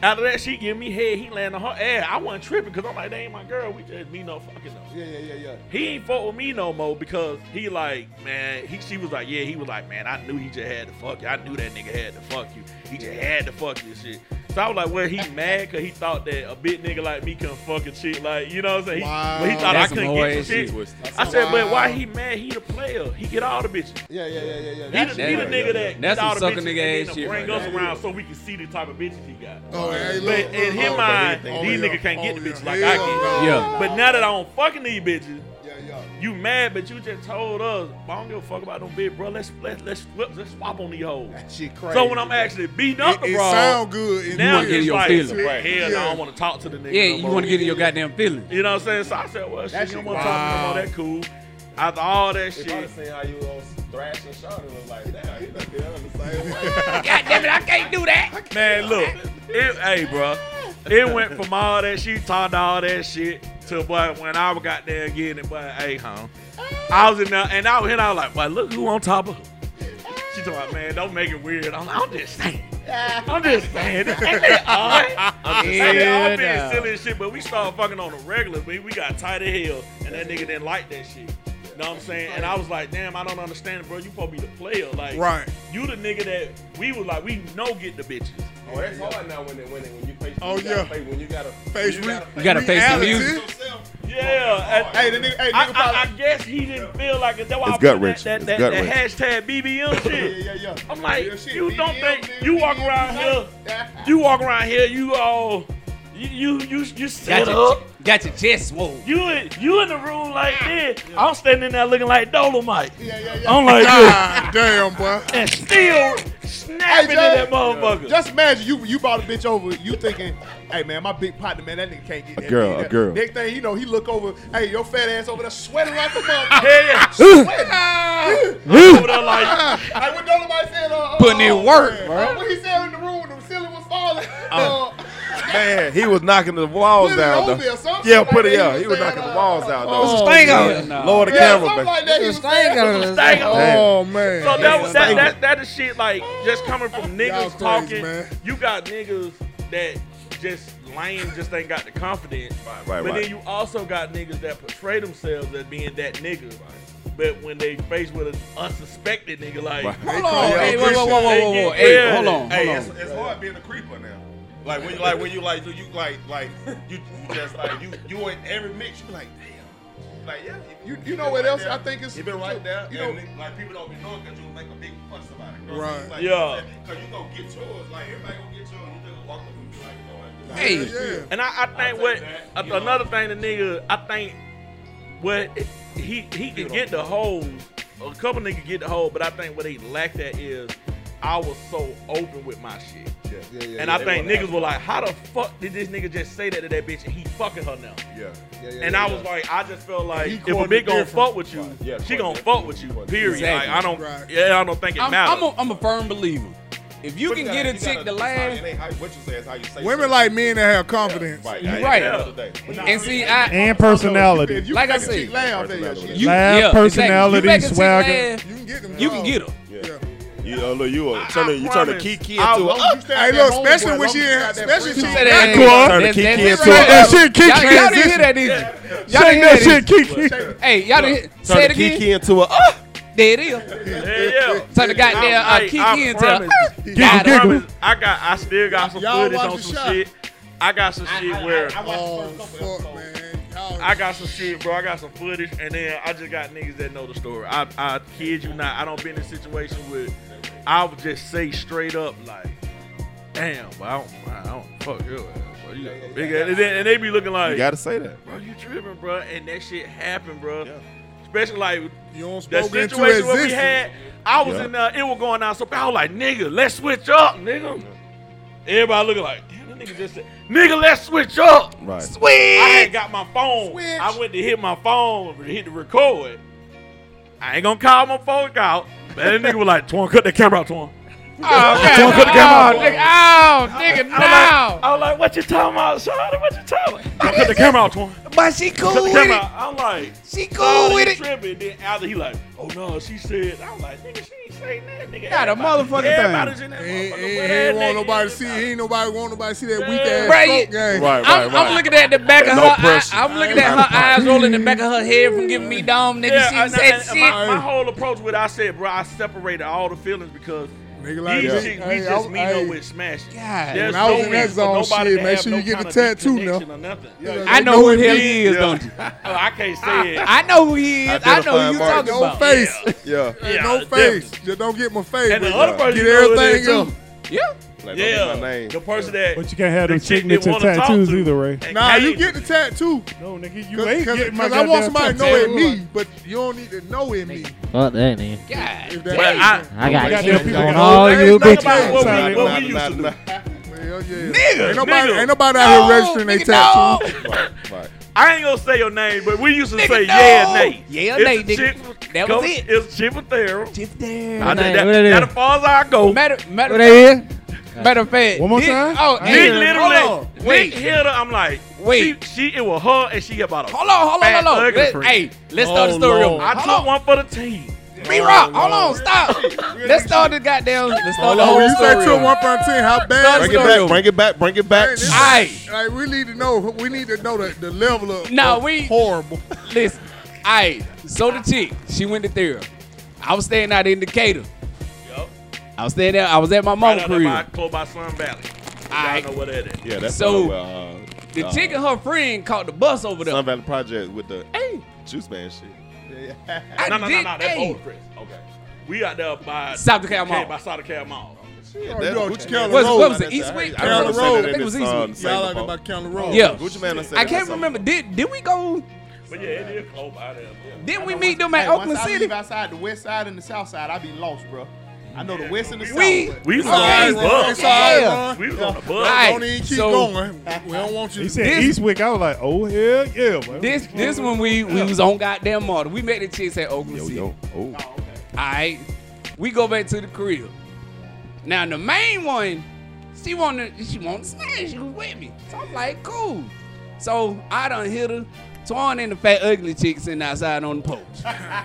After that, she give me head. He land on her ass. I wasn't tripping because I'm like, that ain't my girl. We just me no fucking though.
Yeah, yeah, yeah, yeah.
He ain't fuck with me no more because he like, man, he she was like, yeah, he was like, man, I knew he just had to fuck you. I knew that nigga had to fuck you. He just had to fuck you and shit. So I was like, well, he mad because he thought that a big nigga like me couldn't fuck and shit. Like, you know what I'm saying? He,
Wow.
well, he thought
That's
I couldn't
some
get
old
the
ass
shit.
shit.
I said, but
Wow.
why he mad? He the player. He get all the bitches.
Yeah, yeah, yeah, yeah, yeah.
He
That
the,
shit
he the
right.
nigga that
That's
get all
some
the
sucking
bitches
nigga
and
ass
then
shit
to bring
right
us
there.
around so we can see the type of bitches he got.
Oh, hey, look,
But
look,
in his
look.
mind,
Oh,
these
yeah.
niggas can't
Oh,
get the
yeah.
bitches like
Hell
I
no.
get. But now that I'm fucking these bitches,
Yeah, yeah.
you You mad, but you just told us, I don't give a fuck about them big bro. Let's let's let's let's swap on these hoes.
That shit crazy.
So when I'm actually beating up
it
the bro,
sound good. In
now
the
get in
it's
your
like,
feelings,
hell,
right.
no, I
Yeah.
don't want to talk to the nigga.
Yeah,
no
you
more.
want to get in your goddamn feelings.
You know what I'm saying? So I said, well, shit,
That
you don't
shit
want to talk to me no more. That cool. After all that
If I'd
shit,
have seen how you was thrashing Shawty, was like, damn, you done been on the same way.
God damn it, I can't do that.
Man, look, it, hey, bro, it went from all that shit, talking to all that shit, to but when I got there again, and but hey, huh? I was in there, and I was and I was like, but look who on top of her. She talking about, man, don't make it weird. I'm, I'm just saying. I'm just saying. Ain't it odd? I mean, I've been silly as shit, but we started fucking on the regular, but we got tight as hell, and that nigga didn't like that shit. You know what I'm saying? And I was like, damn, I don't understand it, bro. You probably the player. Like,
Right.
you the nigga that we was like, we know get the bitches.
Oh, that's hard now when, it, when, it, when you face
Oh,
you gotta
yeah.
Face, when you gotta
face
when
re-
you gotta
You gotta face the
reality.
music.
Yeah, and-
Hey, the nigga, hey,
I,
nigga, probably,
I, I guess he didn't feel like it. That's why
It's
I put that,
gut-wrenching.
that,
It's
that, that
gut-wrenching.
hashtag BBM shit.
yeah, yeah, yeah.
I'm like,
Real shit.
you don't
BBM,
think
nigga,
you walk
BBM,
around here,
like-
you walk around here, you all, you you you, you set
Got your,
up.
got your chest swole.
You in, you in the room like this. I'm standing there looking like Dolomite.
Yeah, yeah, yeah.
I'm like this
God damn, boy.
and still snapping
Hey,
to that
Jay.
motherfucker.
Just imagine you you bought a bitch over, you thinking, hey man, my big partner, man, that nigga can't get that.
girl,
nigga.
a girl.
Next thing you know, he look over, hey, your fat ass over there sweating like a motherfucker. Ah.
Hell yeah.
sweating.
Over there like,
like when Dolomite said, uh, uh,
Putting in work,
uh,
bro.
What he said in the room when the ceiling was falling. Uh,
Man, he was knocking the walls
Put it
down
over
though.
or some
Yeah,
shit
put
like
it.
that.
Yeah,
He
he was
said,
knocking the
uh,
walls
Oh.
down though.
Sting on
Yeah,
it.
nah.
Lower the
yeah,
camera,
something
baby.
like that. He was
Sting
saying.
on it.
dang on.
Oh man.
So that was that,
Stinking.
that that is shit like just coming from
Y'all
niggas
crazy,
talking.
man.
You got niggas that just lame, just ain't got the confidence.
Right, right,
but
right.
then you also got niggas that portray themselves as being that nigga. But when they faced with an unsuspected nigga, like
Hold on. Hey, whoa, whoa, whoa,
they
whoa, whoa.
get
Hey,
real.
hold on.
Hey,
Hold
it's,
on.
it's hard being a creeper now. Like when you like when you like you, you like like you, you just like you you in every mix you be like damn like yeah
You- you know what
right
else
there.
I think is-
you been right there
you
you
know-
know like people don't be knowing because you make a big fuss about it you know
Right.
what I mean? like,
Yeah.
because you gonna get yours like everybody gonna get yours you just walk up and be like oh, I-
Hey,
Yeah.
And I, I think
take
what a-
that, you know.
another thing the nigga I think what he he can get the hold. A couple niggas get the hold, but I think what they lack that is I was so open with my shit.
Yeah, yeah,
and I think niggas were like, how the fuck did this nigga just say that to that bitch and he fucking her now?
yeah
and I was like, I just felt like
He
if a
coined
bitch
it
gonna
different.
fuck with you,
Yeah,
she
coined
gonna
it.
fuck with you. Period.
Exactly.
Like I don't,
Right.
yeah, I don't think it
I'm,
matters.
I'm, a, I'm a firm believer. If you,
But
can
gotta-
get a
you gotta-
chick to
it's not-
laugh,
it ain't how you- what you say is how you say
Women
something.
like men that have confidence.
right
You
I-
right.
at the end of the day. But
and see, I,
and personality.
If you
Like I
make a
said.
chick laugh, then yeah, she-
Personality.
you,
Laugh,
yeah,
personality,
exactly. you make a
swagger.
chick laugh,
You can get them.
you
uh,
can get her.
Yeah.
You, oh, look, you a,
I
turn a, you turn a
promise.
kiki
I
into
will-
a.
Hey, look, especially when she in, especially she.
Say
That
that-
cool.
that's-
Turn the key
that's-
key into
that's-
a-
that shit keep
Y'all, y'all didn't hear
transition.
that, did you? Y'all
Sing
didn't hear
that
that.
shit, Kiki.
Hey, y'all didn't hear- say
Turn
it
the
again.
kiki into a.
uh.
ah!
There it is.
yeah, yeah.
Turn the goddamn uh,
Hey,
Kiki into.
promise. I
Giggle,
Got
giggle.
her.
promise. I got, I still got some
Y'all
footage
watch
on
the
some
shot.
shit. I got some shit where I,
Oh fuck, man. Y'all-
got some shit, bro. I got some footage, and then I just got niggas that know the story. I, I kid you not. I don't been in a situation with. I would just say straight up like, damn, bro, I don't, I don't fuck your ass, bro. You got no big ass. And, then, and they be looking
You
like,
gotta say that.
bro, you tripping, bro, and that shit happened, bro. Especially like
You don't
that
spoke into
situation where we
existence.
had, I was
Yeah.
in there, it was going down so bad. I was like, nigga, let's switch up, nigga. Everybody looking like, damn, that nigga just said, nigga, let's switch up.
Right.
I had got my phone. I went to hit my phone, to hit the record. I ain't gonna call my phone out. Man, that nigga was like, Twan, cut that camera out, Twan.
Don't cut the camera off.
Oh, nigga,
I was, like,
now.
I was like, what you talking about, Shawty? What you talking about? Twan, cut the camera out, Twan.
But she cool
Cut the
with
camera
it.
out. I'm like,
She
oh,
cool with it.
tripping. Then after he like, oh no, she said. I was like, nigga, she ain't saying that. Nigga,
Got a
Everybody-
motherfucking thing.
everybody's in that
He ain't-
motherfucking
he
wet
ain't
ass
want
nigga.
nobody to see. He ain't nobody want nobody to see that weak
Right,
ass
you-
folk
Right,
I'm,
game.
right,
I'm
right.
looking at the back of
No
her. Eye,
pressure.
I'm looking at her eyes rolling the back of her head from giving me dom. Nigga,
Yeah,
she
and-
said
and- and
shit.
my, my whole approach with I said, bro, I separated all the feelings because
Nigga like
these
that.
chicks,
Hey,
we just
I-
meet no
hey.
with smashing.
God.
There's
When I was
no
in that
reason for
zone,
nobody
shit,
to
make
have
sure
no
you get
kind
the
of deep
tattoo now.
connection or nothing.
I know who the hell
is.
he is, don't you?
Oh, I can't say it.
I know who he is. I know who you
Identifying mark.
talking
No
about.
face.
Yeah.
no
Yeah,
face. Just don't get my face.
And the
with
other
it.
person
get
you know it is,
everything
too.
else.
Yeah.
Like,
yeah,
yeah. my name.
the person that
But you can't have
the
them
chick that
signature
wanna talk
tattoos
to
either, Ray.
and
Nah, you
came-
get the tattoo.
No, nigga, you
Cause,
ain't
cause,
getting my
'cause I want
goddamn
somebody to
tattoo.
know it me, but you don't need to know it me.
Fuck that, nigga.
God.
If that
But I,
I got
Goddamn
kids
people
on
got
all
old
you
ass
bitches.
niggas.
about what
Nah,
we, what we used
Nah,
to
nah,
Hell yeah.
Nigga,
ain't nobody,
nigga.
ain't nobody out here registering their
nigga,
tattoo.
nah. Right, right.
I ain't gonna say your name, but we used to
Nigga,
say
no.
yeah, Nate.
Yeah,
It's
Nate,
the
nigga.
chick-
That was
go-
it.
It's Chip and Thero.
Just there.
I
Nate,
think
what it
that,
is?
that as far as I go. Nick
Matter, matter,
What they here?
matter of fact.
One more
Nick-
time?
Oh,
Nick
hey, hold
literally,
on.
Nick
Wait.
hit her. I'm like,
Wait.
She, she, it was her, and she about a.
Hold on, hold on,
Fat
hold on.
ugly
Let,
freak.
hey, let's start the
Oh,
story
Lord.
over.
I
Hold
took one for the team.
on. B Rock, hold on, stop. Let's start the goddamn. Let's start the
Oh,
whole
you
story.
say two
over.
one from ten. How bad?
Let's
Bring
is
it
go,
it?
yo.
back. Bring it back. Bring it
Man,
back.
this-
Aight.
Like we need to know. We need to know the, the level of.
Nah,
of
we-
horrible.
Listen, I so the chick, she went to Thera. I was staying out in Decatur.
Yup.
I was staying there. I was at my
Right
mom's
out there
crib.
by, close by Sun Valley. I
Aight.
know what that is.
Yeah, that's
So,
where, uh,
The
uh,
chick and her friend caught the bus over there.
Sun Valley Project with the
Hey,
Juice Man shit.
I
No, no, no,
did-
no. That's
hey.
Boulder Crest. Okay. We out there by
South Dakota Mall.
By South Dakota Mall.
Yeah,
you on
that's
Keller
What's-
Road.
what was it?
I heard-
Eastwick?
I heard
Keller
him say
Road.
that
I
in
think it
his,
was
uh,
Eastwick.
Y'all
Sable
out there
Bowl.
by County Road.
Yeah.
Gucci Man done said
I
that
can't
song.
remember. Did did we go?
But yeah, it is close by there. Yeah.
Didn't we meet them at
Hey,
Oakland
once I
City?
leave outside the west side and the south side, I be lost, bro. I know the west and the south.
We-
but-
We was
All right,
on the
Okay,
Ron.
bus.
It's all right,
Yeah.
Ron.
We was on the bus.
Aight.
Don't even keep
so-
going. We don't want you.
He
to
said
This-
Eastwick. I was like, oh hell yeah. boy.
This this one we we was on goddamn Marty. We met the chicks at Oakland
Yo,
City.
yo. Oh.
Alright. We go back to the crib. Now the main one, she wanted she wanted to smash. She was with me. So I'm like, cool. So I done hit her. Twan and the fat ugly chick sitting outside on the porch.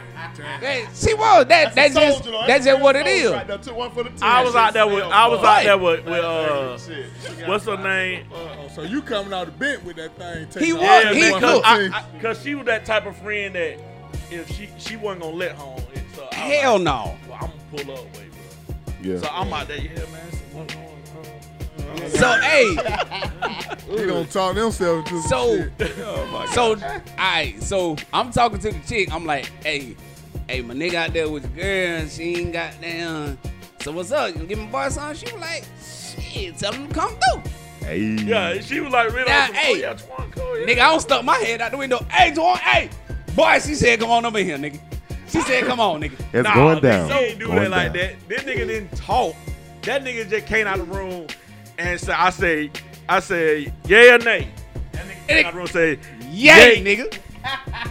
That- she was. That that's,
Soldier,
just
though.
that's
a
just
real
what it
soldier
is.
right there. Took one for the team.
I was out there with. I was out there with. with uh,
Shit.
what's her name?
Oh, so you coming out of bent with that thing?
He
taking
was-
all
Yeah,
that
he
one
because
cooked.
for
I,
ten.
I, cause she was that type of friend that if she she wasn't gonna let home. And so I was
Hell
like,
no.
Well, I'm gonna pull up, wait, bro.
Yeah.
So I'm out there. Yeah, man. so what's going on, huh?
So hey,
He gonna talk themselves to some
So,
shit.
Oh
so, I so I'm talking to the chick. I'm like, hey, hey, my nigga out there with the girl. She ain't got down. So what's up? You give my boy something? She was like, shit, tell him to come through.
Mm.
Yeah, and she was like, really?
Now,
on some, oh,
hey,
yeah, Twan, cool, yeah.
Nigga, I don't stuck my head out the window. Hey, Juan, hey, boy, she said, come on over here, nigga. She said, come on, nigga.
It's
Nah,
going
nigga,
down.
She ain't do
Going
that
down.
like that. This nigga didn't talk. That nigga just came out of the room and said, I say, I say, yeah or nay. That nigga came out of the room and said,
Yay, nigga.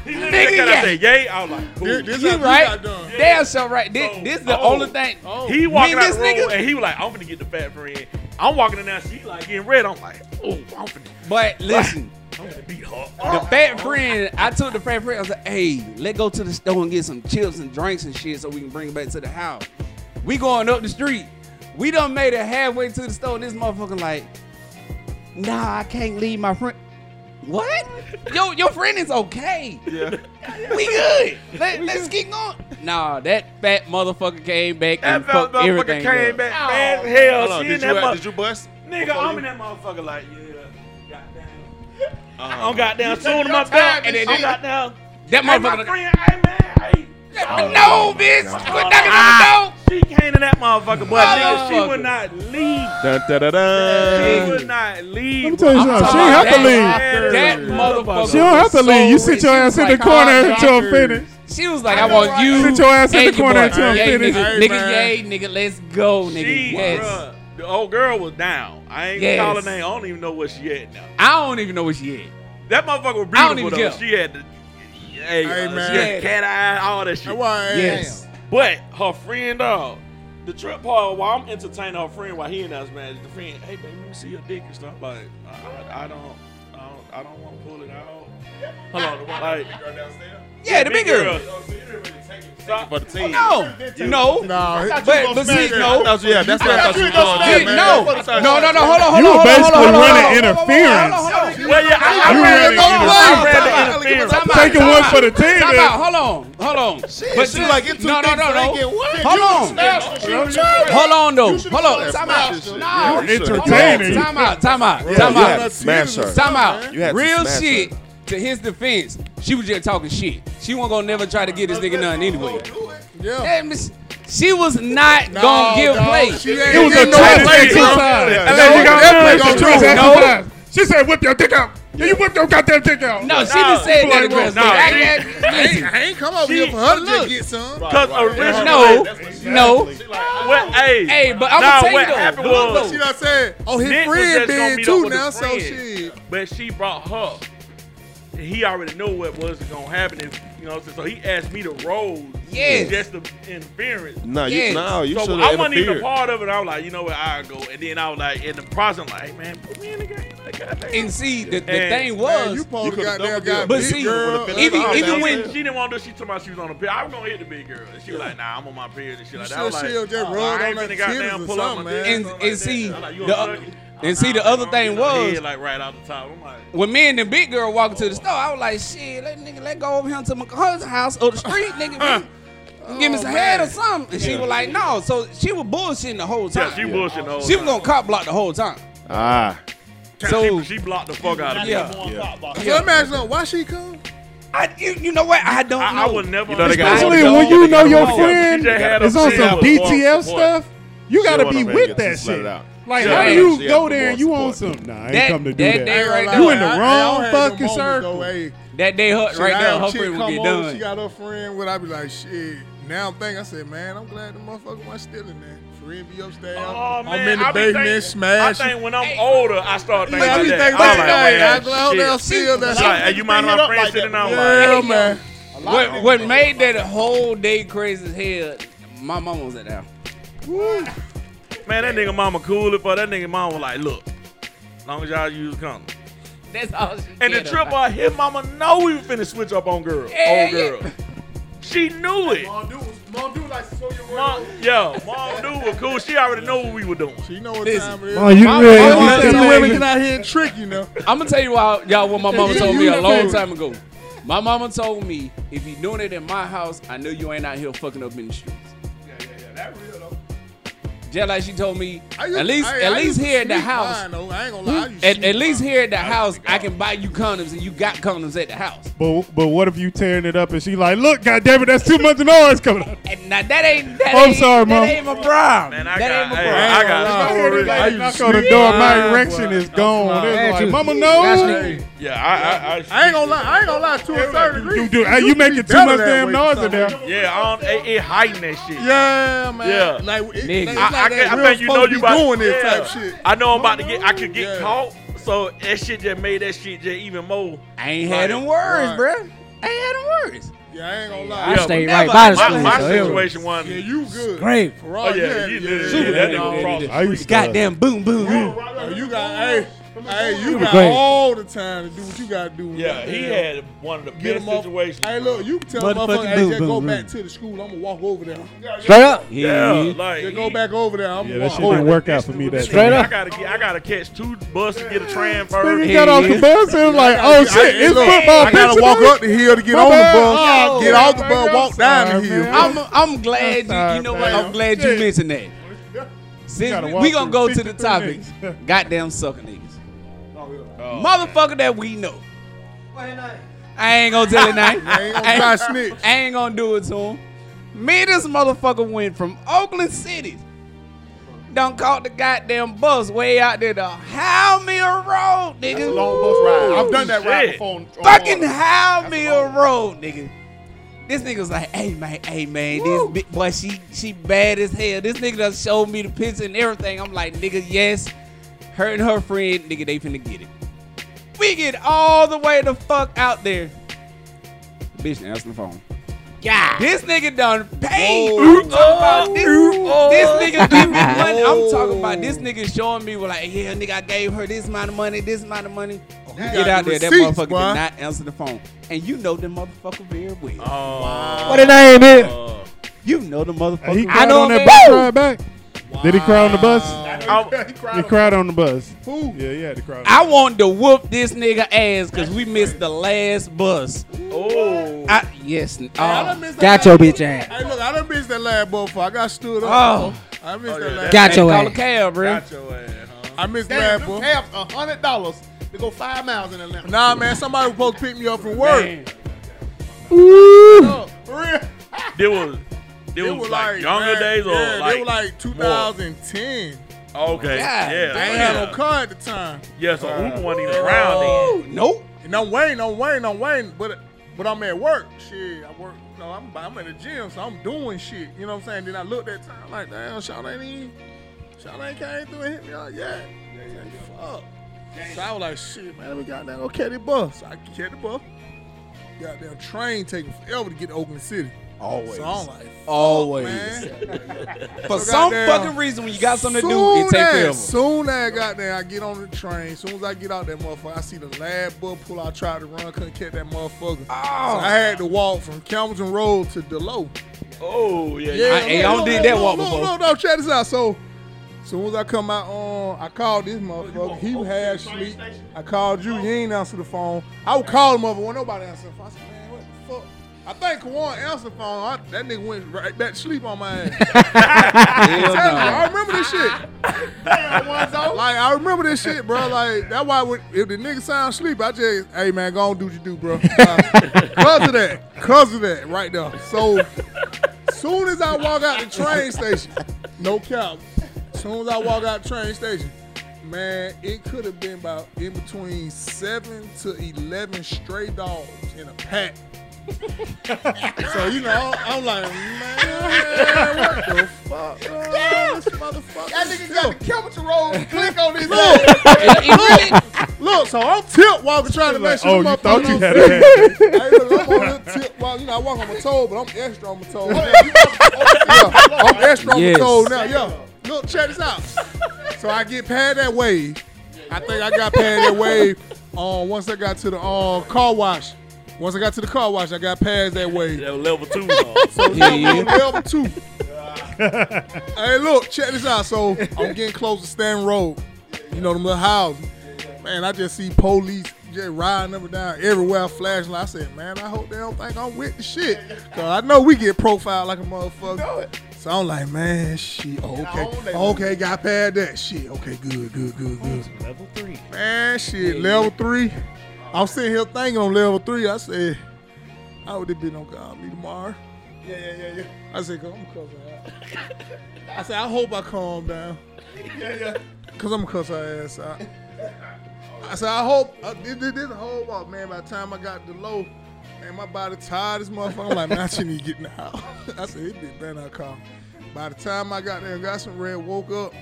he literally
Nigga,
came out
yeah.
and said, yay. I was like, boom.
This, this
You
how you
right?
got done.
Damn, so right. This,
So,
this is the
oh,
only thing.
He walking
Me
out
and
the
this
room
nigga?
and he was like, I'm finna get the fat friend. I'm walking in there, she like getting red. I'm like, oh, I'm finna,
But listen.
I'm finna beat her.
The fat friend, I told the fat friend, I was like, hey, let go to the store and get some chips and drinks and shit so we can bring it back to the house. We going up the street. We done made it halfway to the store and this motherfucker like, nah, I can't leave my friend. What? Yo, your friend is okay. Yeah. We good. Let, us keep going. Nah, that fat motherfucker came back
That
and
fat
fucked
motherfucker
everything
came
up.
back fast as hell.
Hold on,
she in
did, you,
that
uh,
mother-
did you bust?
Nigga,
before
I'm
you-
in that motherfucker like, yeah, goddamn.
Uh-huh.
I'm goddamn soon to my
time
belt,
is
and then
shit.
I'm goddamn.
That
Hey, my
motherfucker.
friend, hey, man, hey. Ah,
no, bitch. Quit knocking on the door.
She came to that motherfucker, but nigga, she would
Motherfucker.
not leave.
Dun, da, da, da.
She would not leave.
Let me tell you
bro.
I'm
something. She
sorry.
ain't have to
That-
leave.
leave.
That
Yeah.
motherfucker.
She don't have to
was
leave. You
so
sit your
rich.
ass
She
in the
was like,
corner
"Huh?"
until I'm finished.
She was like, I want you.
Sit your ass in
and
the
your
corner
boy.
until I'm
Yay,
finished.
Nigga,
Hey,
nigga,
man.
yay, nigga, let's go, nigga.
She,
yes.
bruh, the old girl was down. I ain't
Yes.
calling name. I don't even know where she at now.
I don't even know what she is.
That motherfucker was
I don't
beautiful
even
though.
care.
She had the, hey,
Hey,
uh,
man.
she had cat eye, all that shit.
That's why I
Yes.
But her friend, dog, the trip part while I'm entertaining her friend while he and I was mad, the friend, hey baby, let me see your dick and stuff. I'm like, I, I, I don't, I don't, I don't want to pull it out. Hold on, the one like,
Yeah, the big girl.
Stop for the team.
No, no.
asked. Nah, it-
But, but see, no.
No, yeah, that's what I thought you were
No,
going to do, man.
no, no, no, no, hold on, hold on,
You were
hold on, hold on,
basically
hold on,
running
hold on, hold on,
interference.
hold on, hold on.
Well, yeah, I, I
You
ran
really
the,
didn't
play.
I ran the interference.
Time out,
Taking
time
one
out,
for the team,
time
man.
out, Hold on, hold on. But
she
you-
like, it too
no, no,
thick,
no,
so they
no.
get wet.
Hold on, hold on though, hold on. Time out. No,
You
Hold
should've
on.
Entertaining.
Time out, time out,
Yeah,
time
you had
out.
to smash her.
Time out.
You had to
Real
smash
shit.
her.
To his defense, she was just talking shit. She wasn't gonna never try to get this nigga nothing anyway.
Yeah.
Damn, this- She was not gonna give
dog,
play.
she ain't It was getting a no twist play and two. exercise. That lady got
that
good
play
on
was
two
No,
exercise. She said, "Whip your dick out." Yeah, you whipped your goddamn dick out.
No, she done said that aggressive. I- I-
I ain't, I ain't come over here for her to just get some.
Because originally,
No, no.
What? Hey,
Hey, but I'ma
nah,
tell you
what
though,
happened
look,
was
though.
She done said, "Oh, his
Nick was
friend
just gonna
been
meet
too
up with
now,
his
so
friend.
shit."
But she brought her. He already knew what was gonna happen. If, you know, what I'm saying? so he asked me to roll.
Yes.
Just the interference.
No,
Yes.
you, no, you
so
should
I
have
wasn't even a
interfered.
part of it. I was like, you know what, I go. And then I was like, in the process, I'm like, hey, man, put me in the game. Like, goddamn.
And see, the, the
And-
thing
Man, you
was,
pulled the
could've
goddamn
doubled
guy,
up.
But
big
see,
girl.
Would've been "Oh,
even
"Oh,
out
even
down
when
there.
she didn't want to do. She told me she was on a pill. I was gonna hit the big girl. And she was like, nah, I'm on my period and shit like that. I was
should've
like,
shielded your
"Oh,
rug
I ain't
on her
finna goddamn
titties or
pull up my
something,
dick or
man.
And-
something
and
like
see,
that. I'm like, you
the
gonna
oth-
suck it?
and see, the
I'm
other
gonna
thing
get her
was-
head, like right out the top. I'm like,
when me and the big girl walking to the store, I was like, shit, let nigga let go over here to my cousin's house up the street, nigga. Give me some head or something. And she was like, no. So she was bullshitting the whole time.
yeah, she bullshitting the whole
She was
time.
gonna cop block the whole time.
Ah,
So
She blocked the fuck out of me.
yeah,
So I'm asking her, why she come?
I you, you know what? I don't know.
I, I would never.
know they got-
Especially
Dog,
when
they
you know
got
your
dog.
friend
She just had
is
a-
on
she
some
had a
BTF
support.
stuff. You gotta
want
be
her man
with
gets to
that
slut
shit.
it out.
Like,
Yeah,
how
yeah,
you
she had
go
to
there and you
support.
on some? Nah, I ain't
That-
come to do
that
that.
day right
you
there-
in the
I- I
wrong
don't have no
fucking
moments
circle.
Though, hey,
That day her
shit,
right
I
there,
had a
her
chick
friend would
come
get
over,
done.
She got her friend. What I be like, shit. Now I'm thinking, I said, man, I'm glad the motherfucker was still in there. Friend be upstairs.
Oh, man,
I'm in
I
the
be
basement
thinking-
smash.
I think when I'm
Hey.
older, I start thinking
Yeah, I
about
be
that.
thinking
I'm
about
like,
that.
man,
I glad
shit.
they'll still
It's
that.
like, hey, you mind
Bring
my
it up
friend
like
sitting
that.
down like,
Yeah, man.
What, what made that whole day crazy as hell, my mama was at that.
man, that nigga mama cool it for that nigga mama was like, look, as long as y'all use condom.
That's all she
And the
cared
trip
about.
I hit mama know we finna switch up on girl.
Hell
on girl.
yeah.
She knew it.
Mom, dude, mom, dude, like, so your
Mom, yo, mom dude was cool. She already know what we were doing.
You know what
Listen.
time it is.
Oh, you
My-
really?
my-
Let
Listen,
these
baby.
women get out here and trick you now.
I'm gonna tell you why, y'all what my mama
You-
told
you
me a
the
long
favorite.
time ago. My mama told me if you doing it in my house, I know you ain't out here fucking up in the streets. Yeah, yeah, yeah. That real though. Just like she told me,
I used-
at least
I-
at
I
least
used to
here at the
sneak
house,
mine, though. I ain't gonna lie. I used to
at,
sneak
at least
mine.
here at the house, I can buy you condoms and you got condoms at the house.
But but what if you tearing it up and she like, look, goddamn it, that's two months of noise coming up.
And now that ain't that
I'm
ain't,
sorry,
that
Mom.
ain't my problem.
Man, I
that
got,
ain't my
hey,
problem.
I got
I used to
Knock on the
sneak
door,
mine,
my erection
boy.
is gone.
Yeah,
It's like,
too.
Mama
That's
knows.
nigga.
yeah, I, I, I,
I ain't gonna lie. I ain't gonna lie. To a certain degree,
You, do, hey, you making too much damn noise in there.
yeah, I don't, it, it heightened that shit.
Yeah, man.
Yeah.
Like, it,
Nigga.
it's
I, I,
like that
can, I
real
think you know
supposed
you
to be
about
doing this
yeah.
type shit.
I know I'm about to get. I could get
Yeah.
caught. So that shit just made that shit just even more.
I ain't had them words, bruh. I ain't had them words.
Yeah, I ain't gonna lie.
I
Yeah,
stayed
but
right
never-
by the
My,
school.
my
so it was
situation was.
Yeah, you good.
Great.
Ferrari,
Oh yeah,
yeah,
you
yeah,
literally-
yeah.
that nigga crossed the
I used to-
Goddamn boom boom. boom.
Oh, you got, hey, hey, you
Super
got
great.
all the time to do what you got to do.
Yeah, he
Goddamn.
had one of the
Get
best
'em up.
situations.
Hey, look, you can tell
Motherfucking
motherfucker, hey, just
boo,
go
boo,
back
boo.
to the school. I'm gonna walk over there.
Straight up.
Yeah,
Yeah.
like
Just go
he-
back over there. I'm
Yeah,
gonna
that
walk
shit
over
didn't work out for me that
Straight
day.
up.
I gotta get. I gotta catch two buses to get a tram
Nigga
first.
got off the bus and was like, oh shit, it's football.
I gotta
pitch
walk
today.
up the hill to get
My
on the
bad.
bus,
Oh,
get off the
man,
bus,
I'm
walk down
sorry,
the hill.
man.
I'm I'm glad you you know what I'm
man.
glad you
Shit.
mentioned that. Since
gotta
we,
walk
we gonna
through
go to the
53
topic,
niggas.
goddamn sucker niggas, motherfucker that we know. I ain't gonna tell it now.
I ain't gonna try snitch.
I ain't gonna do it to him. Me and this motherfucker went from Oakland City, done caught the goddamn bus way out there to How Mill Road, nigga.
That's a long bus ride. I've done that ride
Shit.
before. on- on
fucking
water.
How Mill Road, nigga. This nigga's like, hey man, hey man, this big boy, she she bad as hell. This nigga done showed me the picture and everything. I'm like, nigga, yes, her and her friend, nigga, they finna get it. We get all the way the fuck out there. Bitch, answer the phone.
God.
This nigga done paid. about this, this nigga give me money. I'm talking about this nigga showing me well, like, yeah, nigga, I gave her this amount of money, this amount of money. Get
got
out
the
there, that
receipts,
motherfucker did
boy.
not answer the phone, and you know the motherfucker very well.
What the name is?
You know the motherfucker.
He
I
cried
know
on that
him.
bus
Woo!
ride back. Did he cry on the bus?
I,
He cried on the bus.
Who?
Yeah, yeah, the crowd.
I want to whoop this nigga ass because we missed the last bus.
oh,
I, yes. n-
I
Oh,
done missed that
Got your
last-
bitch ass.
Hey, look, I done missed that last bus before. I got stood up.
Oh.
before. I missed that
yeah,
last.
Got your
call a
ass.
cab, bro.
got your ass, huh?
I missed
Damn,
that
them
bus.
tabs, a hundred dollars to go five miles in Atlanta.
Nah, man, somebody was supposed to pick me up from work.
Man.
For real.
There was. This
They
was,
were
like, younger
man,
days or
yeah,
like
they were like 2010.
okay,
God
yeah,
They ain't
yeah.
had no car at the time.
Yeah, so Uber wasn't even around then.
Nope.
And I'm waiting, I'm waiting, I'm waiting. But but I'm at work. Shit, I work. You know, I'm I'm at the gym, so I'm doing shit. You know what I'm saying? Then I looked at time like, damn, Sean ain't even. Sean ain't came through and hit me up yet. Fuck. So I was like, shit, man, we got that. Okay, the bus. So I catch the bus. Goddamn train taking forever to get to Oakland City.
Always.
So I'm like,
Always.
Oh, man.
For some
goddamn-
fucking reason, when you got something to do,
Soon
it take
as-
forever.
Soon as I got there, I get on the train. Soon as I get out that motherfucker, I see the lad bull pull out, tried to run, couldn't catch that motherfucker.
Oh.
So I had to walk from Campbellton Road to Delo.
Oh yeah,
Yeah,
I- hey, I
look,
done did
look,
that
look,
walk
look,
before.
look, no, check this out. So, soon as I come out on, I called this motherfucker. He was half asleep. I called you. You ain't answer the phone. I would call the motherfucker. Nobody answered the phone. I said, man, what the fuck? I think Kawan answered the phone. I, that nigga went right back to sleep on my ass.
Hell
Tell you,
no.
I remember this shit. like I remember this shit, bro. Like that's why when, if the nigga sound sleep, I just, hey man, go on do what you do, bro. Uh, cause of that, cause of that, right there. So soon as I walk out the train station, no cap. Soon as I walk out the train station, man, it could have been about in between seven to eleven stray dogs in a pack. so you know, I'm, I'm like, man, what the fuck? bro? This motherfucker.
That nigga got the Kelvin Road click on his
Look,
ass.
Look, so I'm tip walking, trying to make
Like,
sure.
oh,
the
you thought
motherfucker
you
don't
had
see
a
me.
hat.
Hey, look, I'm on the tip. Well, you know, I walk on my toe, but I'm extra on my toe. Yeah, I'm extra on
Yes.
my toe now. Yeah. Look, check this out. So I get past that wave. I think I got past that wave. Um, once I got to the um, car wash. Once I got to the car wash, I got past that wave.
that was level two. though.
I'm
Yeah.
level two. hey, look, check this out. So I'm getting close to Stanton Road. You know them little houses. Man, I just see police just riding up and down everywhere, flashing. lights. I said, man, I hope they don't think I'm with the shit. Cause I know we get profiled like a motherfucker. So I'm like, man, shit. oh, okay, okay, got past that shit. Okay, good, good, good, good.
Level three.
Man, shit, level three. I'm sitting here thinking on level three. I said, I would have been on God me tomorrow.
Yeah, yeah, yeah, yeah.
I said, "Cause I'm cussing out. I said, I hope I calm down. Cause I'm gonna cuss her ass out. I said, I hope uh, this, this, this whole walk, man. By the time I got to low, man, my body tired as motherfucker. I'm like, man, I shouldn't even get in the house. I said, it been better not call. By the time I got there and got some red, woke up.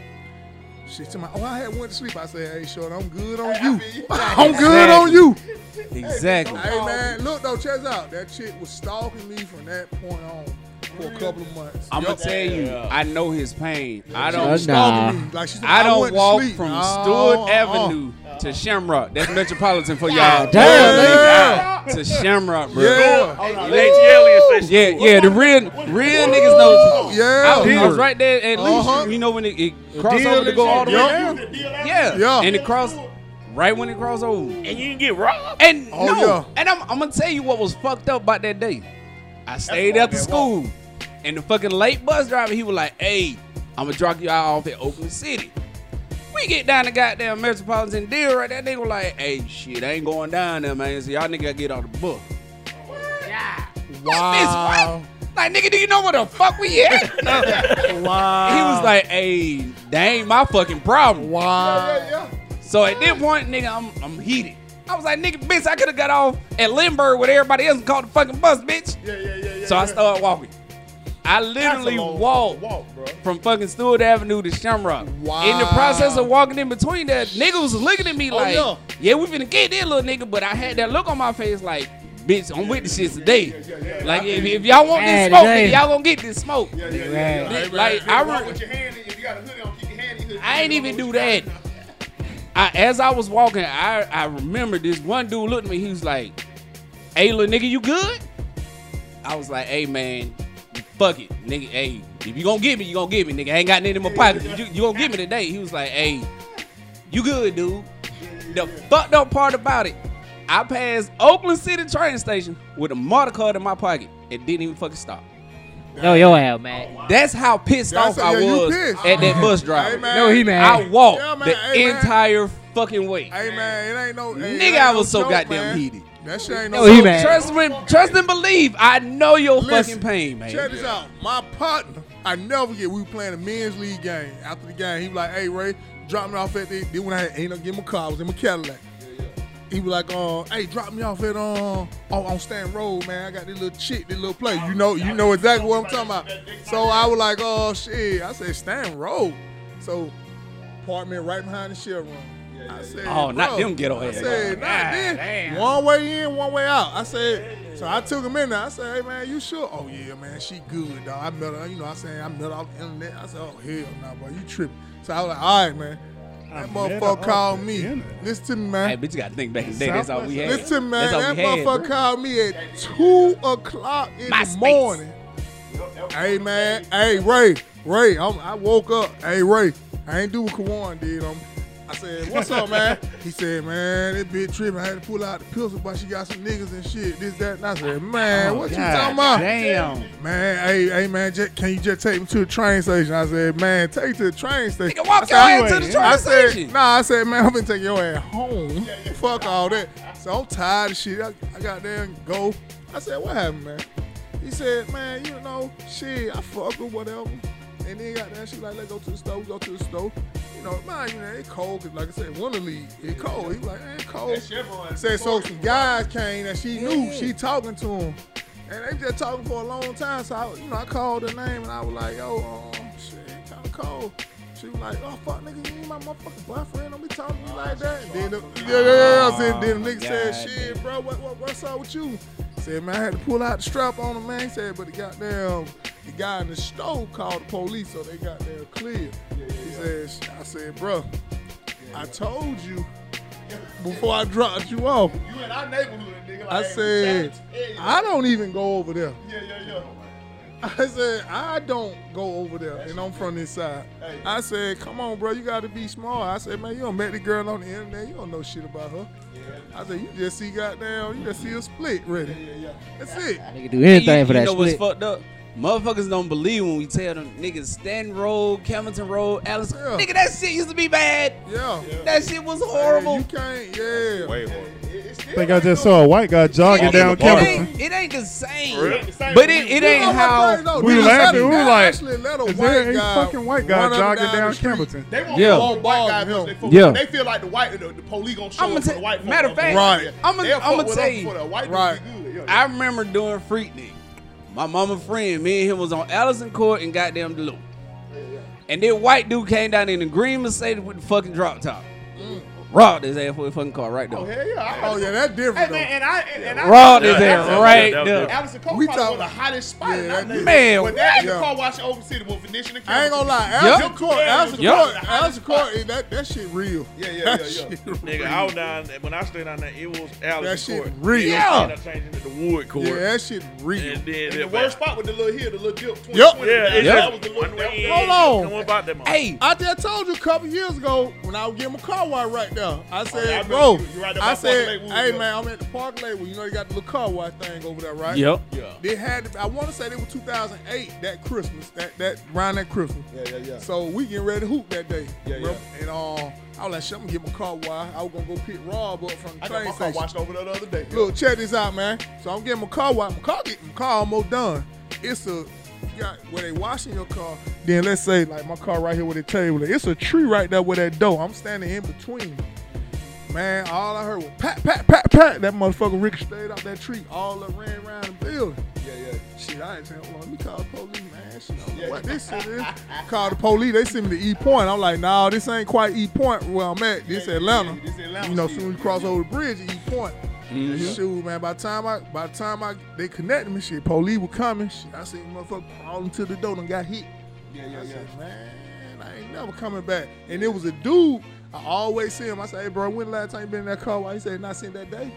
She told me, oh, I had went to sleep. I said, hey, short, I'm good on you. I'm good on you.
Exactly.
Hey man, look though, check this out. That chick was stalking me from that point on for a couple of months.
I'm gonna
Yup.
tell you, I know his pain. I
Uh,
don't.
nah.
Stalking me. Like she said,
I don't
went to
walk
sleep.
from
Nah,
Stewart
uh-uh.
Avenue to Shamrock. That's metropolitan for y'all.
Damn,
To Shamrock, bro.
Yeah.
Yeah, yeah, the real real niggas know.
Yeah.
I was, I was right there at least.
Uh-huh.
You know when it, it cross over to go all the way down. Yeah.
Yeah.
and it crossed right when it crossed over. And you didn't get robbed. And
Oh,
no,
yeah.
and I'm, I'm gonna tell you what was fucked up about that day. I stayed after school, and the fucking late bus driver he was like, "Hey, I'm gonna drop y'all off at Oakland City." We get down to goddamn Metropolitan Deal right there. They was like, "Hey, shit, I ain't going down there, man. So y'all nigga gotta get off the bus." Wow. Like, nigga, do you know where the fuck we at?
Wow.
He was like, hey, that ain't my fucking problem.
wow.
So at this point, nigga, I'm I'm heated. I was like, nigga, bitch, I could have got off at Lindbergh with everybody else and caught the fucking bus, bitch.
Yeah, yeah, yeah, yeah.
so I
yeah.
started walking. I
That's a
literally
long
walked
Walk, bro.
from fucking Stewart Avenue to Shamrock.
Wow.
In the process of walking in between that, nigga was looking at me
Oh,
like,
yeah.
yeah. we finna get that little nigga, but I had that look on my face like, bitch, I'm with the shit today. Like, if, if y'all want this
Yeah,
smoke,
today.
nigga, y'all gonna get this smoke.
Yeah, yeah, yeah. yeah.
Like, like, I
Walk
re-
with your hand in. If you got a hoodie on, keep your hand in your hoodie.
I ain't even do that. I, as I was walking, I, I remember this one dude looked at me. He was like, "Hey, little nigga, you good?" I was like, "Hey, man, fuck it, nigga. Hey, if you gonna get me, you gonna get me, nigga. I ain't got nothing in my pocket. You, you gonna get me today?" He was like, "Hey, you good, dude?" The fucked up part about it, I passed Oakland City train station with a motor card in my pocket. It didn't even fucking stop.
No, yo, hell, man.
That's how pissed
Yeah, I
off
said,
I
yeah, you
was
pissed.
at that bus driver.
Hey, man.
No, he
I
mad.
walked
Yeah, man.
the
Hey, man.
entire fucking way.
Hey man, it ain't no. it ain't
Nigga, I
no
was so
joke,
goddamn
man.
heated.
That shit ain't no.
No, Oh, he mad.
Trust me, trust and believe. I know your fucking
Listen,
pain, man.
Check this out. My partner, I never get. We were playing a men's league game. After the game, he was like, "Hey Ray, drop me off at the." Then when I ain't up getting my car, I was in my Cadillac. He was like, "Uh, hey, drop me off at um on, on Stan Road, man. I got this little chick, this little place. You know, you know exactly what I'm talking about." So I was like, "Oh shit!" I said, "Stan Road." So apartment right behind the shell room. I said,
Oh, not
"Bro,"
them ghetto
I
ass.
said, nah, then one way in, one way out. I said, so I took him in there. I said, hey man, you sure? Oh yeah, man, she good, dog. I met her, you know, I said I met her off the internet. I said, oh hell nah, bro, you tripping. So I was like, all right, man.
I
That
met her
motherfucker
off
called
the
me.
internet.
Listen to me,
Hey,
man.
but you gotta think back in the day. That's all we had.
Listen to me, man.
That's all
That
we had,
motherfucker
bro.
called me at two o'clock in
MySpace.
the morning. Hey man, hey Ray, Ray, I'm, I woke up. Hey Ray, I ain't do what Kawan did. i I said, "What's up, man?" He said, "Man, this bitch tripping. I had to pull out the pistol, but she got some niggas and shit, this that." And I said, "Man, what you talking about?"
Oh, Damn.
Man, hey, hey, man, just, can you just take me to the train station? I said, "Man, take me to the train station."
Nigga, walk
I
your ass to
"You
the
ain't."
train
I said,
station.
"Nah," I said, "Man, I'm gonna take your ass home. Fuck all that." So I'm tired of shit. I, I got there and go. I said, "What happened, man?" He said, "Man, you know, shit, I fuck with whatever." And then got there, she like, "Let's go to the store. We go to the store." You know, mind you, man, it cold. 'cause like I said, winter league, it cold. He was like, "Man, it cold." Said so some guys came that she knew. She talking to him, and they just talking for a long time. So I, you know, I called her name and I was like, "Yo, um, shit, kind of cold." She was like, "Oh fuck, nigga, you ain't my motherfucking boyfriend. Don't be talking to me like that." And then, the, yeah, yeah, yeah. Said, then the nigga said, "Shit, bro, what, what, what's up with you?" Said, "Man, I had to pull out the strap on him, man." He said, "But the goddamn, the guy in the stove called the police, so they got there clear." He said, "Sh- "I said, bro, I told you." Before I dropped you off,
You in our neighborhood, nigga. Like,
I
hey,
said,
Jack, hey,
I don't even go over there.
Yeah, yeah, yeah.
I said, I don't go over there, and I'm from this side. I said, come on, bro, you got to be smart. I said, man, you don't met the girl on the internet. You don't know shit about her. I said, you just see goddamn, you just see a split ready. That's it.
Nigga do anything
you,
for
you
that
know what's
split.
fucked up? Motherfuckers don't believe when we tell them niggas Stan Road, Camilton Road, Alice.
Yeah.
Nigga, that shit used to be bad.
Yeah.
That shit was horrible.
You can't, yeah.
Way horrible.
think I just saw a white guy jogging
it,
down
it,
campus.
ain't, it ain't the same.
Really?
But it, it ain't how.
we laughing, we like,
is
Is there a fucking white guy jogging down Campbellton?
They won't
Yeah.
yeah. fuck white guys
Ball
much. They,
him.
fuck
Yeah.
they feel like the white, the, the police gonna show
I'ma
up for
ta-
the white folk.
matter of fact,
Right.
I'ma-
They'll fuck
I'ma
with
tell
us
you.
for the white
Right.
right. good. Yeah, yeah.
I remember doing Freaknik. My mama friend, me and him was on Allison Court and goddamn Duluth. And then white dude came down in a green Mercedes with the fucking drop top. Robbed his ass for a fucking car right there.
Mm. Hell yeah. I-
Oh, yeah, that's different,
Hey,
though.
man, and I, and, and I.
Robbed his
Yeah,
ass
that-
right
that-
there.
that-
Allison Cole
We
probably one
talk-
of the hottest spots
Yeah,
in
that-
our neighborhood.
Man,
But that in the
yeah.
car wash over city with Venetian and
I ain't gonna lie,
Yup.
Alger Court, Alger
Yup.
Court, Alger Court, eh, that, that shit real.
Yeah, yeah,
That
yeah, yeah.
shit
Nigga, I was down there- when I stayed down there, it was
That
Alex
shit
Court.
real.
Yeah.
And I changed it to Wood Court.
Yeah, that shit real.
And then
And the
that-
worst spot with the little hill, the little dip. 20,
Yup.
20,
Yeah,
that,
it's
that was
just
the little. That, that,
Hold on.
Come about that motherfucker.
Hey,
I just told you a couple years ago when I was getting my car wash right there. I
Oh, yeah, I
said,
remember
bro,
you- you right there by
I
Park
said,
Lakewood,
hey
yeah.
man, I'm at the park label. You know they got the little car wash thing over there, right?
Yup.
They had, to- I want to say they were 2008 that Christmas, that that around that Christmas.
yeah, yeah, yeah.
So we getting ready to hoop that day.
Yeah,
bro.
yeah.
And um, I was like, shit, I'm gonna get my car washed. I was gonna go pick Rob up from the
I got
train
my car
station.
washed over there the other day.
Look, check this out, man. So I'm getting my car washed. My car getting my car almost done. It's a you got where they washing your car. Then let's say like my car right here with the table. It's a tree right there with that door. I'm standing in between. Man, all I heard was pat, pat, pat, pat. That motherfucker ricocheted out that tree. All that ran around the building.
Yeah, yeah.
Shit, I ain't saying, hold on, let me call the police, man. Shit, I don't know
Yeah.
what this shit is. Call the police, they send me to E Point. I'm like, nah, this ain't quite E Point where I'm at. This
Yeah, yeah,
Atlanta.
yeah, this Atlanta
You know,
shit. Mm-hmm.
soon you cross over the bridge, E Point. Shoot, man, by the time I by the time I they connected me, shit, police were coming. Shit, I seen motherfucker crawling to the door and got hit.
Yeah, yeah,
I
yeah.
said, man, I ain't never coming back. And it was a dude. I always see him. I said, hey, bro, when the last time you been in that car? Why he said, not seen that day?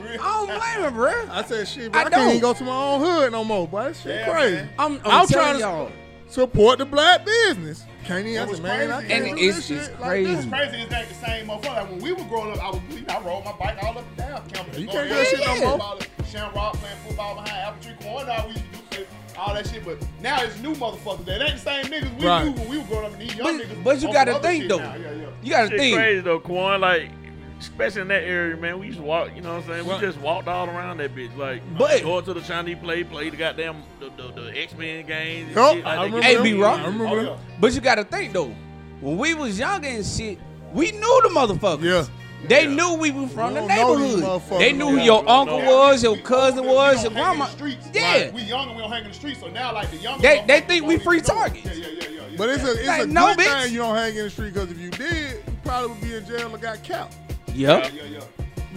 I don't blame him, bro.
I said, shit, bro,
I
I, can't
don't.
even go to my own hood no more, boy. That shit
Yeah,
crazy.
man.
I'm, I'm,
I'm
telling
tryna-
y'all.
Support the black business. Can't even
That
answer,
was
man. I
crazy.
can't
And
do
it's-
this shit
it's
like
crazy.
this.
It's crazy. It's not the same motherfucker. Like when we were growing up, I was, you know, I rode my bike all up and down campus.
You
Go
can't do
there,
that shit no
playing
more.
ball, Shamrock playing football behind apple tree corner. All we used to do play all that shit, but now it's new motherfuckers. That ain't the same niggas we
Right.
knew when we were growing up. And these young
But,
niggas.
but you
on
gotta
other
think
shit
though.
now. Yeah, yeah.
You gotta
Shit
think.
crazy though, Quan. Like especially in that area, man, we used to walk, you know what I'm saying?
Right.
We just walked all around that bitch. Like,
But-
go to the Chinese play, play the goddamn the, the, the X Men games. and
Yup,
shit
I
like that.
remember
Hey,
them.
B Rock.
I
Oh,
remember them.
But you gotta think though, when we was younger and shit, we knew the motherfuckers.
Yeah.
They knew we were from
We
the
don't know these
neighborhood.
motherfuckers.
They knew who
Yeah,
your
we don't
uncle
know.
was, your
We-
cousin
we don't
was, your
hang in
grandma.
the streets.
Yeah.
Like, we young and we don't hang in the streets, so now like the young.
They-
ones
they
don't-
think
don't
we
even
free
know.
targets.
Yeah, yeah, yeah, yeah, yeah.
But it's a it's
Like,
a
no,
good
bitch.
thing you don't hang in the street because if you did, you probably would be in jail or got capped.
Yep.
yeah, yeah.
You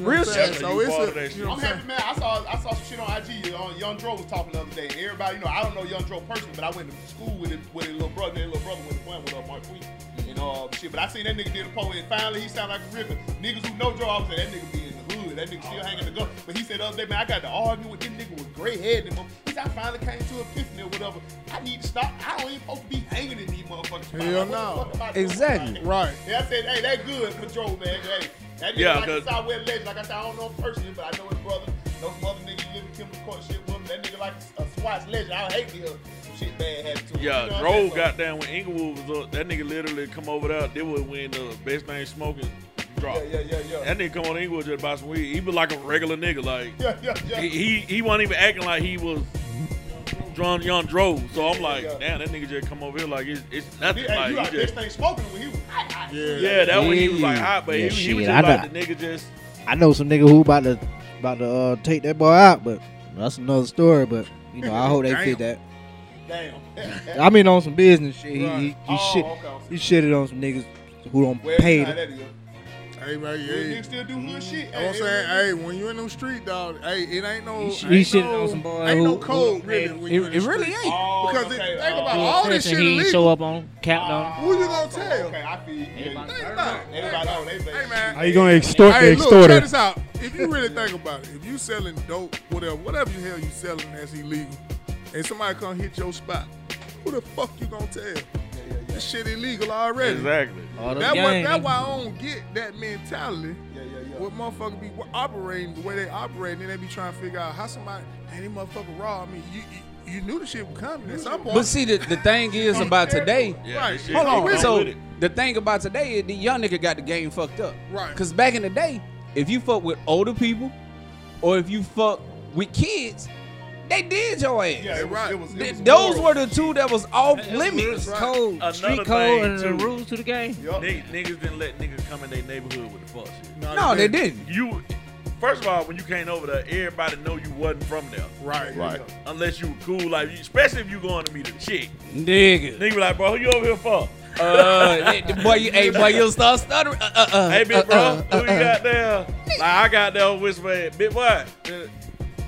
know
Real
what I'm saying?
shit.
So
You part of
it's
that
a
shit.
you know
I'm
what I'm
happy, man. I saw I saw some shit on IG.
uh,
On Young Dro was talking the other day. Everybody, you know, I don't know Young Dro personally, but I went to school with his, with his little brother. Their little brother went to one with uh, Mark Tweet and uh, shit. But I seen that nigga did a poll, and finally he sounded like a ripper. Niggas who know Dro, I was like, that nigga be in the hood. That nigga still hanging the gun. But he said the other day, man, I got to argue with this nigga with gray hair. And him. He said, I finally came to epiphany or whatever. I need to stop. I don't even supposed to be hanging in these motherfuckers. Like,
Hell
what the
no.
fuck am I doing?
Exactly.
Like,
Right.
yeah, I said, hey, that good control, man. Hey, that nigga
Yeah,
like a
'cause-
Southwest legend. Like I said, I don't know him personally, but I know his brother. Know some other niggas live in Kimberly Court shit with him. That nigga like a Swatch legend. I hate me a shit bad happened to him.
Yeah,
you know what I'm saying?
Drove
So-
got down when Inglewood was up. That nigga literally come over there. They would win the best thing smoking drop.
Yeah, yeah, yeah, yeah.
That nigga come on Inglewood just buy some weed. He was like a regular nigga. Like
Yeah, yeah, yeah.
he he, he wasn't even acting like he was drunk young Drove. So I'm like,
Yeah.
damn, that nigga just come over here like it's, it's
He-
nothing.
hey,
like
you like
he
this
just
thing smoking when he was hot, hot.
saying? Yeah.
yeah, that one he was like
Yeah.
hot, but
Yeah,
he, he was
shit,
just
I
like
got-
the nigga just
I know some nigga who about to about to uh, take that boy out, but that's another story. But you know, I hope they fit that.
Damn.
I mean, on some business shit, he,
Right.
he, he
Oh,
shit,
okay, okay.
he shitted on some niggas who don't
Well,
pay.
nah,
them.
that is.
Hey man,
Well,
yeah.
Niggas still do good shit.
You know what I'm saying, hey, when you in them street, dog, hey, it ain't no,
He sh-
ain't
he shitting
no,
on some boy
ain't
who-
no
who
code
don't
really.
pay.
When
It,
you in the
it really
street.
ain't.
Oh,
Because
okay,
it- think
oh,
about
He
all this
offensive,
shit
he ain't
illegal.
show up on, capped on.
Who you gonna
so,
tell?
Okay, I feel you. Yeah,
Think about it.
Everybody know they
Hey man,
How you gonna extort the
Hey, look, check
extorter?
this out. If you really think about it, if you selling dope, whatever, whatever the hell you selling that's illegal, and somebody come hit your spot, who the fuck you gonna tell? This shit illegal already.
exactly.
All them
That why,
gang.
that why I don't get that mentality.
Yeah, yeah, yeah.
What motherfuckers be operating the way they operate, and then they be trying to figure out how somebody, hey, they motherfucker raw. I mean, you, you you knew the shit was coming at some point.
But see, the, the thing is about today.
Yeah,
right.
that shit-
Hold
I'm
on.
with
So
it.
the thing about today is the young nigga got the game fucked up.
Right.
Cause back in the day, if you fuck with older people, or if you fuck with kids, they did your ass.
Yeah, it was,
Right.
it was,
Th-
it was
those
moral.
were the two that was off
It's
limits.
cold,
Another
street
thing,
code, and the
too.
rules to the game.
Yup.
Nigg- Niggas didn't let niggas come in their neighborhood with the fuck shit.
No, they didn't.
You, first of all, when you came over there, everybody know you wasn't from there.
Right.
Right.
Unless you were cool, like you, especially if you going to meet a chick.
Nigga.
Nigga be like, bro, who you over here for?
Uh, hey, boy, you, hey, boy, you'll start stuttering. Uh, uh, uh,
Hey, big
uh,
bro,
uh,
who you got there? Like, I got there whispering, big boy.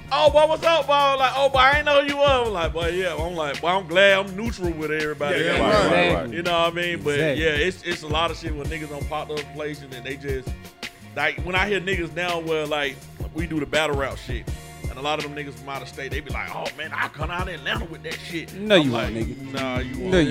Oh, boy, what's up, boy? Like, oh, boy, I ain't know who you was. I'm like, boy, yeah. I'm like, boy, I'm glad I'm neutral with everybody.
Yeah,
else.
right,
Like,
right, right.
You know what I mean? But
Exactly.
yeah, it's it's a lot of shit where niggas don't pop up place and then they just like when I hear niggas now where like we do the battle rap shit. And a lot of them niggas from out of state, they be like, "Oh man, I come out of Atlanta with that shit."
No, you
like,
won't, nigga.
Nah, you won't.
No, you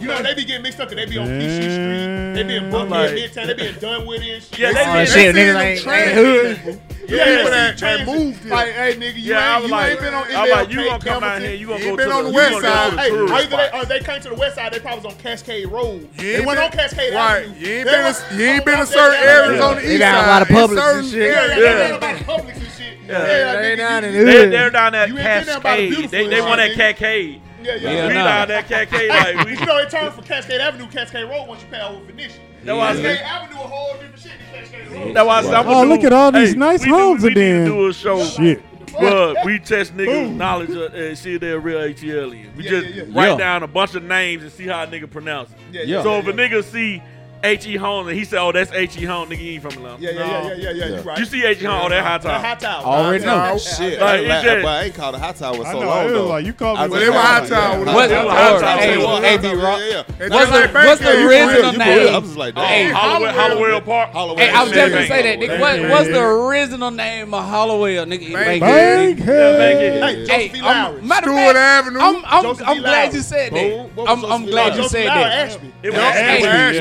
You know, they be getting mixed up 'cause they be on PC Street. They be in Brooklyn,
Like-
Midtown. They be in Dunwoody and shit.
Yeah, they
They-
be-
Oh, shit, niggas ain't, ain't hood.
Yeah,
Yeah,
people that,
see,
that
transit.
moved here. Like, hey, nigga, you
yeah, I
ain't,
was
you
like,
ain't been on
I'm like, you
MLK,
gonna come out
Campbellton.
here, you
You
gonna
ain't
go
been
to
on
the
the
you
west
gonna
side.
Go to
Hey,
the tourist
either they,
spots.
or they came to the west side, they probably was on Cascade Road.
You
they
ain't
went
been-
on Cascade
Right.
Avenue.
You ain't
They
been
was-
in- you ain't been in
on
certain
that
areas
area.
on the
They
east
got a
side.
lot of
In
Publix and
certain
shit.
Yeah, yeah, they
areas.
about Publix and shit. Yeah,
They
nigga,
down
you-
in
you-
the hood.
They, they're down at
You ain't been down by the
Cascade.
beautiful
They, they
and
want that
shit, nigga.
Cascade.
Yeah, yeah.
Yeah,
we
nah.
down that Cascade. Like we,
You know, it turned from Cascade Avenue, Cascade Road once you pass over Venetian.
That's why I
Cascade
said-
Avenue, a whole different shit than Cascade Road.
that's why I said I'm
Oh,
gonna
look
do-
at all these
hey,
nice
we do-
homes
We need
again.
to do a show.
Shit.
But we test niggas' knowledge of, and see if they're real ATLian. We
Yeah,
just
yeah, yeah.
write
Yeah.
down a bunch of names and see how a nigga pronounce it.
Yeah, yeah,
so
yeah,
if a
yeah.
nigga see H.E. Holmes and he say, oh, that's H.E. Holmes, nigga, you ain't from Atlanta.
Yeah, yeah, yeah, yeah, yeah, yeah, you right.
You see H.E. Holmes, oh, that high
The
top.
hot tower.
Already know.
Nah,
Shit,
Like,
I,
it's
like,
just-
boy, I ain't called a hot tower in so
I know,
long
it was
though.
like, you called
I
me-
just-
It was hot
yeah,
tower.
hot
What-
tower.
or-
hot tower.
hey,
It was
hey,
hot tower,
B-Rock.
yeah, yeah.
It's
What's
just like
the, what's the
Bankhead, you
original
real, you
name?
I'm just like,
Oh,
Hey,
Hollowell, Hollowell Park.
Holloway.
Hey, I was just gonna
Bang.
say that, nigga. What,
Bang.
what's the original name of Hollowell, nigga?
Bang,
Bang.
Bang.
Yeah,
hey.
Bang
Hey,
Hey,
Joseph E.
I'm,
Lowry.
matter of
Stewart
fact,
Avenue.
I'm, I'm,
Joseph
I'm
E.
glad
Lowry.
you said
Boom.
that.
What was
I'm,
Joseph
I'm
E.
glad
Lowry?
you said
Lowry
that.
asked me.
it was
Yeah,
Ashby.
Ashby.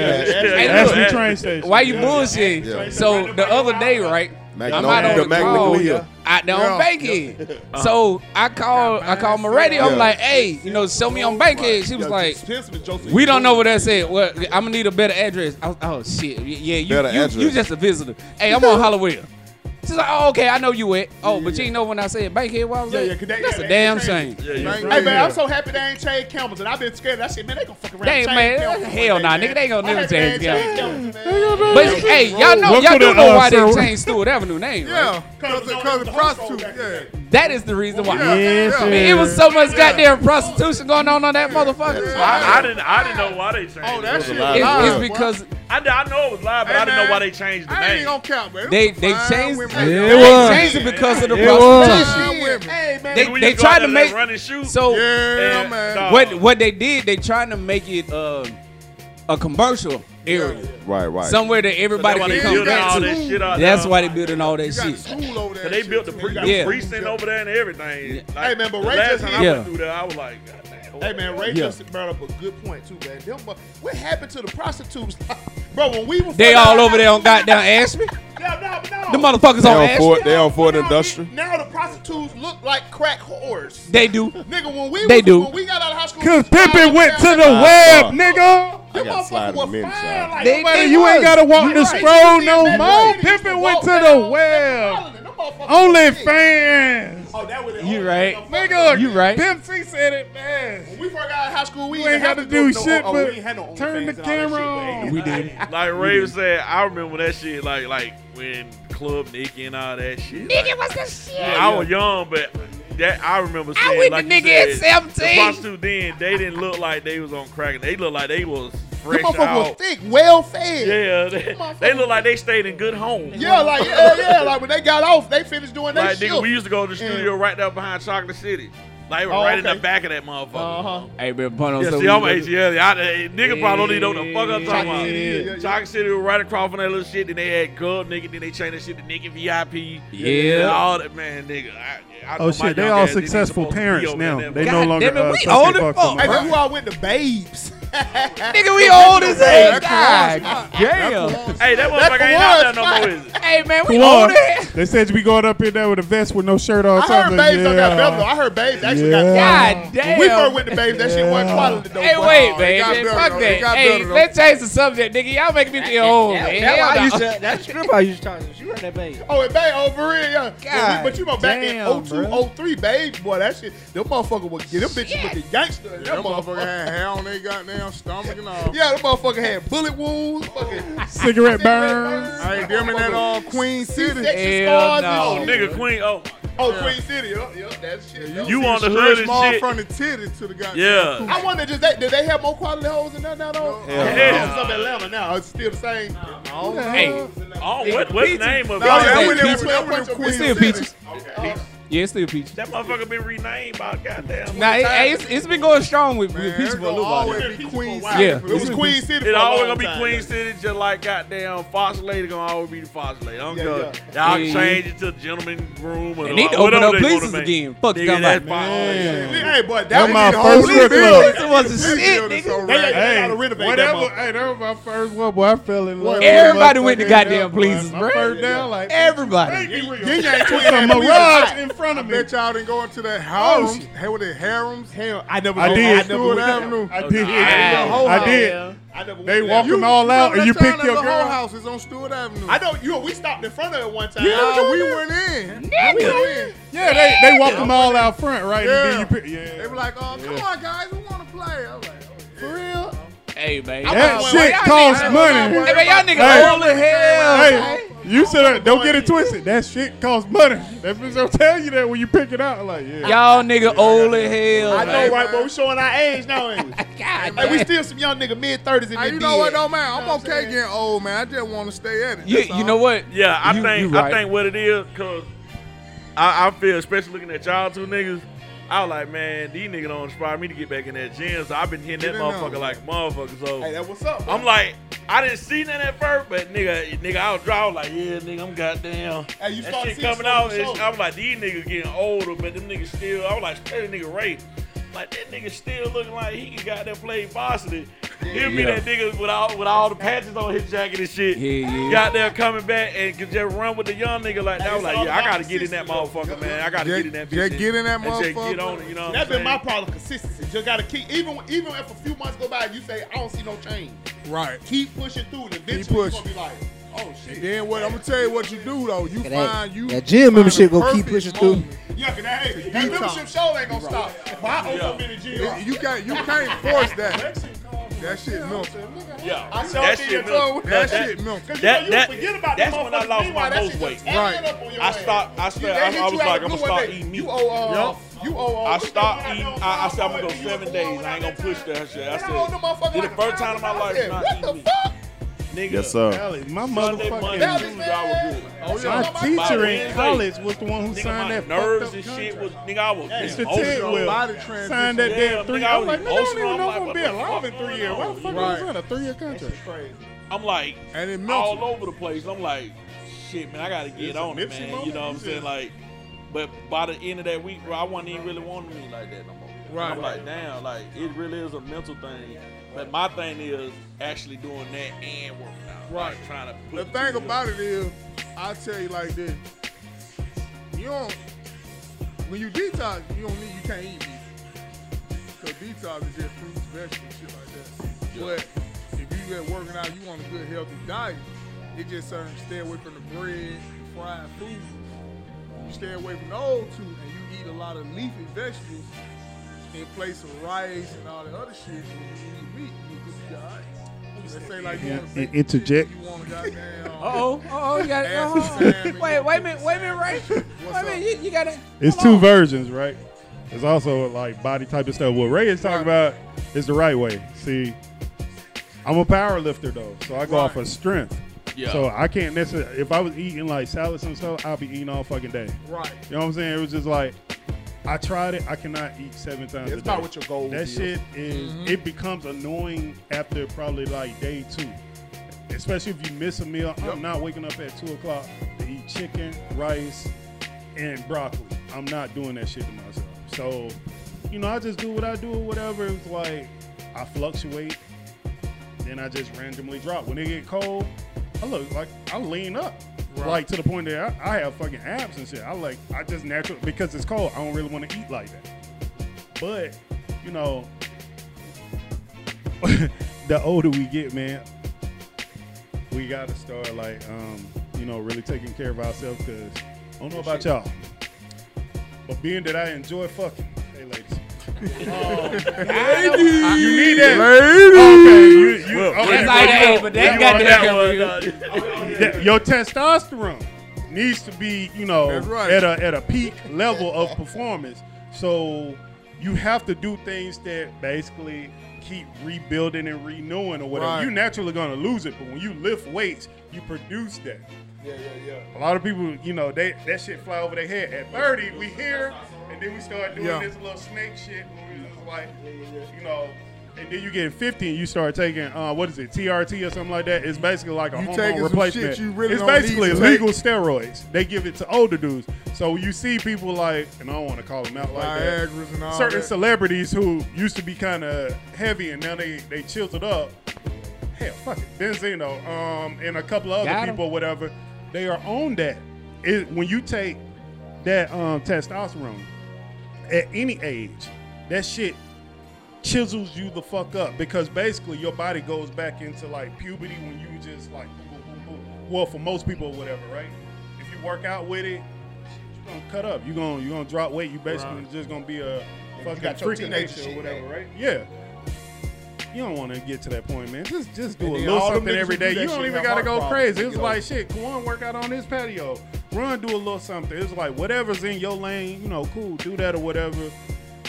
Yeah,
Hey,
Ashby
look.
train station.
Why you
Yeah.
bullshitting?
Yeah.
So the other day, right?
Mac-
I'm
no,
out on
the
the call.
Magnolia.
out there on
Yeah.
Bankhead. So I called I called Moretti. I'm
Yeah.
like, hey, you know, sell me on Bankhead. She was
Yeah,
like,
Spencer and Joseph
we don't know
Gordon.
what that's at. Well, I'm gonna need a better address. I was, oh shit, Y- yeah, you
Better
you,
address.
you just a visitor. Hey, I'm on Hollowell. She's like, oh okay, I know you at. Oh, but you know when I said Bankhead, why was
Yeah,
that?
yeah, 'cause that-
that's
yeah,
a
that-
damn
that
shame.
changed. Hey man, I'm so happy they ain't changed Campbellton. I've been scared of that shit. Man, they gonna fuck around.
They ain't,
change
man.
Campbellton one
Hell
day,
nah,
man.
nigga, they ain't gonna
I
never
hope
change
they
Campbellton.
ain't changed Campbellton,
But
man.
hey, y'all know
Welcome
y'all
to
do
the,
know
uh,
why they
Sir-
changed Stewart Avenue name, right?
Yeah, because because the prostitute. Yeah.
That is the reason why.
Yes,
I mean,
sir.
it was so much goddamn prostitution going on on that motherfucker.
I, I didn't. I didn't know why they changed. Oh,
that
shit It's- live. it's because-
I, I know it was live, but I didn't know why they changed the
I
name.
ain't gonna count, man.
They they changed
women.
they
It was.
changed it because of the
It
prostitution.
was. Women.
Hey man,
They, they tried to make
running shoot.
so
Yeah, man.
what what they did they trying to make it uh, a commercial area
Right, right.
somewhere that everybody
So that's
can
why they
come
building
back
all
to.
that shit out
That's
there.
why they building all that shit.
School over
So
there.
they built the pre-
Yeah.
precinct over there and everything. Like,
Hey, man, but
the
Ray
last
just-
time I
Yeah.
went through there, I was like, God damn.
Hey man, Ray
Yeah.
just brought up a good point too, man. Them, bu- what happened to the prostitutes, bro? When we were
They all over there on goddamn Ashby.
No, no, no.
The motherfuckers
They
on
on Ford,
Ashby.
they on Ford
Now,
Industrial.
Now the prostitutes look like crack whores.
They do.
Nigga, when we
They
was-
do.
when we got out of high school,
Cause
we was
Pippin
wild
went to
down
the
there.
web, nigga.
I got slide
Motherfucker
in a
was
minute,
fine,
child.
like,
They-
nobody
they
You ain't
was.
gotta walk
You
the
right.
scroll no
Them
more.
ladies used
Pippin went
walk
to
down
the
Pippin
web.
Island. Them motherfuckers
Only
was big.
fans.
Oh, that was
You right.
Nigga,
You right.
Pimp C said it best.
When we first got out of high school, we
You ain't
got
got to do shit
no, oh, we ain't had no
but turn the
OnlyFans and all that
camera
shit, man.
on.
We did.
Like Ray was saying, I remember that shit. Like like when Club Nikki and all that shit. Nikki was the shit. I was young, but that I remember. Seeing,
went to
like you
Nikki at
said,
17.
The prostitute then they didn't look like they was on crack. and They looked like they was
Them
fresh
motherfuckers was
out.
thick, well fed.
Yeah, they,
motherfuckers-
they look like they stayed in good homes.
Yeah, like yeah, yeah, like when they got off, they finished doing their
Like
shit.
nigga, we used to go to the
Yeah.
studio right there behind Chocolate City. Like
Oh,
right in
okay.
the back of that motherfucker.
Uh-huh.
Hey, man, pun on
Yeah,
something.
see, I'm ACL. I, hey, nigga probably don't even know what the fuck I'm talking
Chocolate City, yeah, yeah,
about.
yeah.
Chocolate City was right across from that little shit. Then they had Gub, nigga. Then they changed that shit to Nigga VIP.
Yeah.
And all that, man, nigga. I, I know
Oh
my
shit, they
young
all
ass didn't
successful
supposed to be
parents
over
now.
there,
They
but-
no
God
longer
damn it,
uh,
we
sucky
old as
fucks
fuck,
no
Hey,
more.
that's who I went to babes.
Nigga, we old as hell.
That's
God damn.
Hey, that
That's
motherfucker ain't out
the
there no more, is it?
Hey, man, we
Come
old
on.
as hell.
They said we going up in there with a vest with no shirt on.
I heard
something.
babes don't got
Yeah.
bevel. though. I heard babes actually
Yeah.
got
God
bevel. When we
damn.
first went to babes, that shit wasn't quality though.
Hey,
but-
wait,
Oh,
man.
it got
man,
better,
fuck
though. It
that.
got
Hey,
better, though.
let's change the subject, nigga. Y'all making me feel old, man.
That's why I
Hell
used
no.
to, that stripper I used to talk to, she ran that babe.
Oh, it babe over here, yeah. Yeah,
God
we- but you know, back
damn,
in 02,
bro.
03, babe, boy, that shit, them motherfucker would get them bitches
Shit.
with the gangster. and them
Motherfucker
motherfucker.
had hair on their goddamn stomach and all.
Yeah, them motherfucker had bullet wounds, fucking
Cigarette burns.
I ain't them in that uh, Queen City.
C-section
Hell
scars.
no.
and-
Nigga, Queen. Oh,
Oh, Queen City, yup, yup, that shit. yup.
you on the
Stretch
hood
ball
and shit.
from the titty to the goddamn.
Yeah.
I wonder, does they, do they have more quality hoes than that now, though?
Hell
Hoes
no.
is up in Atlanta now. It's still the same.
Hey,
Oh, what, what's the name of
No, that
Hey,
one
Peaches.
in- that one in Queen
it's still
City.
peaches.
Okay.
Yeah, it's still peaches.
That motherfucker been renamed by goddamn.
Nah, it, hey, it's, it's been going strong with, with
Man,
peaches
it's
for a
gonna
little while. now.
always be Queen
Wow.
City.
Yeah.
It was Queen City.
It
for a
always
long
gonna be
time.
Queen City, just like goddamn Fox Lady gonna always be the Fox Lady. I'm
Yeah,
good.
yeah.
Y'all
Yeah.
change it to the gentleman room or
Mm-hmm. They need to
whatever
open up
they wanna
places
make.
again. Fuck you
nigga,
talking
that's
about.
Fox Lady.
Hey, boy, that
That's
was
my
the
first
holy
strip
building.
club.
Peaches was a
This
shit,
building
nigga.
so
They, they,
right.
they
Hey,
gotta renovate that
whatever.
motherfucker.
Hey, that was my first one, boy. I fell in love. with
Everybody went to
motherfucking
goddamn
hell,
pleases,
boy.
bruh.
My first down, like
Everybody.
Ying Yang
Put
Twins
some
had police
mirage
attack.
in front of
I
me.
bet y'all didn't go into that
Oh,
harems.
shit.
Hey, what they harems?
Hell, I never.
I
went-
did.
I never went
Stewart
down.
Avenue. I
Oh,
did.
nah.
whole
I
house.
did.
I never. went
They
down.
walk them all out, and
remember
you
that
picked
time
your
that whole
girl.
house is on Stewart Avenue.
I know. You. know, We stopped in front of it one time.
yeah, we went in. We went in.
Yeah, they they walked them all out front, right?
Yeah.
And then you pick, yeah.
They were like, "Oh, come on, guys, we want to play." I was like, oh, "For real?"
Hey, man.
that
Y'all-
shit
y'all
costs
niggas-
money.
Hey, man, y'all
Hey.
niggas old as hell. man.
Hey, you said that. Don't get it twisted. That shit costs money. That bitch don't tell you that when you pick it out. Like, yeah.
Y'all nigga old as hell.
I
man.
know, right? But we showing our age now, ain't we?
God
Hey, we
damn.
still some young nigga mid thirties in
Hey,
this.
you know what though, man?
know
I'm
what I'm
okay
saying?
getting old, man. I just want to stay at it.
You,
That's
you
all.
know what?
Yeah, I
You-
think
you
I
right.
think what it is, cause I, I feel especially looking at y'all two niggas, I was like, man, these niggas don't inspire me to get back in that gym. So I've been hitting that
Get in there.
motherfucker like a motherfucker. So
Hey, that what's up?
I'm like, I didn't see nothing at first, but nigga, nigga, I was dry. I was like, yeah, nigga, I'm goddamn.
Hey, you
that
start
shit
seeing
coming
some
out.
of the
it's-
shows.
I'm like, these niggas getting older, but them niggas still. I was like, that nigga Ray, like that nigga still looking like he can goddamn play varsity. He'll be
Yeah.
that nigga with all with all the patches on his jacket and shit.
Yeah, yeah.
Got there coming back and could just run with the young nigga like that. I was
it's
like, yeah, I
all
gotta
about
get in that motherfucker, man. I gotta
Just-
get in that bitch.
just
and-
get in that
and just Get
motherfucker.
on it, you know what I'm
That's been
saying?
my problem, consistency. Just gotta keep even even if a few months go by and you say I don't see no change,
Right.
keep pushing through and eventually you're
pushing.
gonna be like, oh
And
shit.
then what? I'm gonna tell you what you do though. You
That-
find you
that gym
find
membership
the
gonna keep
perfect
pushing through.
moment.
Yeah, cause that, hey, that membership show ain't gonna stop. But I owe so many G's.
It- You can't you can't force that. That shit mental.
Yeah.
I sure
That
did
shit
get thrown
look-
with
That
that-
shit mental.
Cause
That-
you, know,
that-
you forget about
that's
them
when I
motherfuckers.
lost my
Meanwhile, that
most
shit
weight.
just adding up on your
I
ass.
stopped. I
You-
started.
they
I,
hit
I was
you out
like,
the
I'm
blue
gonna
one
start
day.
eating meat.
You owe, uh, you owe, uh,
I
what
stopped
you
eating.
know,
I, I said I'm gonna go
you owe
seven
old
days.
one
I ain't gonna
that
push
time.
that shit. I
And I owe them
said,
motherfuckers
did the
like
first time in my
$1,000.
life not
What
eating
the
meat.
fuck?
Nigga,
Yes, sir.
Alex, my
Sunday, Monday,
motherfucking
Alex,
Tuesday, I was good.
Oh,
my
yeah.
teacher in
Wednesday.
college was the one who
Nigga, my
signed that
nerves
fucked
and
up
shit
contract.
was nigga. I was
It's
Oh,
the
emotional.
tent will
Body
signed
transition.
that
Yeah,
damn three.
nigga,
I
I
was
was
like, man, I don't
emotional.
even
I'm
know
like,
I'm gonna
what
be
the
alive in
fuck
three
going
years. Why the
on?
fuck
Right.
was on a three-year contract?
Crazy.
I'm like
And it mental.
all over the place. I'm like, shit, man, I gotta get on it, man. You know what I'm saying? Like, but by the end of that week, bro, I wasn't even really wanting me like that no more.
Right.
I'm like, damn, like it really is a mental thing. But my thing is actually doing that and working out. Right. Like, trying to.
The
Put
thing about it is, I tell you like this: you don't when you detox, you don't need you can't eat meat. Cause detox is just fruits, vegetables, shit like that. But if you get working out, you want a good healthy diet. It just certain stay away from the bread, fried food. You stay away from those two, and you eat a lot of leafy vegetables in place of rice and all that other shit. When you eat meat, you could be alright. Let's say like you
Yeah,
want a big
interject.
chicken, You want a goddamn.
Uh-oh. Uh-oh. oh, You got it.
Ass
Uh-oh.
salmon.
Wait, wait a minute. Wait a minute, Ray. Wait a
up?
minute. You, you got it.
It's
Hold
two
on.
versions, right? It's also like body type and stuff. What Ray is talking about is the right way. See, I'm a power lifter though, so I go off of strength.
Yeah.
So I can't necessarily. If I was eating like salads and stuff, I'd be eating all fucking day.
Right.
You know what I'm saying? It was just like I tried it. I cannot eat seven times. a
It's
day.
about what your goals
That
is.
shit Mm-hmm. is. It becomes annoying after probably like day two, especially if you miss a meal. I'm not waking up at two o'clock to eat chicken, rice, and broccoli. I'm not doing that shit to myself. So, you know, I just do what I do or whatever. It's like I fluctuate. Then I just randomly drop. When it get cold, I look like I lean up, like to the point that I, I have fucking abs and shit. I like I just natural because it's cold. I don't really want to eat like that. But you know, the older we get, man, we gotta start like um, you know really taking care of ourselves. Cause I don't know about y'all, but being that I enjoy fucking, hey ladies. you need that. Okay, you, you, okay,
That's all that is, but
you
that
on
goddamn
that- your testosterone needs to be, you know,
That's right.
at a at a peak level of performance. So you have to do things that basically keep rebuilding and renewing or whatever.
Right.
You're naturally gonna lose it, but when you lift weights, you produce that.
Yeah, yeah, yeah.
A lot of people, you know, they that shit fly over their head. At 30, we here, and then we start doing
Yeah.
this little snake shit where we just like, you know. And then you get 50 and you start taking, uh, what is it, TRT or something like that? It's basically like a
You taking
hormone
some
replacement.
shit you really
it's
don't need
basically
to take.
legal steroids. They give it to older dudes. So you see people like, and I don't want to call them out like that.
Viagra's and all
Certain
that.
celebrities who used to be kind of heavy and now they, they chiseled up. Hell, fuck it. Benzino um, and a couple of other
Got 'em.
people, whatever, they are on that. It, when you take that um, testosterone at any age, that shit chisels you the fuck up because basically your body goes back into like puberty when you just like boom, boom, boom, boom. well for most people or whatever, right? If you work out with it, you're gonna cut up. You're gonna you're gonna drop weight. You basically just gonna be a fucking
got your
freak of
teenager
nature or
shit,
whatever,
man.
right? Yeah. You don't want to get to that point, man. Just just do a
then
little
all them
something
niggas
every
who do
day.
that
You
shit
don't even
have
gotta
heart
go
problems,
crazy. It's
nigga.
like shit. Kwan work out on this patio. Run, do a little something. It's like whatever's in your lane, you know, cool, do that or whatever.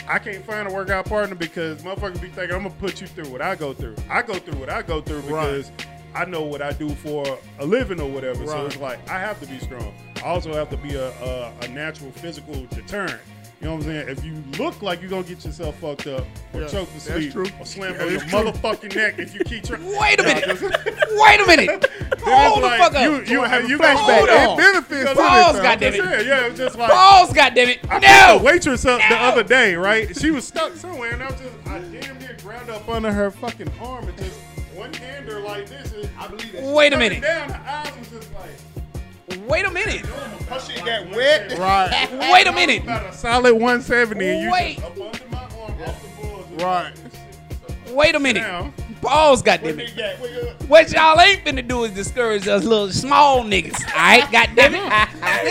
I can't find a workout partner because motherfucker be thinking I'm gonna put you through what I go through. I go through what I go through because I know what I do for a living or whatever. So
Right.
it's like I have to be strong. I also have to be a, a, a natural physical deterrent. You know what I'm saying? If you look like you're gonna get yourself fucked up or
Yeah,
choke to
that's
sleep
true.
or slam
Yeah,
on your
that's true.
motherfucking neck if you keep trying.
Wait a minute. Wait a minute.
Then
Hold
it's
the
like,
fuck up.
You, you, have you
flashback.
got-
Hold
It
on.
benefits to
Balls,
this,
goddamn it.
Yeah, yeah, it's just like
Balls, goddammit.
I picked
No.
a waitress up the
No.
other day, right? She was stuck somewhere, and I was just, I damn near grabbed grabbed up under her fucking arm and just one hander like this. And I believe that. she
Wait a
turned
minute.
Down, her eyes was just like
Wait a minute.
Her shit got wet.
right.
Wait a minute.
About a solid 170. And you
Wait.
just up under my arm, off the balls. and
Right.
Wait a minute.
Down.
Pause, goddamn it.
Big gap, where your-
What y'all ain't finna do is discourage us little small niggas. All right, goddamn it.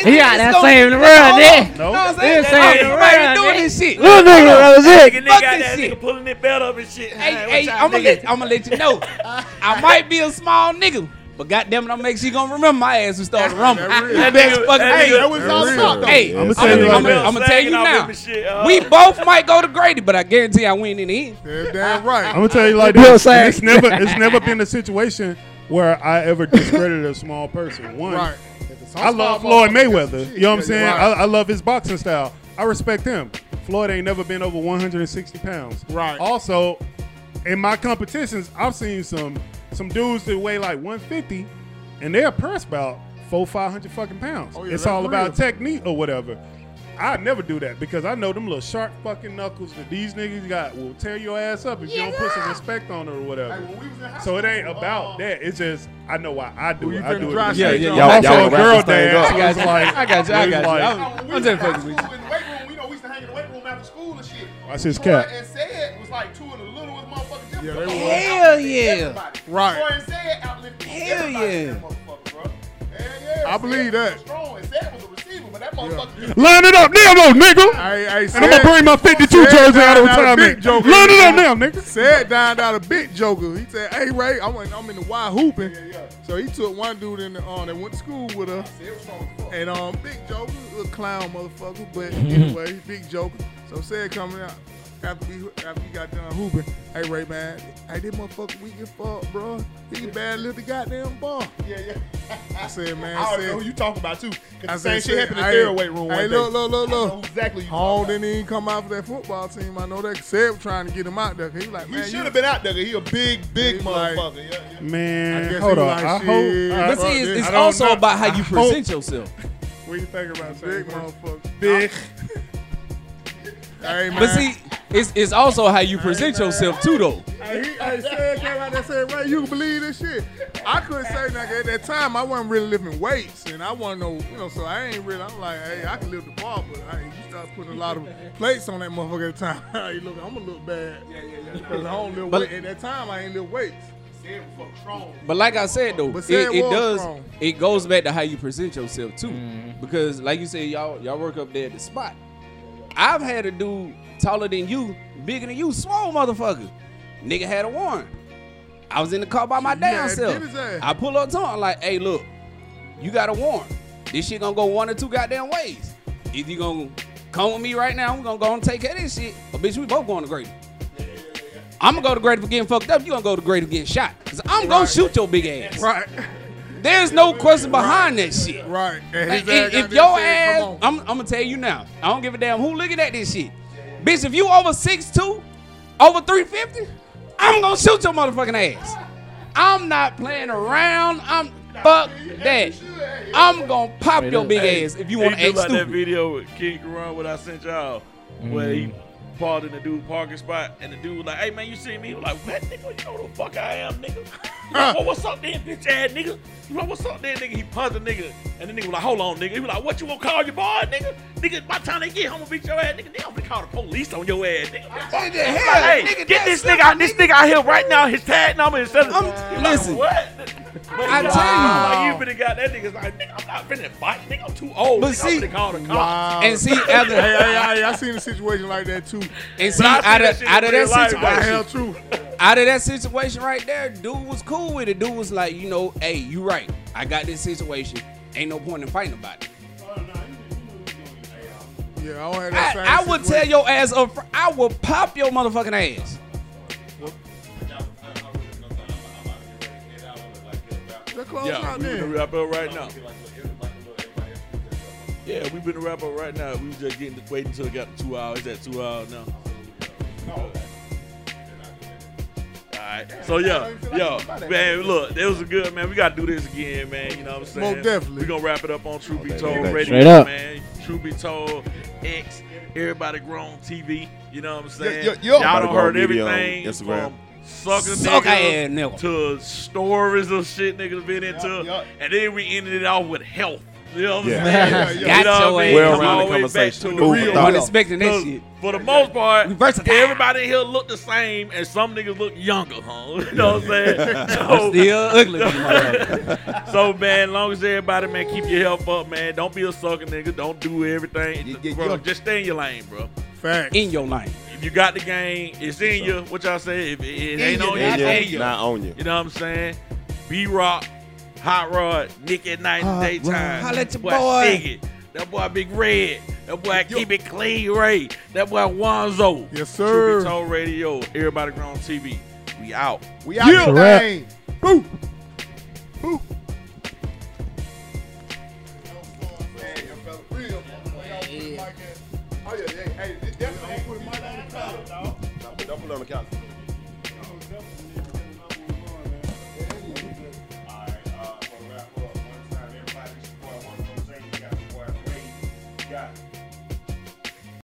He out there
Let's go.
saving the world,
Hold
nigga.
on. Know what I'm saying?
He saving the
Everybody
world,
doing
nigga.
this shit.
Little nigga, that was it.
Nigga,
Fuck
nigga out
this
that
shit.
nigga pulling his belt up and shit.
Hey, hey, I'm gonna let I'm gonna let you know. I might be a small nigga, but goddamn it, I'm make she gonna remember my ass when started rumble.
That
That's
nigga-
fucking
that
hey,
nigga-
That was all about though.
hey,
I'ma
I'm
tell you like this.
gonna tell you
Sagging off
now.
his shit, uh,
We both might go to Grady, but I guarantee I win in the end.
Damn, damn right.
I'm gonna tell you like
Bill
this.
Sack.
It's never it's never been a situation where I ever discredited a small person. One,
Right.
I love Floyd Mayweather. You know what I'm
Yeah,
saying?
right.
I, I love his boxing style. I respect him. Floyd ain't never been over 160 pounds.
Right.
Also, in my competitions, I've seen some some dudes that weigh like 150, and they're pressed about four, five hundred fucking pounds.
Oh, yeah,
it's
that's
all about
real.
technique or whatever. I never do that because I know them little sharp fucking knuckles that these niggas got will tear your ass up if you don't put some respect on it or whatever.
Like, when we was in high
So it ain't
school,
about
uh,
that. It's just I know why I do
Who
it.
you
I
finna
do
dry
it.
Yeah,
because
yeah,
I
y'all-
also
y'all
a
wrap
girl
this thing
dance.
up.
was like,
I got you. I
was
got you.
like-
I was-
When we
I'm
was in
just
high
fucking
school, in
with you.
the weight room, you know, we used to hang in the weight room after school and shit.
Watch his
Troy
cap.
and said was like two of the littlest motherfuckers.
Yeah,
Everybody outlifted
Hell
they were.
yeah.
everybody.
Right.
Troy and said outlifted
Hell
everybody in
yeah.
that motherfucker, bro. Hell yeah.
I believe
Said
that.
was Strong and said was a receiver, but that motherfucker. just-
Line it up now, though, nigga.
Hey, hey,
And I'm gonna bring my 52
Said
jersey out of
down out a
retirement.
big joker.
Line it up now, nigga.
Said dined out a big joker. He said, "Hey Ray, I'm in, I'm in the Y hooping." So he took one dude in the um, that went to school with her, and um, big joker, a clown motherfucker. But anyway, big joker. So said coming out after we after he got done hooping. Hey Ray, man, hey this motherfucker weak as fuck, bro. He can barely lift the goddamn ball.
Yeah, yeah.
I said, man,
I already
said-
know who you talking about too. 'cause
I
the same
said,
shit happened in
hey,
their weight room. one day.
Hey, look, look, look,
I know
look.
exactly. who you
Home
talking
didn't even come out for that football team. I know that. Seb trying to get him out there. He was like,
about.
man,
He
you-
should have been out there. 'cause He a big, big
He like-
motherfucker. yeah, yeah.
I
Man,
guess
hold
he
on.
like,
I
shit.
hope.
This
But see,
I
it's, it's
don't
also
know.
about how you
I
present yourself.
What you think about
big motherfucker.
Big.
Hey, man.
But see, it's it's also how you present yourself too, though.
hey, he, hey, Seb came out there and said, Ray, you can believe this shit. I couldn't say nothing. At that time, I wasn't really lifting weights, and I wasn't no, you know, so I ain't really, I'm like, hey, I can lift the ball, but hey, you start putting a lot of plates on that motherfucker at the time. hey, look, I'm going to look bad. Yeah, yeah, yeah. Because I don't lift
But-
weight. At that time, I ain't lift weights.
But like I said though,
But
it,
said
it
was
does
wrong.
it goes back to how you present yourself too. Because like you said, y'all y'all work up there at the spot. I've had a dude taller than you, bigger than you, small motherfucker. Nigga had a warrant. I was in the car by my
Yeah,
damn
get
self.
his ass.
I pull up to him I'm like, hey look, you got a warrant. This shit gonna go one or two goddamn ways. Either you gonna come with me right now, we gonna go and take care of this shit, or bitch, we both going to Grady. I'm gonna go to Grady for getting fucked up. You gonna go to Grady for getting shot. Cause I'm gonna shoot your big ass.
Right,
There's no question behind that shit.
right. And his
Like, if,
got
if
there
your
said,
ass,
"Come on."
I'm, I'm gonna tell you now. I don't give a damn who looking at this shit. Bitch, if you over 6'2", over 350, I'm gonna shoot your motherfucking ass. I'm not playing around. I'm fuck that. I'm gonna pop your big ass if you
He
want to
do
act
like that
stupid.
video with King Karan, what I sent y'all, where
Mm.
he parked in the dude parking spot, and the dude was like, "Hey man, you see me?" He was like, "What nigga? You know who the fuck I am, nigga? You know, what- what's up then, bitch ass nigga? You know what's up then, nigga?" He punched the nigga, and the nigga was like, "Hold on, nigga." He was like, "What you gonna call your boy, nigga? Nigga, by the time they get home, I'm gonna beat your ass, nigga. Nigga, I'm gonna call the police on your ass, nigga."
What the
He was
hell,
like, hey,
nigga,
get
that's
this nigga, out, this nigga out here right now. His tag number is. I'm,
listen.
what? But
I
you know,
tell you.
like, you finna got that nigga's like, nigga, I'm not finna fight, nigga. I'm too old.
But
nigga,
see-
I'm finna call the cops.
Wow.
And see, out
hey,
of,
hey, hey, I seen a situation like that too.
and see,
I see
out
that
of,
shit
out of
in real
that
life,
situation,
I hell true.
out of that situation right there, dude was cool with it. Dude was like, you know, hey, you right. I got this situation. Ain't no point in fighting about it.
Yeah, I don't have that same
I, I would tell
situation.
your ass up. fr- I will pop your motherfucking ass.
They're close
Yeah,
out
we
there.
finna wrap up right now. Yeah, we finna wrap up right now. We was just getting to wait until it got to two hours. It's at two hours now. All right, right. So yeah, yo, man, look, it was good, man. We gotta do this again, man. You know what I'm saying?
Most definitely.
We gonna wrap it up on True Be
baby,
Told
baby.
Radio,
Straight up.
man. True Be Told X, everybody grown TV. You know what I'm saying?
yeah, yeah.
Y'all done
Everybody
heard
Grown Media on
everything
Instagram.
from sucker
Sucker ass
niggas
nigga.
to stories of shit niggas been into,
yeah.
and then we ended it off with health. You know what I'm
Yeah.
saying?
Yeah, yeah,
You know
yeah.
what I mean?
Well-rounded
Come all the way back
conversation.
to the
Food for
real.
thought.
I'm expecting that
Cause
shit.
For the most part,
We versatile.
everybody here look the same, and some niggas look younger, huh? You know what I'm saying? So,
Still ugly. than motherfucker.
so, man, long as everybody, man, keep your health up, man. Don't be a sucker, nigga. Don't do everything.
Yeah, yeah,
bro,
yeah.
just stay in your lane, bro.
Fact.
In your lane.
If you got the game, it's in you. What y'all say? If it, it ain't
you,
on you,
not
it's
on
in
Yeah,
you.
not on you.
You know what I'm saying? B Rock, Hot Rod, Nick at Night, and Daytime.
Holla at your
boy.
boy.
Siggy. That boy Big Red. That boy Keep It Clean Ray. That boy Wanzo.
Yes,
True
sir.
Be Told Radio. Everybody Grown TV. We out.
We out
Correct.
here, Boom. Oh,